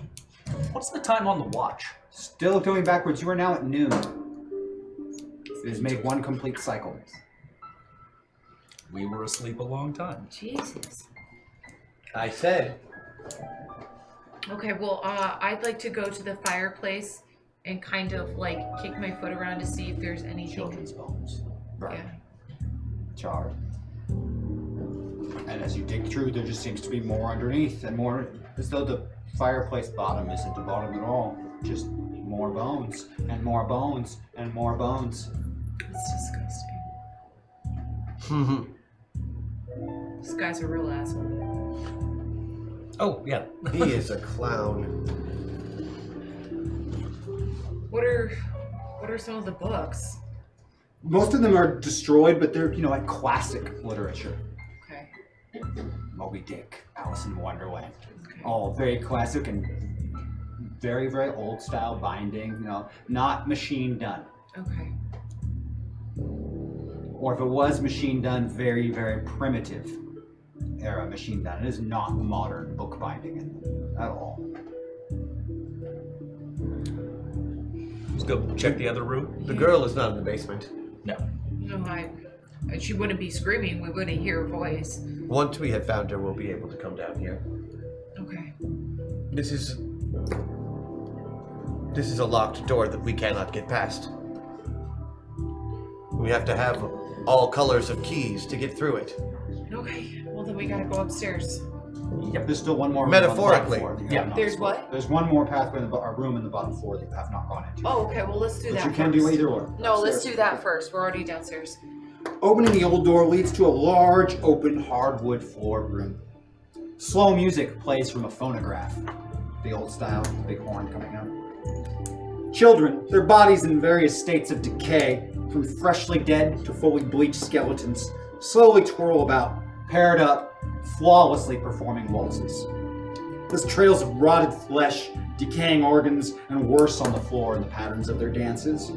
S6: what's the time on the watch?
S1: Still going backwards. You are now at noon. It has made one complete cycle.
S6: We were asleep a long time.
S3: Jesus.
S2: I said.
S3: Okay. Well, uh, I'd like to go to the fireplace and kind of like kick my foot around to see if there's anything.
S6: Children's bones.
S1: Right.
S3: Yeah.
S1: Charred. And as you dig through, there just seems to be more underneath and more, as though the fireplace bottom isn't the bottom at all. Just more bones and more bones and more bones.
S3: It's disgusting.
S1: [laughs]
S3: This guy's a real asshole.
S6: Oh yeah. [laughs]
S2: he is a clown.
S3: What are what are some of the books?
S1: Most of them are destroyed, but they're, you know, like classic literature.
S3: Okay.
S1: Moby Dick, Alice in Wonderland.
S3: Okay.
S1: all Oh, very classic and very very old style binding you know not machine done
S3: Okay.
S1: or if it was machine done very very primitive era machine done it is not modern book binding in- at all
S6: Let's go check the other room.
S2: The girl is not in the basement.
S6: No.
S3: No, I. She wouldn't be screaming. We wouldn't hear her voice.
S2: Once we have found her, we'll be able to come down here.
S3: Okay.
S2: This is. This is a locked door that we cannot get past. We We have to have all colors of keys to get through it.
S13: Okay, well then we gotta go upstairs.
S1: There's still one more. room on the bottom
S2: Metaphorically.
S1: floor that you
S6: Yeah.
S1: have not
S13: There's
S1: explored.
S13: what?
S1: There's one more pathway in the bo- or room in the bottom floor that you have not gone into.
S13: Oh, okay, well let's do
S1: But
S13: that.
S1: you can
S13: first.
S1: do either or.
S3: No, let's
S1: Upstairs.
S3: do that first. We're already downstairs.
S1: Opening the old door leads to a large, open, hardwood floored room. Slow music plays from a phonograph, the old style, the big horn coming out. Children, their bodies in various states of decay, from freshly dead to fully bleached skeletons, slowly twirl about, paired up, flawlessly performing waltzes. There's trails of rotted flesh, decaying organs, and worse on the floor in the patterns of their dances.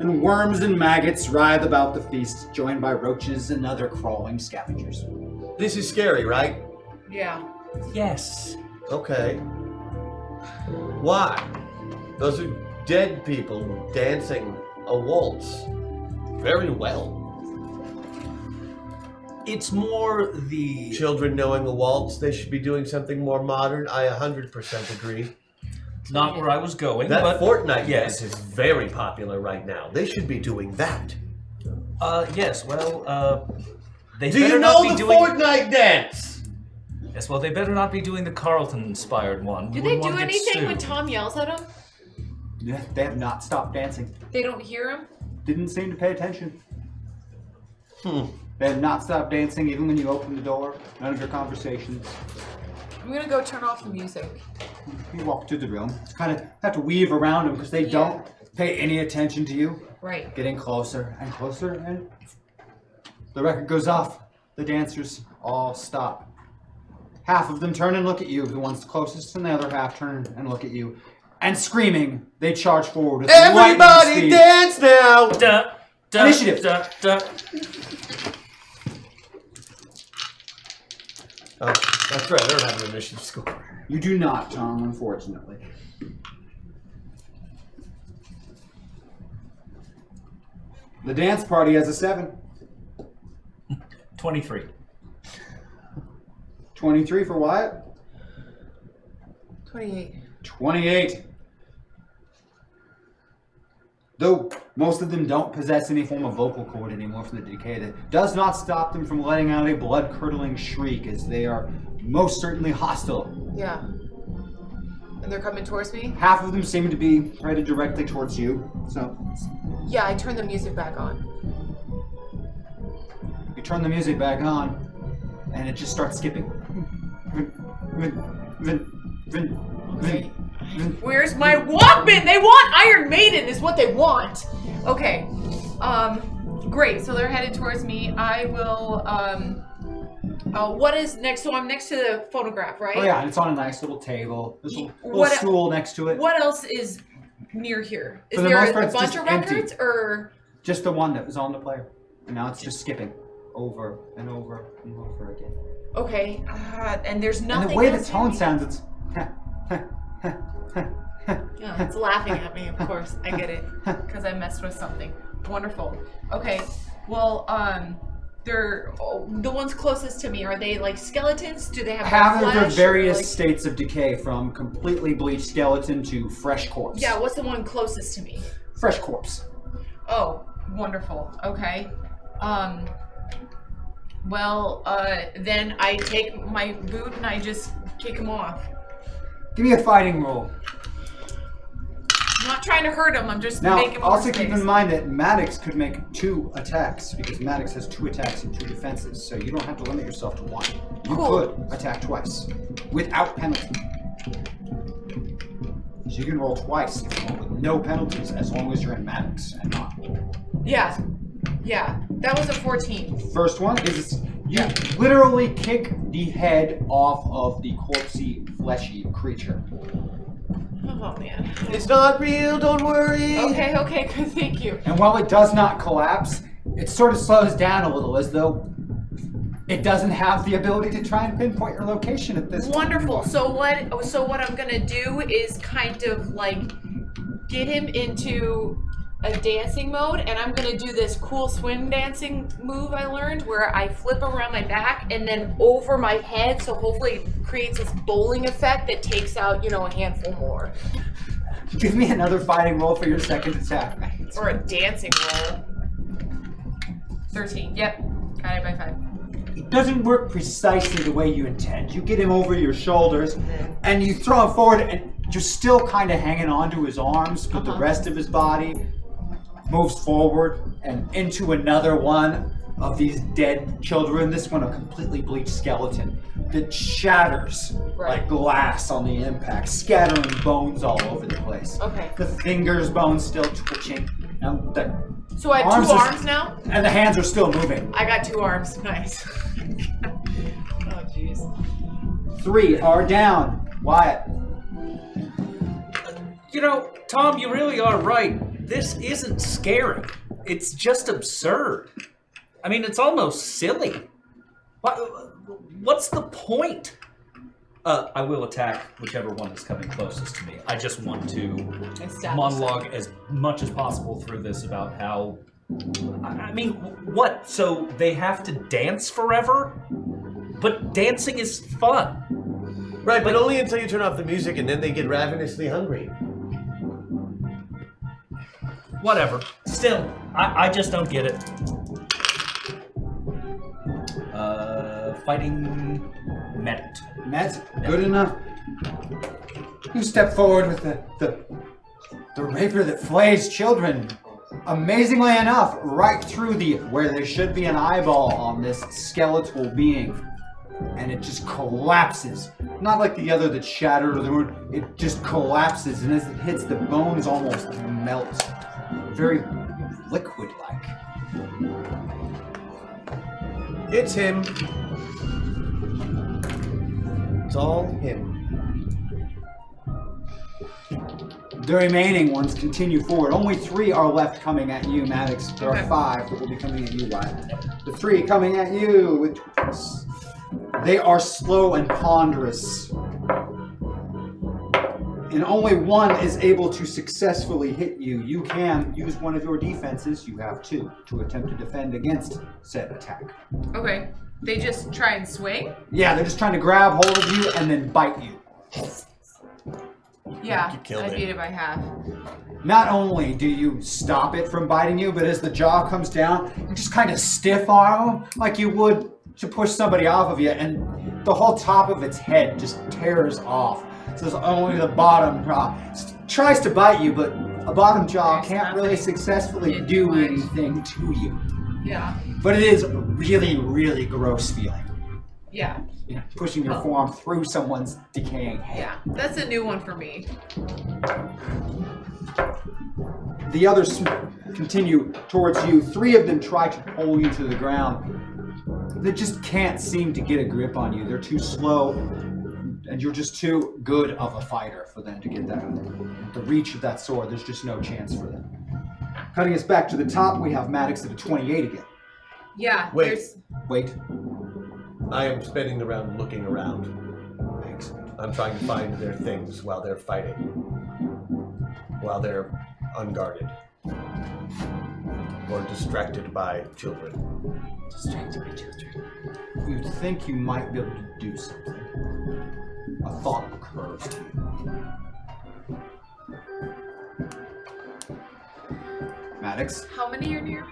S1: And worms and maggots writhe about the feast, joined by roaches and other crawling scavengers.
S2: This is scary, right?
S13: Yeah.
S14: Yes.
S2: Okay. Why? Those are dead people dancing a waltz. Very well.
S6: It's more the
S2: Children knowing a waltz, they should be doing something more modern. I 100% agree.
S6: not where I was going,
S2: That
S6: but
S2: Fortnite
S6: yes.
S2: dance is very popular right now. They should be doing that.
S6: uh, yes. Well, uh, they
S2: Do
S6: better
S2: you
S6: not
S2: know
S6: be
S2: the
S6: doing.
S2: Fortnite dance?
S6: Yes, well, they better not be doing the Carlton-inspired one.
S3: Do they do anything when Tom yells at them?
S1: Yeah, They have not stopped dancing.
S3: They don't hear him?
S1: Didn't seem to pay attention. They have not stopped dancing even when you open the door. None of your conversations.
S3: I'm gonna go turn off the music.
S1: You walk through the room. It's kind of have to weave around them because they don't pay any attention to you.
S3: Right.
S1: Getting closer and closer, and the record goes off. The dancers all stop. Half of them turn and look at you, the ones closest, and the other half turn and look at you. And screaming, they charge forward. With lightning
S2: Everybody
S1: speed.
S2: dance now!
S6: Da, da,
S1: Initiative.
S6: Da, da.
S2: Oh, that's right. I don't have an initiative score.
S1: You do not, Tom, unfortunately. The dance party has a 7.
S6: Twenty-three.
S1: 23 for Wyatt.
S3: 28.
S1: 28. Though most of them don't possess any form of vocal cord anymore from the decay, that does not stop them from letting out a blood curdling shriek as they are most certainly hostile.
S3: Yeah. And they're coming towards me?
S1: Half of them seem to be headed directly towards you, so
S3: Yeah, I turn the music back on.
S1: you turn the music back on and it just starts skipping. Vin, vin, vin, vin, vin, vin.
S13: Where's my Walkman? They want Iron Maiden, is what they want. Okay. Um, great.
S3: So they're headed towards me. I will, um, uh, what is next? So I'm next to the phonograph, right?
S1: Oh, yeah, and it's on a nice little table. There's a little
S3: What-
S1: stool next to it.
S3: What else is near here? Is
S1: For the
S3: there
S1: most
S3: a,
S1: part,
S3: a
S1: it's
S3: bunch
S1: just
S3: of
S1: empty.
S3: records or?
S1: Just the one that was on the player. And now it's just skipping over and over and over again.
S3: Okay. Uh, and there's nothing.
S1: and the way the
S3: else
S1: tone
S3: happening.
S1: sounds,
S3: [laughs]
S1: it's.
S3: Yeah, it's laughing
S1: [laughs]
S3: at me, of course. I get it. Because I messed with something. Wonderful. Okay. Well, um, they're oh, the ones closest to me. Are they like skeletons? Do they have
S1: Half of their
S3: flesh or,
S1: various
S3: like-
S1: states of decay, from completely bleached skeleton to fresh corpse.
S3: yeah. What's the one closest to me?
S1: Fresh corpse.
S3: Oh, wonderful. Okay. Um. Well, uh, then I take my boot and I just kick him off.
S1: Give me a fighting roll.
S3: I'm not trying to hurt him. I'm just
S1: Now,
S3: making more
S1: also
S3: space.
S1: keep in mind that Maddox could make two attacks because Maddox has two attacks and two defenses, so you don't have to limit yourself to one. You could attack twice without penalty. So you can roll twice if you want with no penalties as long as you're in Maddox and not.
S3: Yeah. Yeah. That was a 14.
S1: First one is you literally kick the head off of the corpsey, fleshy creature.
S3: Oh, man.
S2: It's not real, don't worry.
S3: Okay, okay, [laughs] good. Thank you.
S1: And while it does not collapse, it sort of slows down a little as though it doesn't have the ability to try and pinpoint your location at this
S3: Wonderful.
S1: point.
S3: So what? So what I'm gonna do is kind of like get him into a dancing mode, and I'm gonna do this cool swing dancing move I learned, where I flip around my back and then over my head. So hopefully, it creates this bowling effect that takes out you know a handful more,
S1: Give me another fighting roll for your second attack.
S3: or a dancing roll. 13. Yep. Got it by five.
S1: It doesn't work precisely the way you intend. You get him over your shoulders and you throw him forward, and you're still kind of hanging onto his arms, but the rest of his body moves forward and into another one of these dead children. This one, a completely bleached skeleton that shatters like glass on the impact, scattering bones all over the place.
S3: Okay.
S1: The fingers, bones still twitching. Now the,
S3: So I have
S1: Arms
S3: two
S1: is-
S3: arms now?
S1: and the hands are still moving.
S3: I got two arms. [laughs] Nice. oh, jeez.
S1: Three are down. Wyatt.
S6: You know, Tom, you really are right. This isn't scary. It's just absurd. I mean, it's almost silly. What, what's the point? Uh, I will attack whichever one is coming closest to me. I just want to monologue as much as possible through this about how. I I mean, what? So they have to dance forever? But dancing is fun.
S2: Right, but only until you turn off the music and then they get ravenously hungry.
S6: whatever. Still, I, I just don't get it. Uh, fighting met.
S1: Matt, good enough. You step forward with the, the the raper that flays children. Amazingly enough, right through the where there should be an eyeball on this skeletal being. And it just collapses. Not like the other that shattered or the wound. It just collapses and as it hits the bones almost melt. Very liquid like.
S2: It's him. It's all him.
S1: The remaining ones continue forward. Only three are left coming at you, Maddox. There are five that will be coming at you, Wyatt. The three coming at you. With they are slow and ponderous. And only one is able to successfully hit you. You can use one of your defenses, you have two, to attempt to defend against said attack.
S3: Okay. They just try and swing?
S1: Yeah, they're just trying to grab hold of you and then bite you.
S3: Yeah.
S2: You killed
S3: I
S2: it.
S3: beat it by half.
S1: Not only do you stop it from biting you, but as the jaw comes down, you just kind of stiff arm 'em like you would to push somebody off of you, and the whole top of its head just tears off. So it's only the bottom jaw S- tries to bite you, but a bottom jaw
S3: There's
S1: can't really
S3: nothing
S1: successfully
S3: it
S1: do
S3: can do.
S1: anything to you.
S3: Yeah.
S1: But it is a really, really gross feeling.
S3: Yeah.
S1: You know, pushing your forearm through someone's decaying head.
S3: Yeah. That's a new one for me.
S1: The others continue towards you. Three of them try to pull you to the ground. They just can't seem to get a grip on you. They're too slow, and you're just too good of a fighter for them to get that. The reach of that sword, there's just no chance for them. Cutting us back to the top, we have Maddox at a 28 again.
S3: Yeah.
S2: Wait.
S3: There's
S1: Wait,
S2: I am spending the round looking around. I'm trying to find their things while they're fighting, while they're unguarded or distracted by children.
S1: you think you might be able to do something. A thought occurs to you. Maddox?
S3: how many are near me?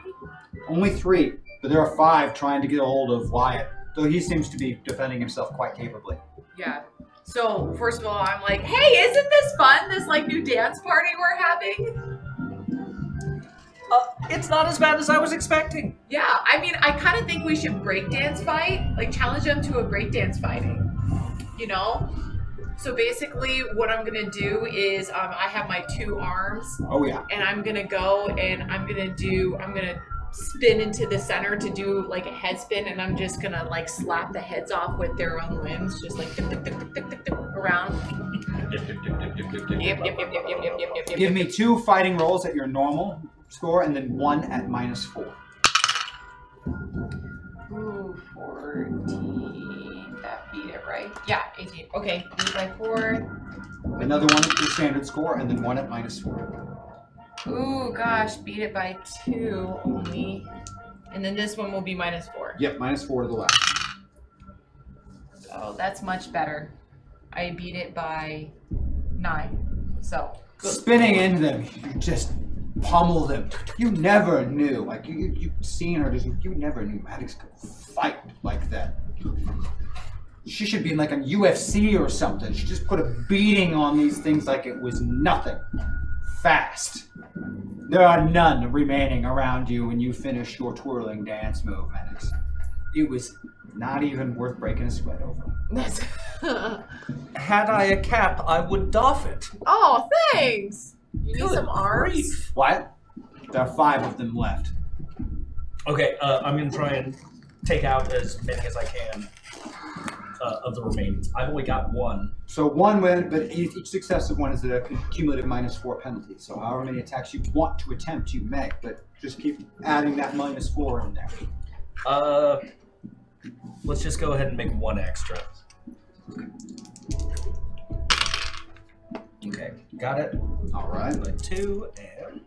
S1: Only three, but there are five trying to get a hold of Wyatt, though he seems to be defending himself quite capably.
S3: Yeah. So first of all, I'm like, hey, isn't this fun? This like new dance party we're having?
S6: Uh, it's not as bad as I was expecting.
S3: Yeah. I mean, I kind of think we should breakdance fight, like challenge them to a breakdance fighting. You know. So basically, what I'm gonna do is um, I have my two arms,
S1: Oh yeah.
S3: and I'm gonna go and I'm gonna do I'm gonna spin into the center to do like a head spin, and I'm just gonna like slap the heads off with their own limbs, just like tick, tick, tick, tick, tick, tick, tick, around. Yep, yep, yep, yep, yep, yep, yep, yep, yep.
S1: Give me two fighting rolls at your normal score and then one at minus four.
S3: Ooh, 14. That beat it, right? Yeah, 18. Okay, 8 by 4.
S1: Another one at your standard score and then one at minus four.
S3: Ooh, gosh, beat it by 2 only. And then this one will be minus 4.
S1: Yep, minus four to the left.
S3: Oh, that's much better. I beat it by 9. So, [laughs]
S1: Spinning into them, you just pummel them. You never knew. Like you, you you've seen her. Just, you never knew Maddox could fight like that. She should be in like a UFC or something. She just put a beating on these things like it was nothing. Fast. There are none remaining around you when you finish your twirling dance move, Maddox. It was not even worth breaking a sweat over.
S3: [laughs]
S6: Had I a cap, I would doff it.
S3: Oh, thanks. You need some arms.
S6: Grief.
S1: What? There are five of them left.
S6: Okay, uh, I'm gonna try and take out as many as I can uh, of the remaining. I've only got one.
S1: So one win, but each each successive one is at a cumulative minus four penalty. So however many attacks you want to attempt, you may, but just keep adding that minus four in there.
S6: Uh, let's just go ahead and make one extra. Okay, got it.
S1: All right.
S6: Like two and.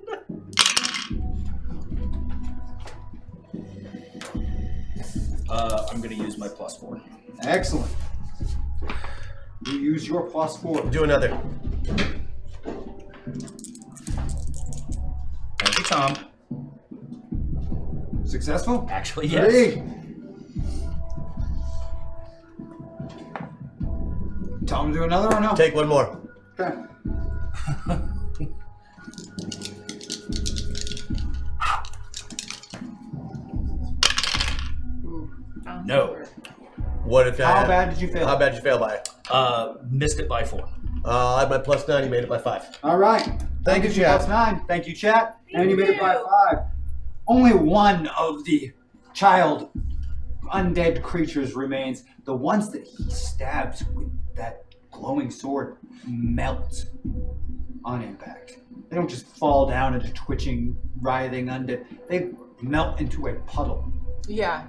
S6: Uh, I'm gonna use my plus four.
S1: Excellent. You use your plus four.
S2: Do another.
S6: Thank you, Tom.
S1: Successful?
S6: Actually, yes.
S1: Three. Tell him to do another or no?
S2: Take one more.
S1: Okay.
S6: No.
S2: What if I
S1: How
S2: had-
S1: bad did you fail?
S2: How bad did you fail by?
S6: Uh, missed it by four.
S2: Uh, I had my plus nine. You made it by five.
S1: All right. That
S2: Thank you,
S1: gives
S2: chat.
S1: Plus nine. Thank you, chat. and you made it by five. Only one of the child undead creatures remains. The ones that he stabs with that glowing sword melt on impact. They don't just fall down into twitching, writhing undead. They melt into a puddle.
S3: Yeah.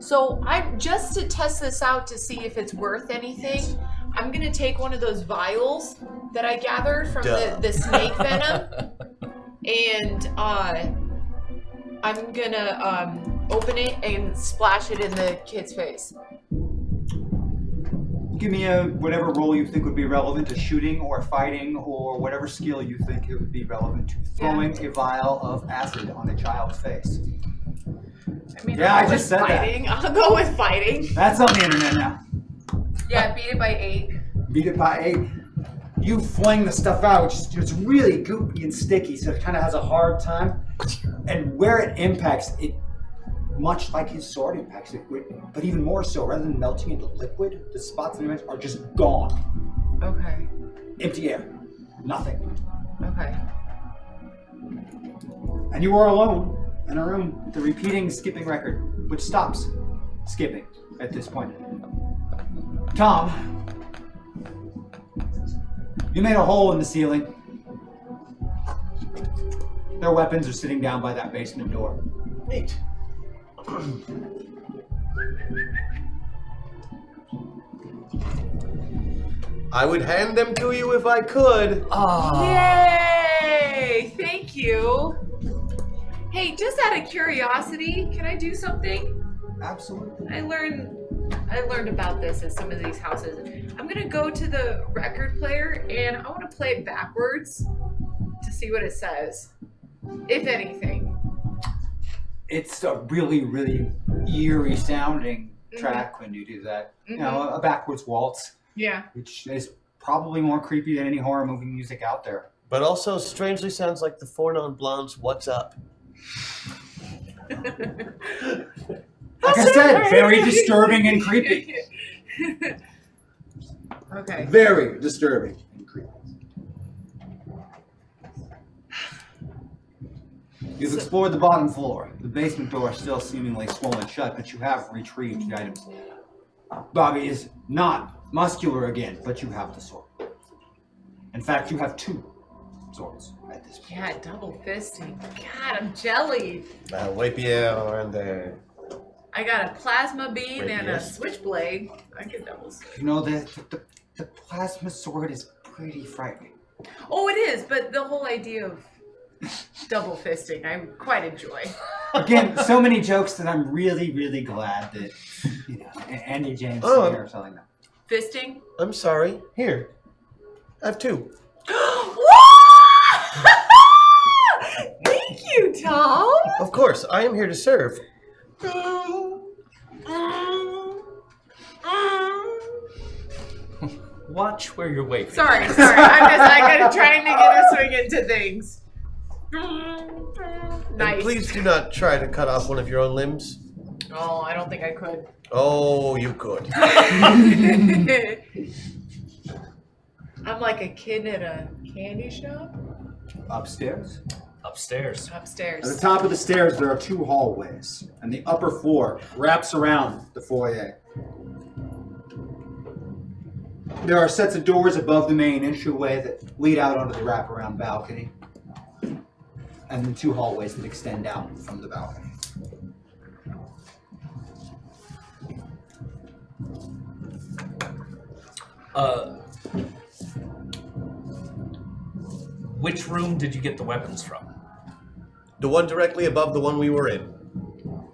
S3: So I'm just to test this out to see if it's worth anything. I'm gonna take one of those vials that I gathered from the,
S2: Duh.
S3: the snake venom, and uh, I'm gonna um, open it and splash it in the kid's face.
S1: Give me a whatever role you think would be relevant to shooting or fighting or whatever skill you think it would be relevant to throwing a vial of acid on a child's face.
S3: I mean,
S1: Yeah,
S3: I'll
S1: I
S3: go
S1: just
S3: with
S1: said that.
S3: fighting. [laughs] I'll go with fighting.
S1: That's on the internet now.
S3: Yeah, beat it by eight.
S1: Beat it by eight. You fling the stuff out, which is it's really goopy and sticky, so it kind of has a hard time. And where it impacts, it much like his sword impacts it, but- but even more so, rather than melting into liquid, the spots and image are just gone.
S3: Okay.
S1: Empty air. Nothing.
S3: Okay.
S1: And you are alone in a room with the repeating skipping record, which stops skipping at this point. Tom, you made a hole in the ceiling. Their weapons are sitting down by that basement door.
S2: Neat. I would hand them to you if I could.
S3: Yay! Thank you. Hey, just out of curiosity, can I do something?
S1: Absolutely.
S3: I learned I learned about this at some of these houses. I'm gonna go to the record player and I wanna play it backwards to see what it says. If anything.
S1: It's a really, really eerie sounding track when you do that. You know, a backwards waltz,
S3: Mm-hmm. Yeah.
S1: which is probably more creepy than any horror movie music out there.
S2: But also, strangely sounds like the Four Non Blondes. What's up?
S1: Like I
S3: [laughs]
S1: said, very disturbing and creepy.
S3: Okay.
S1: Very disturbing and creepy. You've explored the bottom floor. The basement door is still seemingly swollen shut, but you have retrieved the items. Bobby is not muscular again, but you have the sword. In fact, you have two swords at this point.
S3: Yeah, double fisting. God, I'm jelly.
S2: I'll wipe you out around there.
S3: I got a plasma beam
S2: Wait,
S3: and
S2: yes.
S3: a switchblade. I can double
S1: You know, the, the, the plasma sword is pretty frightening.
S3: Oh, it is, but the whole idea of double fisting, I quite enjoy.
S1: Again, so many jokes that I'm really, really glad that you know A- Andy James
S2: Oh.
S1: Senior or something.
S3: Fisting? [gasps]
S2: I'm sorry.
S3: [laughs]
S2: Here. I have two.
S3: Whoa! you, Tom.
S2: Of course, I am here to serve.
S6: Watch where you're waving.
S3: Sorry, sorry. I'm just like I'm trying to get a swing into things.
S2: And
S3: Nice.
S2: please do not try to cut off one of your own limbs.
S3: Oh, I don't think I could.
S2: Oh, you could.
S3: I'm like a kid at a candy shop
S1: Upstairs?
S6: Upstairs.
S3: upstairs.
S1: At the top of the stairs, there are two hallways, and the upper floor wraps around the foyer. There are sets of doors above the main entryway that lead out onto the wraparound balcony, and the two hallways that extend out from the balcony.
S6: Uh, which room did you get the weapons from?
S2: The one directly above the one we were in.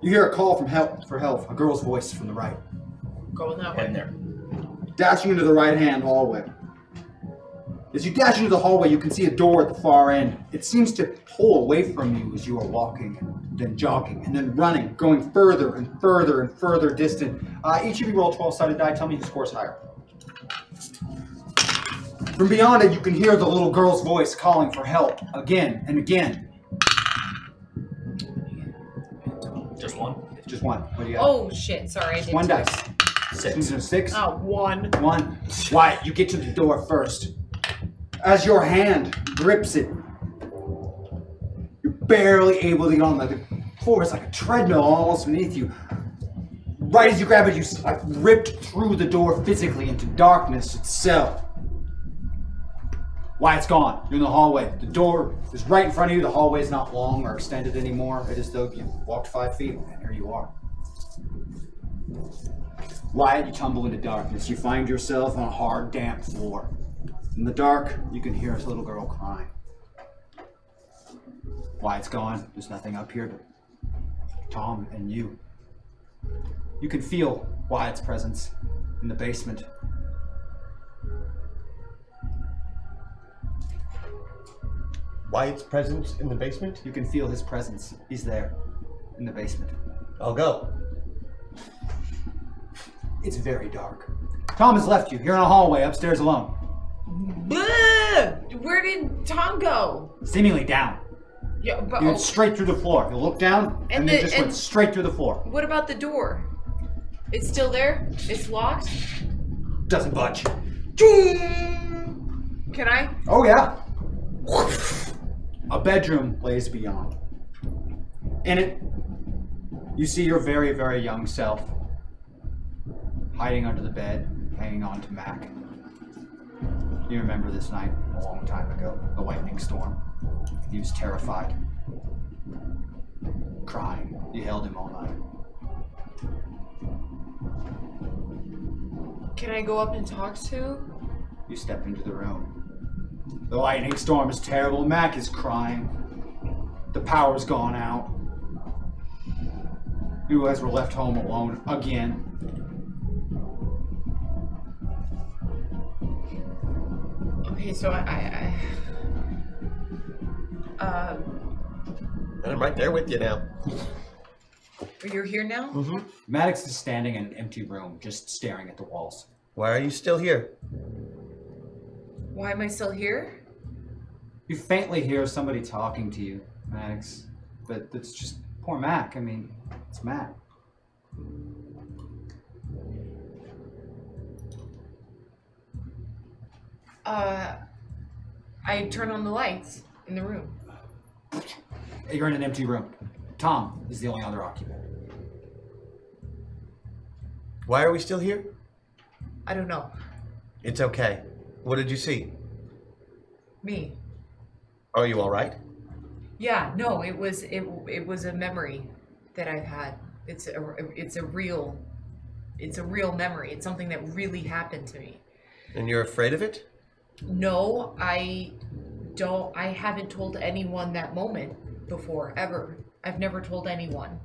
S1: You hear a call from help for help, a girl's voice from the right,
S3: Going that way.
S6: Head there.
S1: dashing into the right-hand hallway. As you dash into the hallway, you can see a door at the far end. It seems to pull away from you as you are walking, and then jogging, and then running, going further and further and further distant. Uh, each of you roll 12 sided die. Tell me who scores higher. From beyond it, you can hear the little girl's voice calling for help again and again.
S6: Just one?
S1: Just one. What do you got?
S7: Oh shit! Sorry, I didn't.
S1: One dice. Six. Six.
S3: Oh, one.
S1: One. Wyatt, you get to the door first. As your hand grips it, you're barely able to get on. Like the floor is like a treadmill almost beneath you. Right as you grab it, you s- like ripped through the door physically into darkness itself. Wyatt's gone. You're in the hallway. The door is right in front of you. The hallway is not long or extended anymore. It is though you walked five feet, and here you are. Wyatt, you tumble into darkness. You find yourself on a hard, damp floor. In the dark, you can hear a little girl crying. Wyatt's gone. There's nothing up here but Tom and you. You can feel Wyatt's presence in the basement.
S2: Wyatt's presence in the basement?
S1: You can feel his presence. He's there in the basement.
S2: I'll go.
S1: It's very dark. Tom has left you. You're in a hallway upstairs alone,
S3: Bleh! Where did Tom go?
S1: seemingly down.
S3: Yeah, but oh,
S1: You went straight through the floor. You look down, and,
S3: And
S1: you
S3: the-
S1: just
S3: and-
S1: went straight through the floor.
S3: what about the door? It's still there. It's locked.
S1: Doesn't budge.
S3: Can I?
S1: Oh yeah. A bedroom lays beyond. In it, you see your very, very young self hiding under the bed, hanging on to Mac. You remember this night a long time ago, the lightning storm. He was terrified, crying. You held him all night.
S3: Can I go up and talk to?
S1: You step into the room. The lightning storm is terrible. Mac is crying. The power's gone out. You guys were left home alone again.
S3: Okay, so I. I, I uh,
S2: And I'm right there with you now.
S3: you're here now.
S1: Mm-hmm. Maddox is standing in an empty room, just staring at the walls.
S2: Why are you still here?
S3: Why am I still here?
S1: You faintly hear somebody talking to you, Maddox, but it's just poor Mac. I mean, it's Mac.
S3: Uh, I turn on the lights in the room.
S1: You're in an empty room. Tom is the only other occupant.
S2: Why are we still here?
S3: I don't know.
S2: It's okay. What did you see?
S3: Me.
S2: Are you all right?
S3: Yeah. No. It was. It. It was a memory that I've had. It's a. It's a real. It's a real memory. It's something that really happened to me.
S2: And you're afraid of it?
S3: No, I don't. I haven't told anyone that moment before ever. I've never told anyone.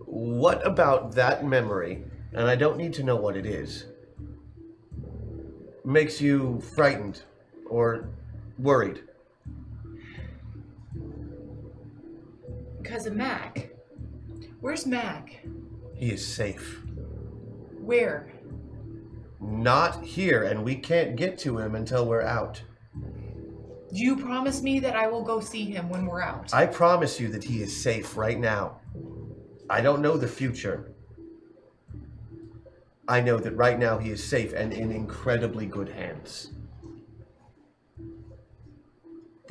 S2: What about that memory, and I don't need to know what it is, makes you frightened or worried?
S3: because of Mac. Where's Mac?
S2: He is safe.
S3: Where?
S2: Not here, and we can't get to him until we're out.
S3: You promise me that I will go see him when we're out.
S2: I promise you that he is safe right now. I don't know the future. I know that right now he is safe and in incredibly good hands.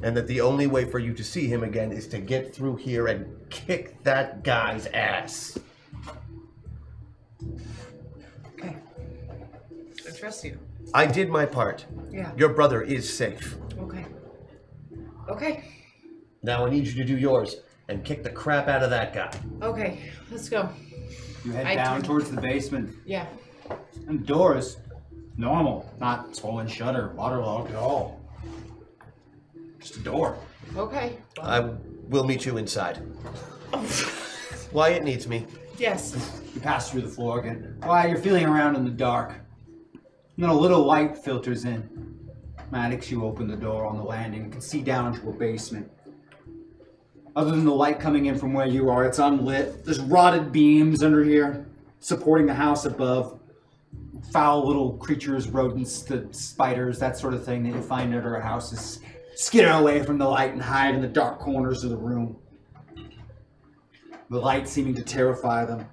S2: And that the only way for you to see him again is to get through here and kick that guy's ass.
S3: Okay. I trust you.
S2: I did my part.
S3: Yeah.
S2: Your brother is safe.
S3: Okay. Okay.
S2: Now I need you to do yours and kick the crap out of that guy.
S3: Okay. Let's go.
S1: You head
S3: I
S1: down
S3: turn-
S1: towards the basement,
S3: Yeah.
S1: and the door is normal, not swollen shutter, waterlogged at all. Just a door.
S3: Okay.
S2: I will meet you inside. Wyatt needs me.
S3: Yes.
S1: You pass through the floor again. Why you're feeling around in the dark. And then a little light filters in. Maddox, you open the door on the landing and can see down into a basement. Other than the light coming in from where you are, it's unlit. There's rotted beams under here, supporting the house above. Foul little creatures, rodents, the spiders, that sort of thing that you find under a house is skitter away from the light and hide in the dark corners of the room. The light seeming to terrify them.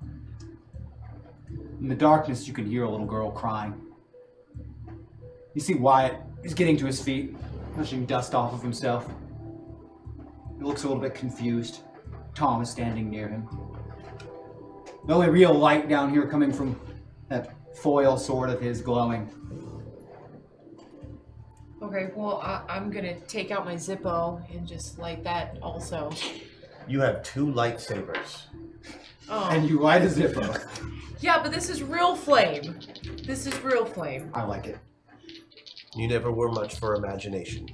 S1: In the darkness, you can hear a little girl crying. You see Wyatt is getting to his feet, pushing dust off of himself. He looks a little bit confused. Tom is standing near him. The only real light down here coming from that foil sword of his glowing.
S3: Okay. Well, I, I'm gonna take out my Zippo and just light that also.
S2: You have two lightsabers.
S3: Oh.
S1: And you light a Zippo.
S3: Yeah, but this is real flame. This is real flame.
S1: I like it.
S2: You never were much for imagination.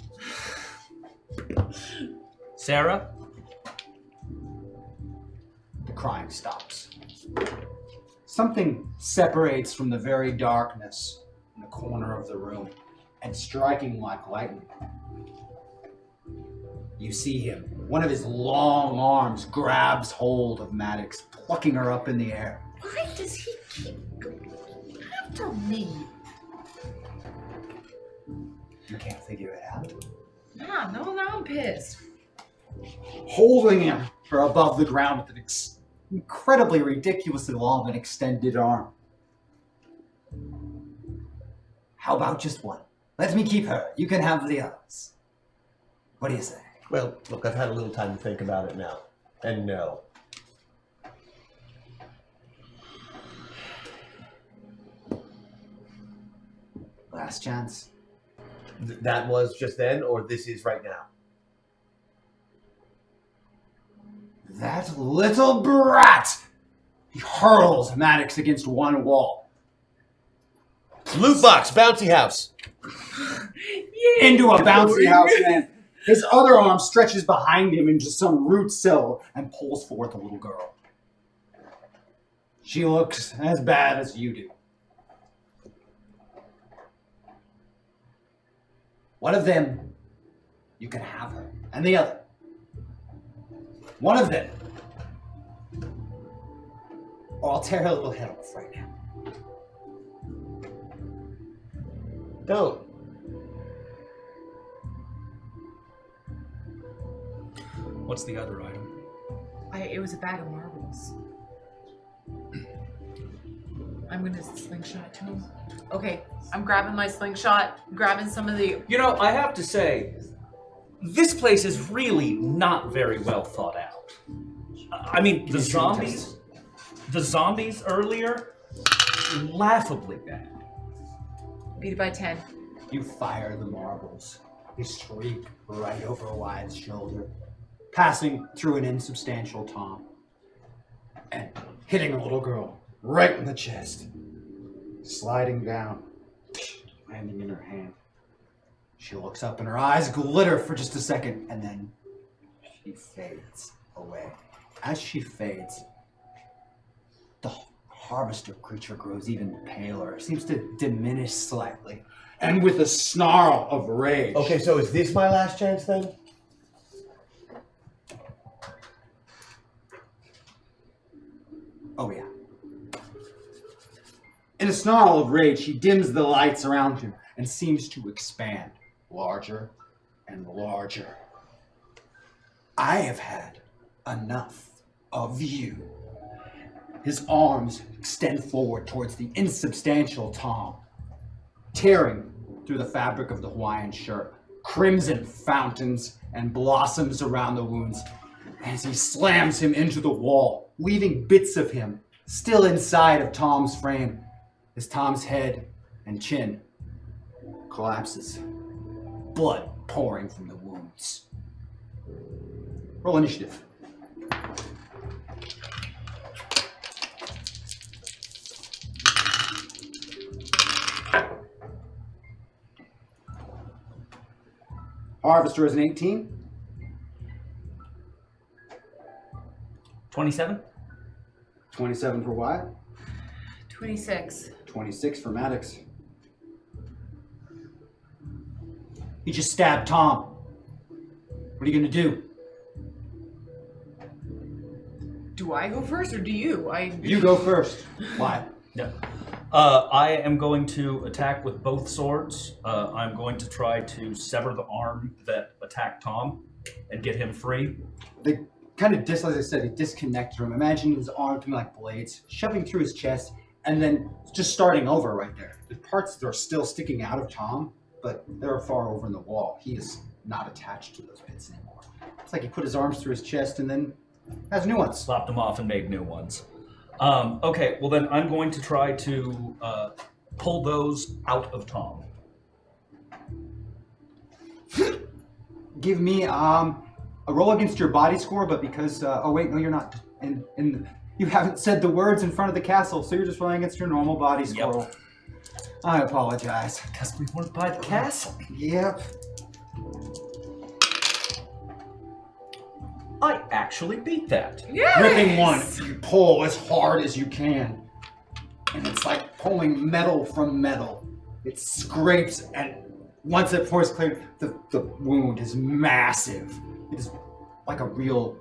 S4: Sarah,
S1: The crying stops. Something separates from the very darkness in the corner of the room and striking like lightning. You see him. One of his long arms grabs hold of Maddox, plucking her up in the air.
S9: Why does he keep going after me?
S1: You can't figure it out.
S3: Nah, no, now I'm pissed.
S1: Holding him for above the ground with an ex- incredibly ridiculously long and extended arm. How about just one? Let me keep her. You can have the others. What do you say?
S2: Well, look, I've had a little time to think about it now. And no.
S1: Last chance.
S2: Th- that was just then, or this is right now?
S1: That little brat! He hurls Maddox against one wall,
S2: Loot box, bouncy house.
S1: into a bouncy house man. His other arm stretches behind him into some root cell and pulls forth a little girl. She looks as bad as you do. One of them, you can have her, and the other. One of them. Or I'll tear her little head off right now.
S2: Don't.
S6: What's the other item?
S3: I, it was a bag of marbles. [clears throat] I'm gonna slingshot to him.
S9: Okay, I'm grabbing my slingshot, grabbing some of the.
S6: You know, I have to say, this place is really not very well thought out. I I mean, the zombies, the zombies earlier, laughably bad.
S3: Beat it by 10.
S1: You fire the marbles. They streak right over Wyatt's shoulder, passing through an insubstantial Tom and hitting a little girl right in the chest, sliding down, landing in her hand. She looks up and her eyes glitter for just a second and then she fades away. As she fades, the harvester creature grows even paler, seems to diminish slightly, and with a snarl of rage.
S2: Okay, so is this my last chance then?
S1: Oh, In a snarl of rage, she dims the lights around her and seems to expand larger and larger. I have had enough of you. His arms extend forward towards the insubstantial Tom, tearing through the fabric of the Hawaiian shirt. Crimson fountains and blossoms around the wounds as he slams him into the wall, leaving bits of him still inside of Tom's frame as Tom's head and chin collapses, blood pouring from the wounds. Roll initiative. Harvester is an 18.
S4: 27?
S1: 27 for Wyatt,
S7: 26.
S1: 26 for Maddox. He just stabbed Tom. What are you gonna do?
S3: Do I go first or do you? I
S1: You go first. Why?
S6: Yeah. Uh, I am going to attack with both swords. Uh, I'm going to try to sever the arm that attacked Tom and get him free.
S1: They kind of dis, as I said, they disconnected him. Imagine his arm to be like blades, shoving through his chest, and then just starting over right there. The parts that are still sticking out of Tom, but they're far over in the wall. He is not attached to those bits anymore. It's like he put his arms through his chest and then has new ones.
S6: Slapped them off and made new ones. Um, okay, well then I'm going to try to uh, pull those out of Tom.
S1: Give me um, a roll against your body score, but because uh, oh wait, no, you're not. And and you haven't said the words in front of the castle, so you're just rolling against your normal body
S6: Yep.
S1: score. I apologize.
S6: Because we weren't by the castle.
S1: Yep.
S6: I actually beat that.
S1: Ripping one, you pull as hard as you can, and it's like pulling metal from metal. It scrapes, and once it pours clear, the, the wound is massive. It is like a real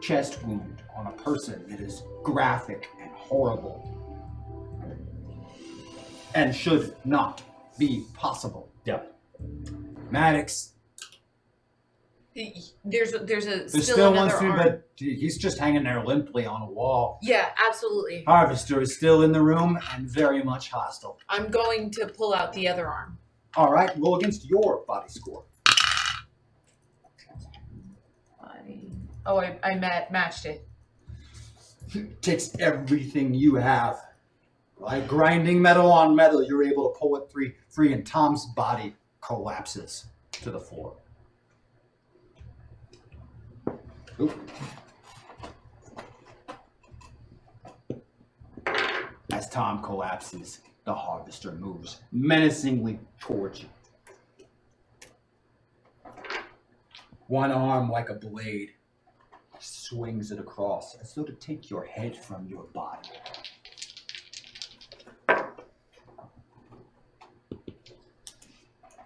S1: chest wound on a person. It is graphic and horrible, and should not be possible.
S6: Yep.
S1: Maddox,
S7: There's a, there's a
S1: there's
S7: still,
S1: still, one
S7: another
S1: student,
S7: arm.
S1: but he's just hanging there limply on a wall.
S7: yeah, absolutely.
S1: Harvester is still in the room and very much hostile.
S7: I'm going to pull out the other arm.
S1: All right, roll against your body score.
S7: Oh, I, I met, matched [laughs] it.
S1: Takes everything you have. Like grinding metal on metal, you're able to pull it three, free, and Tom's body collapses to the floor. Oop. As Tom collapses, the harvester moves menacingly towards you. One arm, like a blade, swings it across as though to take your head from your body.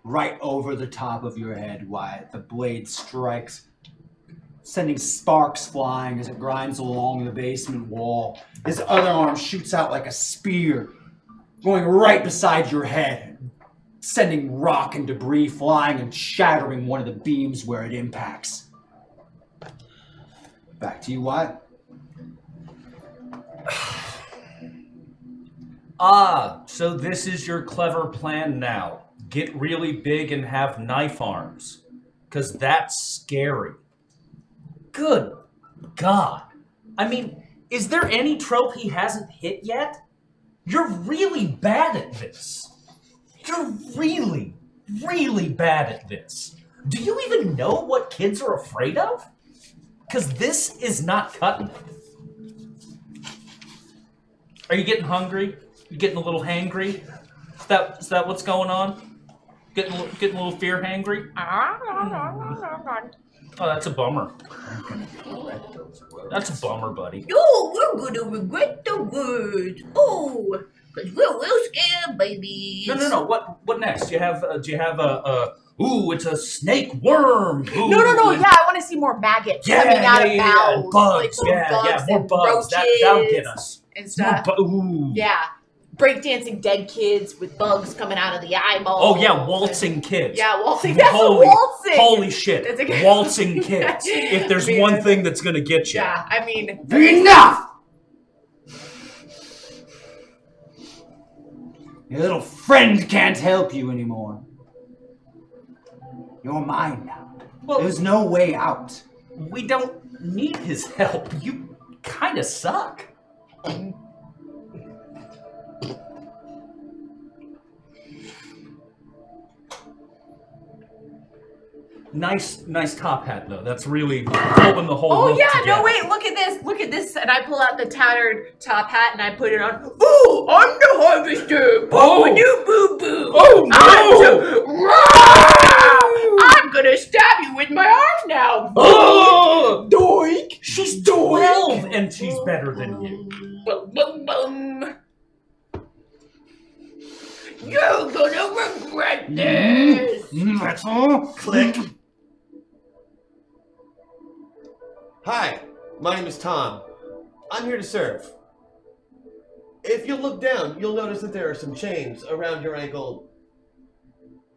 S1: Right over the top of your head, Wyatt, the blade strikes, sending sparks flying as it grinds along the basement wall. His other arm shoots out like a spear, going right beside your head, sending rock and debris flying and shattering one of the beams where it impacts. Back to you, Wyatt.
S6: Ah, so this is your clever plan now. Get really big and have knife arms. Because that's scary.
S4: Good God. I mean, is there any trope he hasn't hit yet? You're really bad at this. You're really, really bad at this. Do you even know what kids are afraid of? Because this is not cutting it.
S6: Are you getting hungry? You getting a little hangry? Is that, is that what's going on? Getting a, li- getting a little fear hangry? Oh, that's a bummer. That's a bummer, buddy.
S9: No, we're gonna regret the words. Oh, because we're real scared, babies.
S6: No, no, no. What what next? Do you have uh, do you have a, a ooh? It's a snake worm. Ooh,
S7: No, no, no.
S6: and-
S7: Yeah, I want to see more maggots
S6: Yeah,
S7: coming out
S6: yeah, yeah, yeah,
S7: of
S6: and
S7: bowels,
S6: bugs.
S7: like
S6: yeah,
S7: little
S6: yeah,
S7: bugs
S6: more
S7: and
S6: bugs. That, that'll get
S7: roaches
S6: us.
S7: and
S6: More
S7: stuff.
S6: bu- ooh.
S7: Yeah,
S9: breakdancing dead kids with bugs coming out of the eyeballs.
S6: Oh yeah, waltzing kids.
S9: Yeah, waltzing.
S6: [laughs]
S9: That's
S6: holy,
S9: a waltzing.
S6: holy shit,
S9: That's a good-
S7: [laughs]
S6: waltzing kids. If there's
S9: Man.
S6: one thing that's gonna get you,
S9: Yeah, I mean,
S1: Enough! Your little friend can't help you anymore. You're mine now.
S4: Well-
S1: There's no way out.
S4: We don't need his help. You kind of suck.
S6: nice, nice top hat though. That's really holding the whole.
S9: oh
S6: look
S9: yeah,
S6: together.
S9: no wait, look at this, look at this, and I pull out the tattered top hat and I put it on. Ooh, I'm the harvester.
S6: Oh.
S9: Boo, you Ah, boo boo.
S6: Oh
S9: I'm,
S6: no!
S9: so- Rah! I'm gonna stab you with my arm now.
S6: Oh!
S9: Doink.
S6: She's twelve and she's better than you.
S9: Boom boom boom. You're gonna
S6: Mm-hmm.
S9: regret this.
S1: Mm, That's all?
S2: Click. Hi, my name is Tom. I'm here to serve. If you look down, you'll notice that there are some chains around your ankle.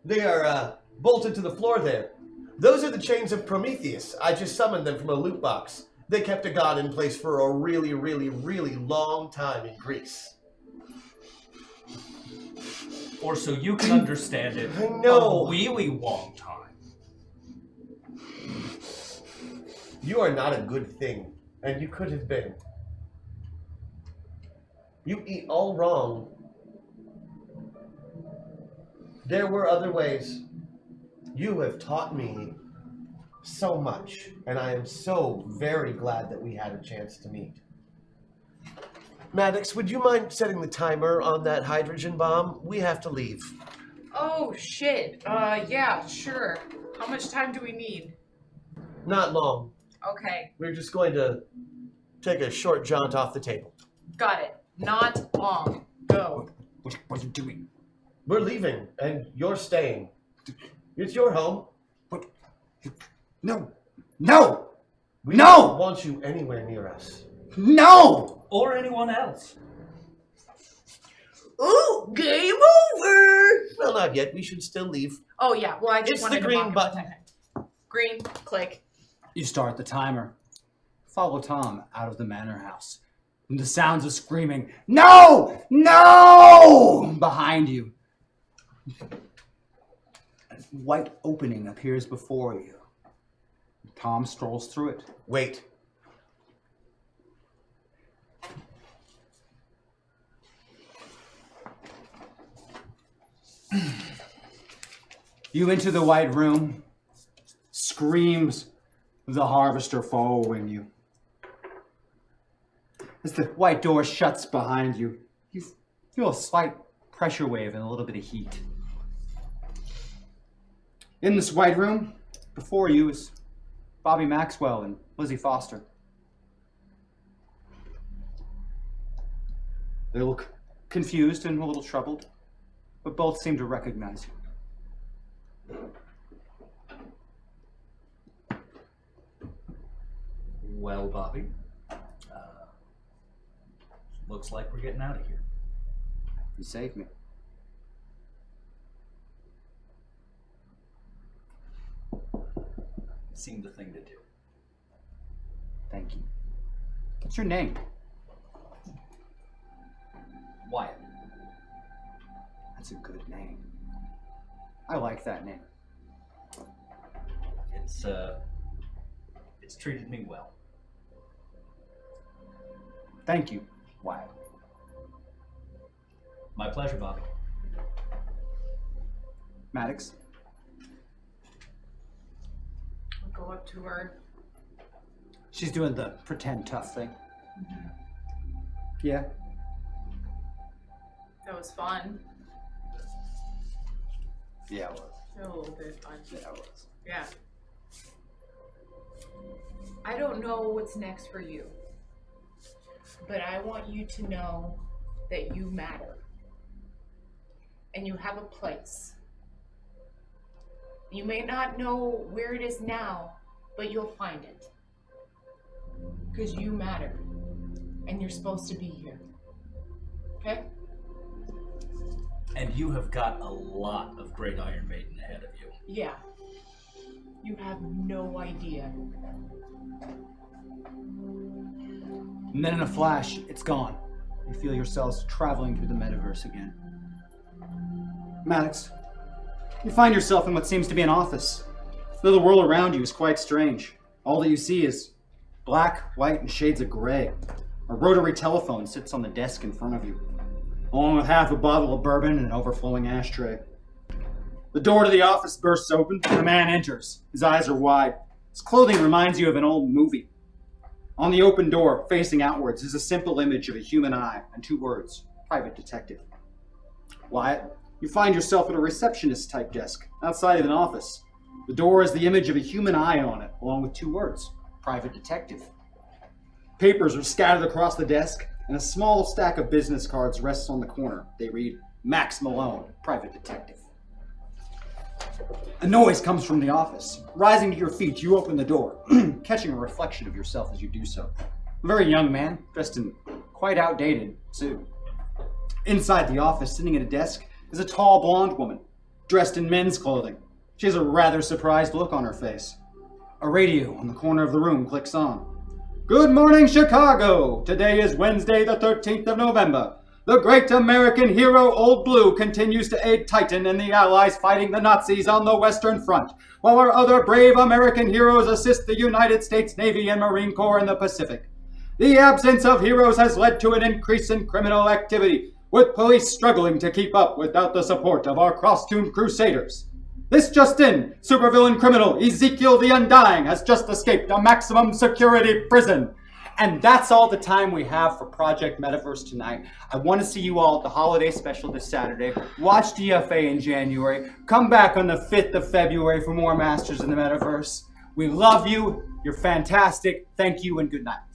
S2: They are uh, bolted to the floor there. Those are the chains of Prometheus. I just summoned them from a loot box. They kept a god in place for a really, really, really long time in Greece.
S6: Or so you can understand it.
S2: I know.
S6: A really long time.
S2: You are not a good thing, and you could have been. You eat all wrong. There were other ways. You have taught me so much, and I am so very glad that we had a chance to meet. Maddox, would you mind setting the timer on that hydrogen bomb? We have to leave.
S3: Oh shit. Uh, yeah, sure. How much time do we need?
S2: Not long.
S3: Okay,
S2: We're just going to take a short jaunt off the table.
S3: got it. Not long. Go.
S1: What, what are you doing?
S2: We're leaving, and you're staying. It's your home.
S1: No. No!
S2: We
S1: No!
S2: don't want you anywhere near us.
S1: No!
S6: Or anyone else.
S9: Ooh, game over.
S2: Well, not yet. We should still leave.
S3: Oh yeah. Well, I just
S2: It's
S3: wanted
S2: the
S3: to
S2: green
S3: mock
S2: button.
S9: Green, click.
S1: You start the timer. Follow Tom out of the manor house. And the sounds of screaming, No! No! behind you. A white opening appears before you. Tom strolls through it.
S2: Wait.
S1: You enter the white room. Screams of the harvester following you. As the white door shuts behind you, you feel a slight pressure wave and a little bit of heat. In this white room, before you is Bobby Maxwell and Lizzie Foster. They look confused and a little troubled, but both seem to recognize you.
S6: Well, Bobby, uh, looks like we're getting out of here.
S1: You saved me.
S6: Seemed the thing to do.
S1: Thank you. What's your name?
S6: Wyatt.
S1: That's a good name. I like that name.
S6: It's uh, it's treated me well.
S1: Thank you, Wyatt.
S6: My pleasure, Bobby.
S1: Maddox,
S3: Go up to her.
S1: she's doing the pretend tough thing. Mm-hmm. Yeah.
S3: That was fun.
S1: Yeah, it was.
S3: A little bit fun.
S1: Yeah, it was.
S3: Yeah. I don't know what's next for you, but I want you to know that you matter and you have a place. You may not know where it is now, but you'll find it. Because you matter and you're supposed to be here. Okay?
S6: and you have got a lot of great Iron Maiden ahead of you.
S3: Yeah. You have no idea.
S1: And then in a flash, it's gone. You feel yourselves traveling through the metaverse again. Maddox, you find yourself in what seems to be an office. Though the world around you is quite strange, all that you see is black, white, and shades of gray. A rotary telephone sits on the desk in front of you, along with half a bottle of bourbon and an overflowing ashtray. The door to the office bursts open, and a man enters. His eyes are wide. His clothing reminds you of an old movie. On the open door, facing outwards, is a simple image of a human eye and two words private detective. Wyatt, you find yourself at a receptionist type desk outside of an office. The door has the image of a human eye on it, along with two words private detective. Papers are scattered across the desk, and a small stack of business cards rests on the corner. They read Max Malone, private detective. A noise comes from the office. Rising to your feet, you open the door, [clears throat] catching a reflection of yourself as you do so. A very young man, dressed in quite outdated suit. Inside the office, sitting at a desk, is a tall blonde woman, dressed in men's clothing. She has a rather surprised look on her face. A radio on the corner of the room clicks on. Good morning, Chicago! Today is Wednesday, the 13th of November. The great American hero Old Blue continues to aid Titan and the Allies fighting the Nazis on the Western Front, while our other brave American heroes assist the United States Navy and Marine Corps in the Pacific. The absence of heroes has led to an increase in criminal activity, with police struggling to keep up without the support of our costumed crusaders. This just in, supervillain criminal Ezekiel the Undying has just escaped a maximum security prison. And that's all the time we have for Project Metaverse tonight. I want to see you all at the holiday special this Saturday. Watch DFA in January. Come back on the 5th of February for more Masters in the Metaverse. We love you. You're fantastic. Thank you and good night.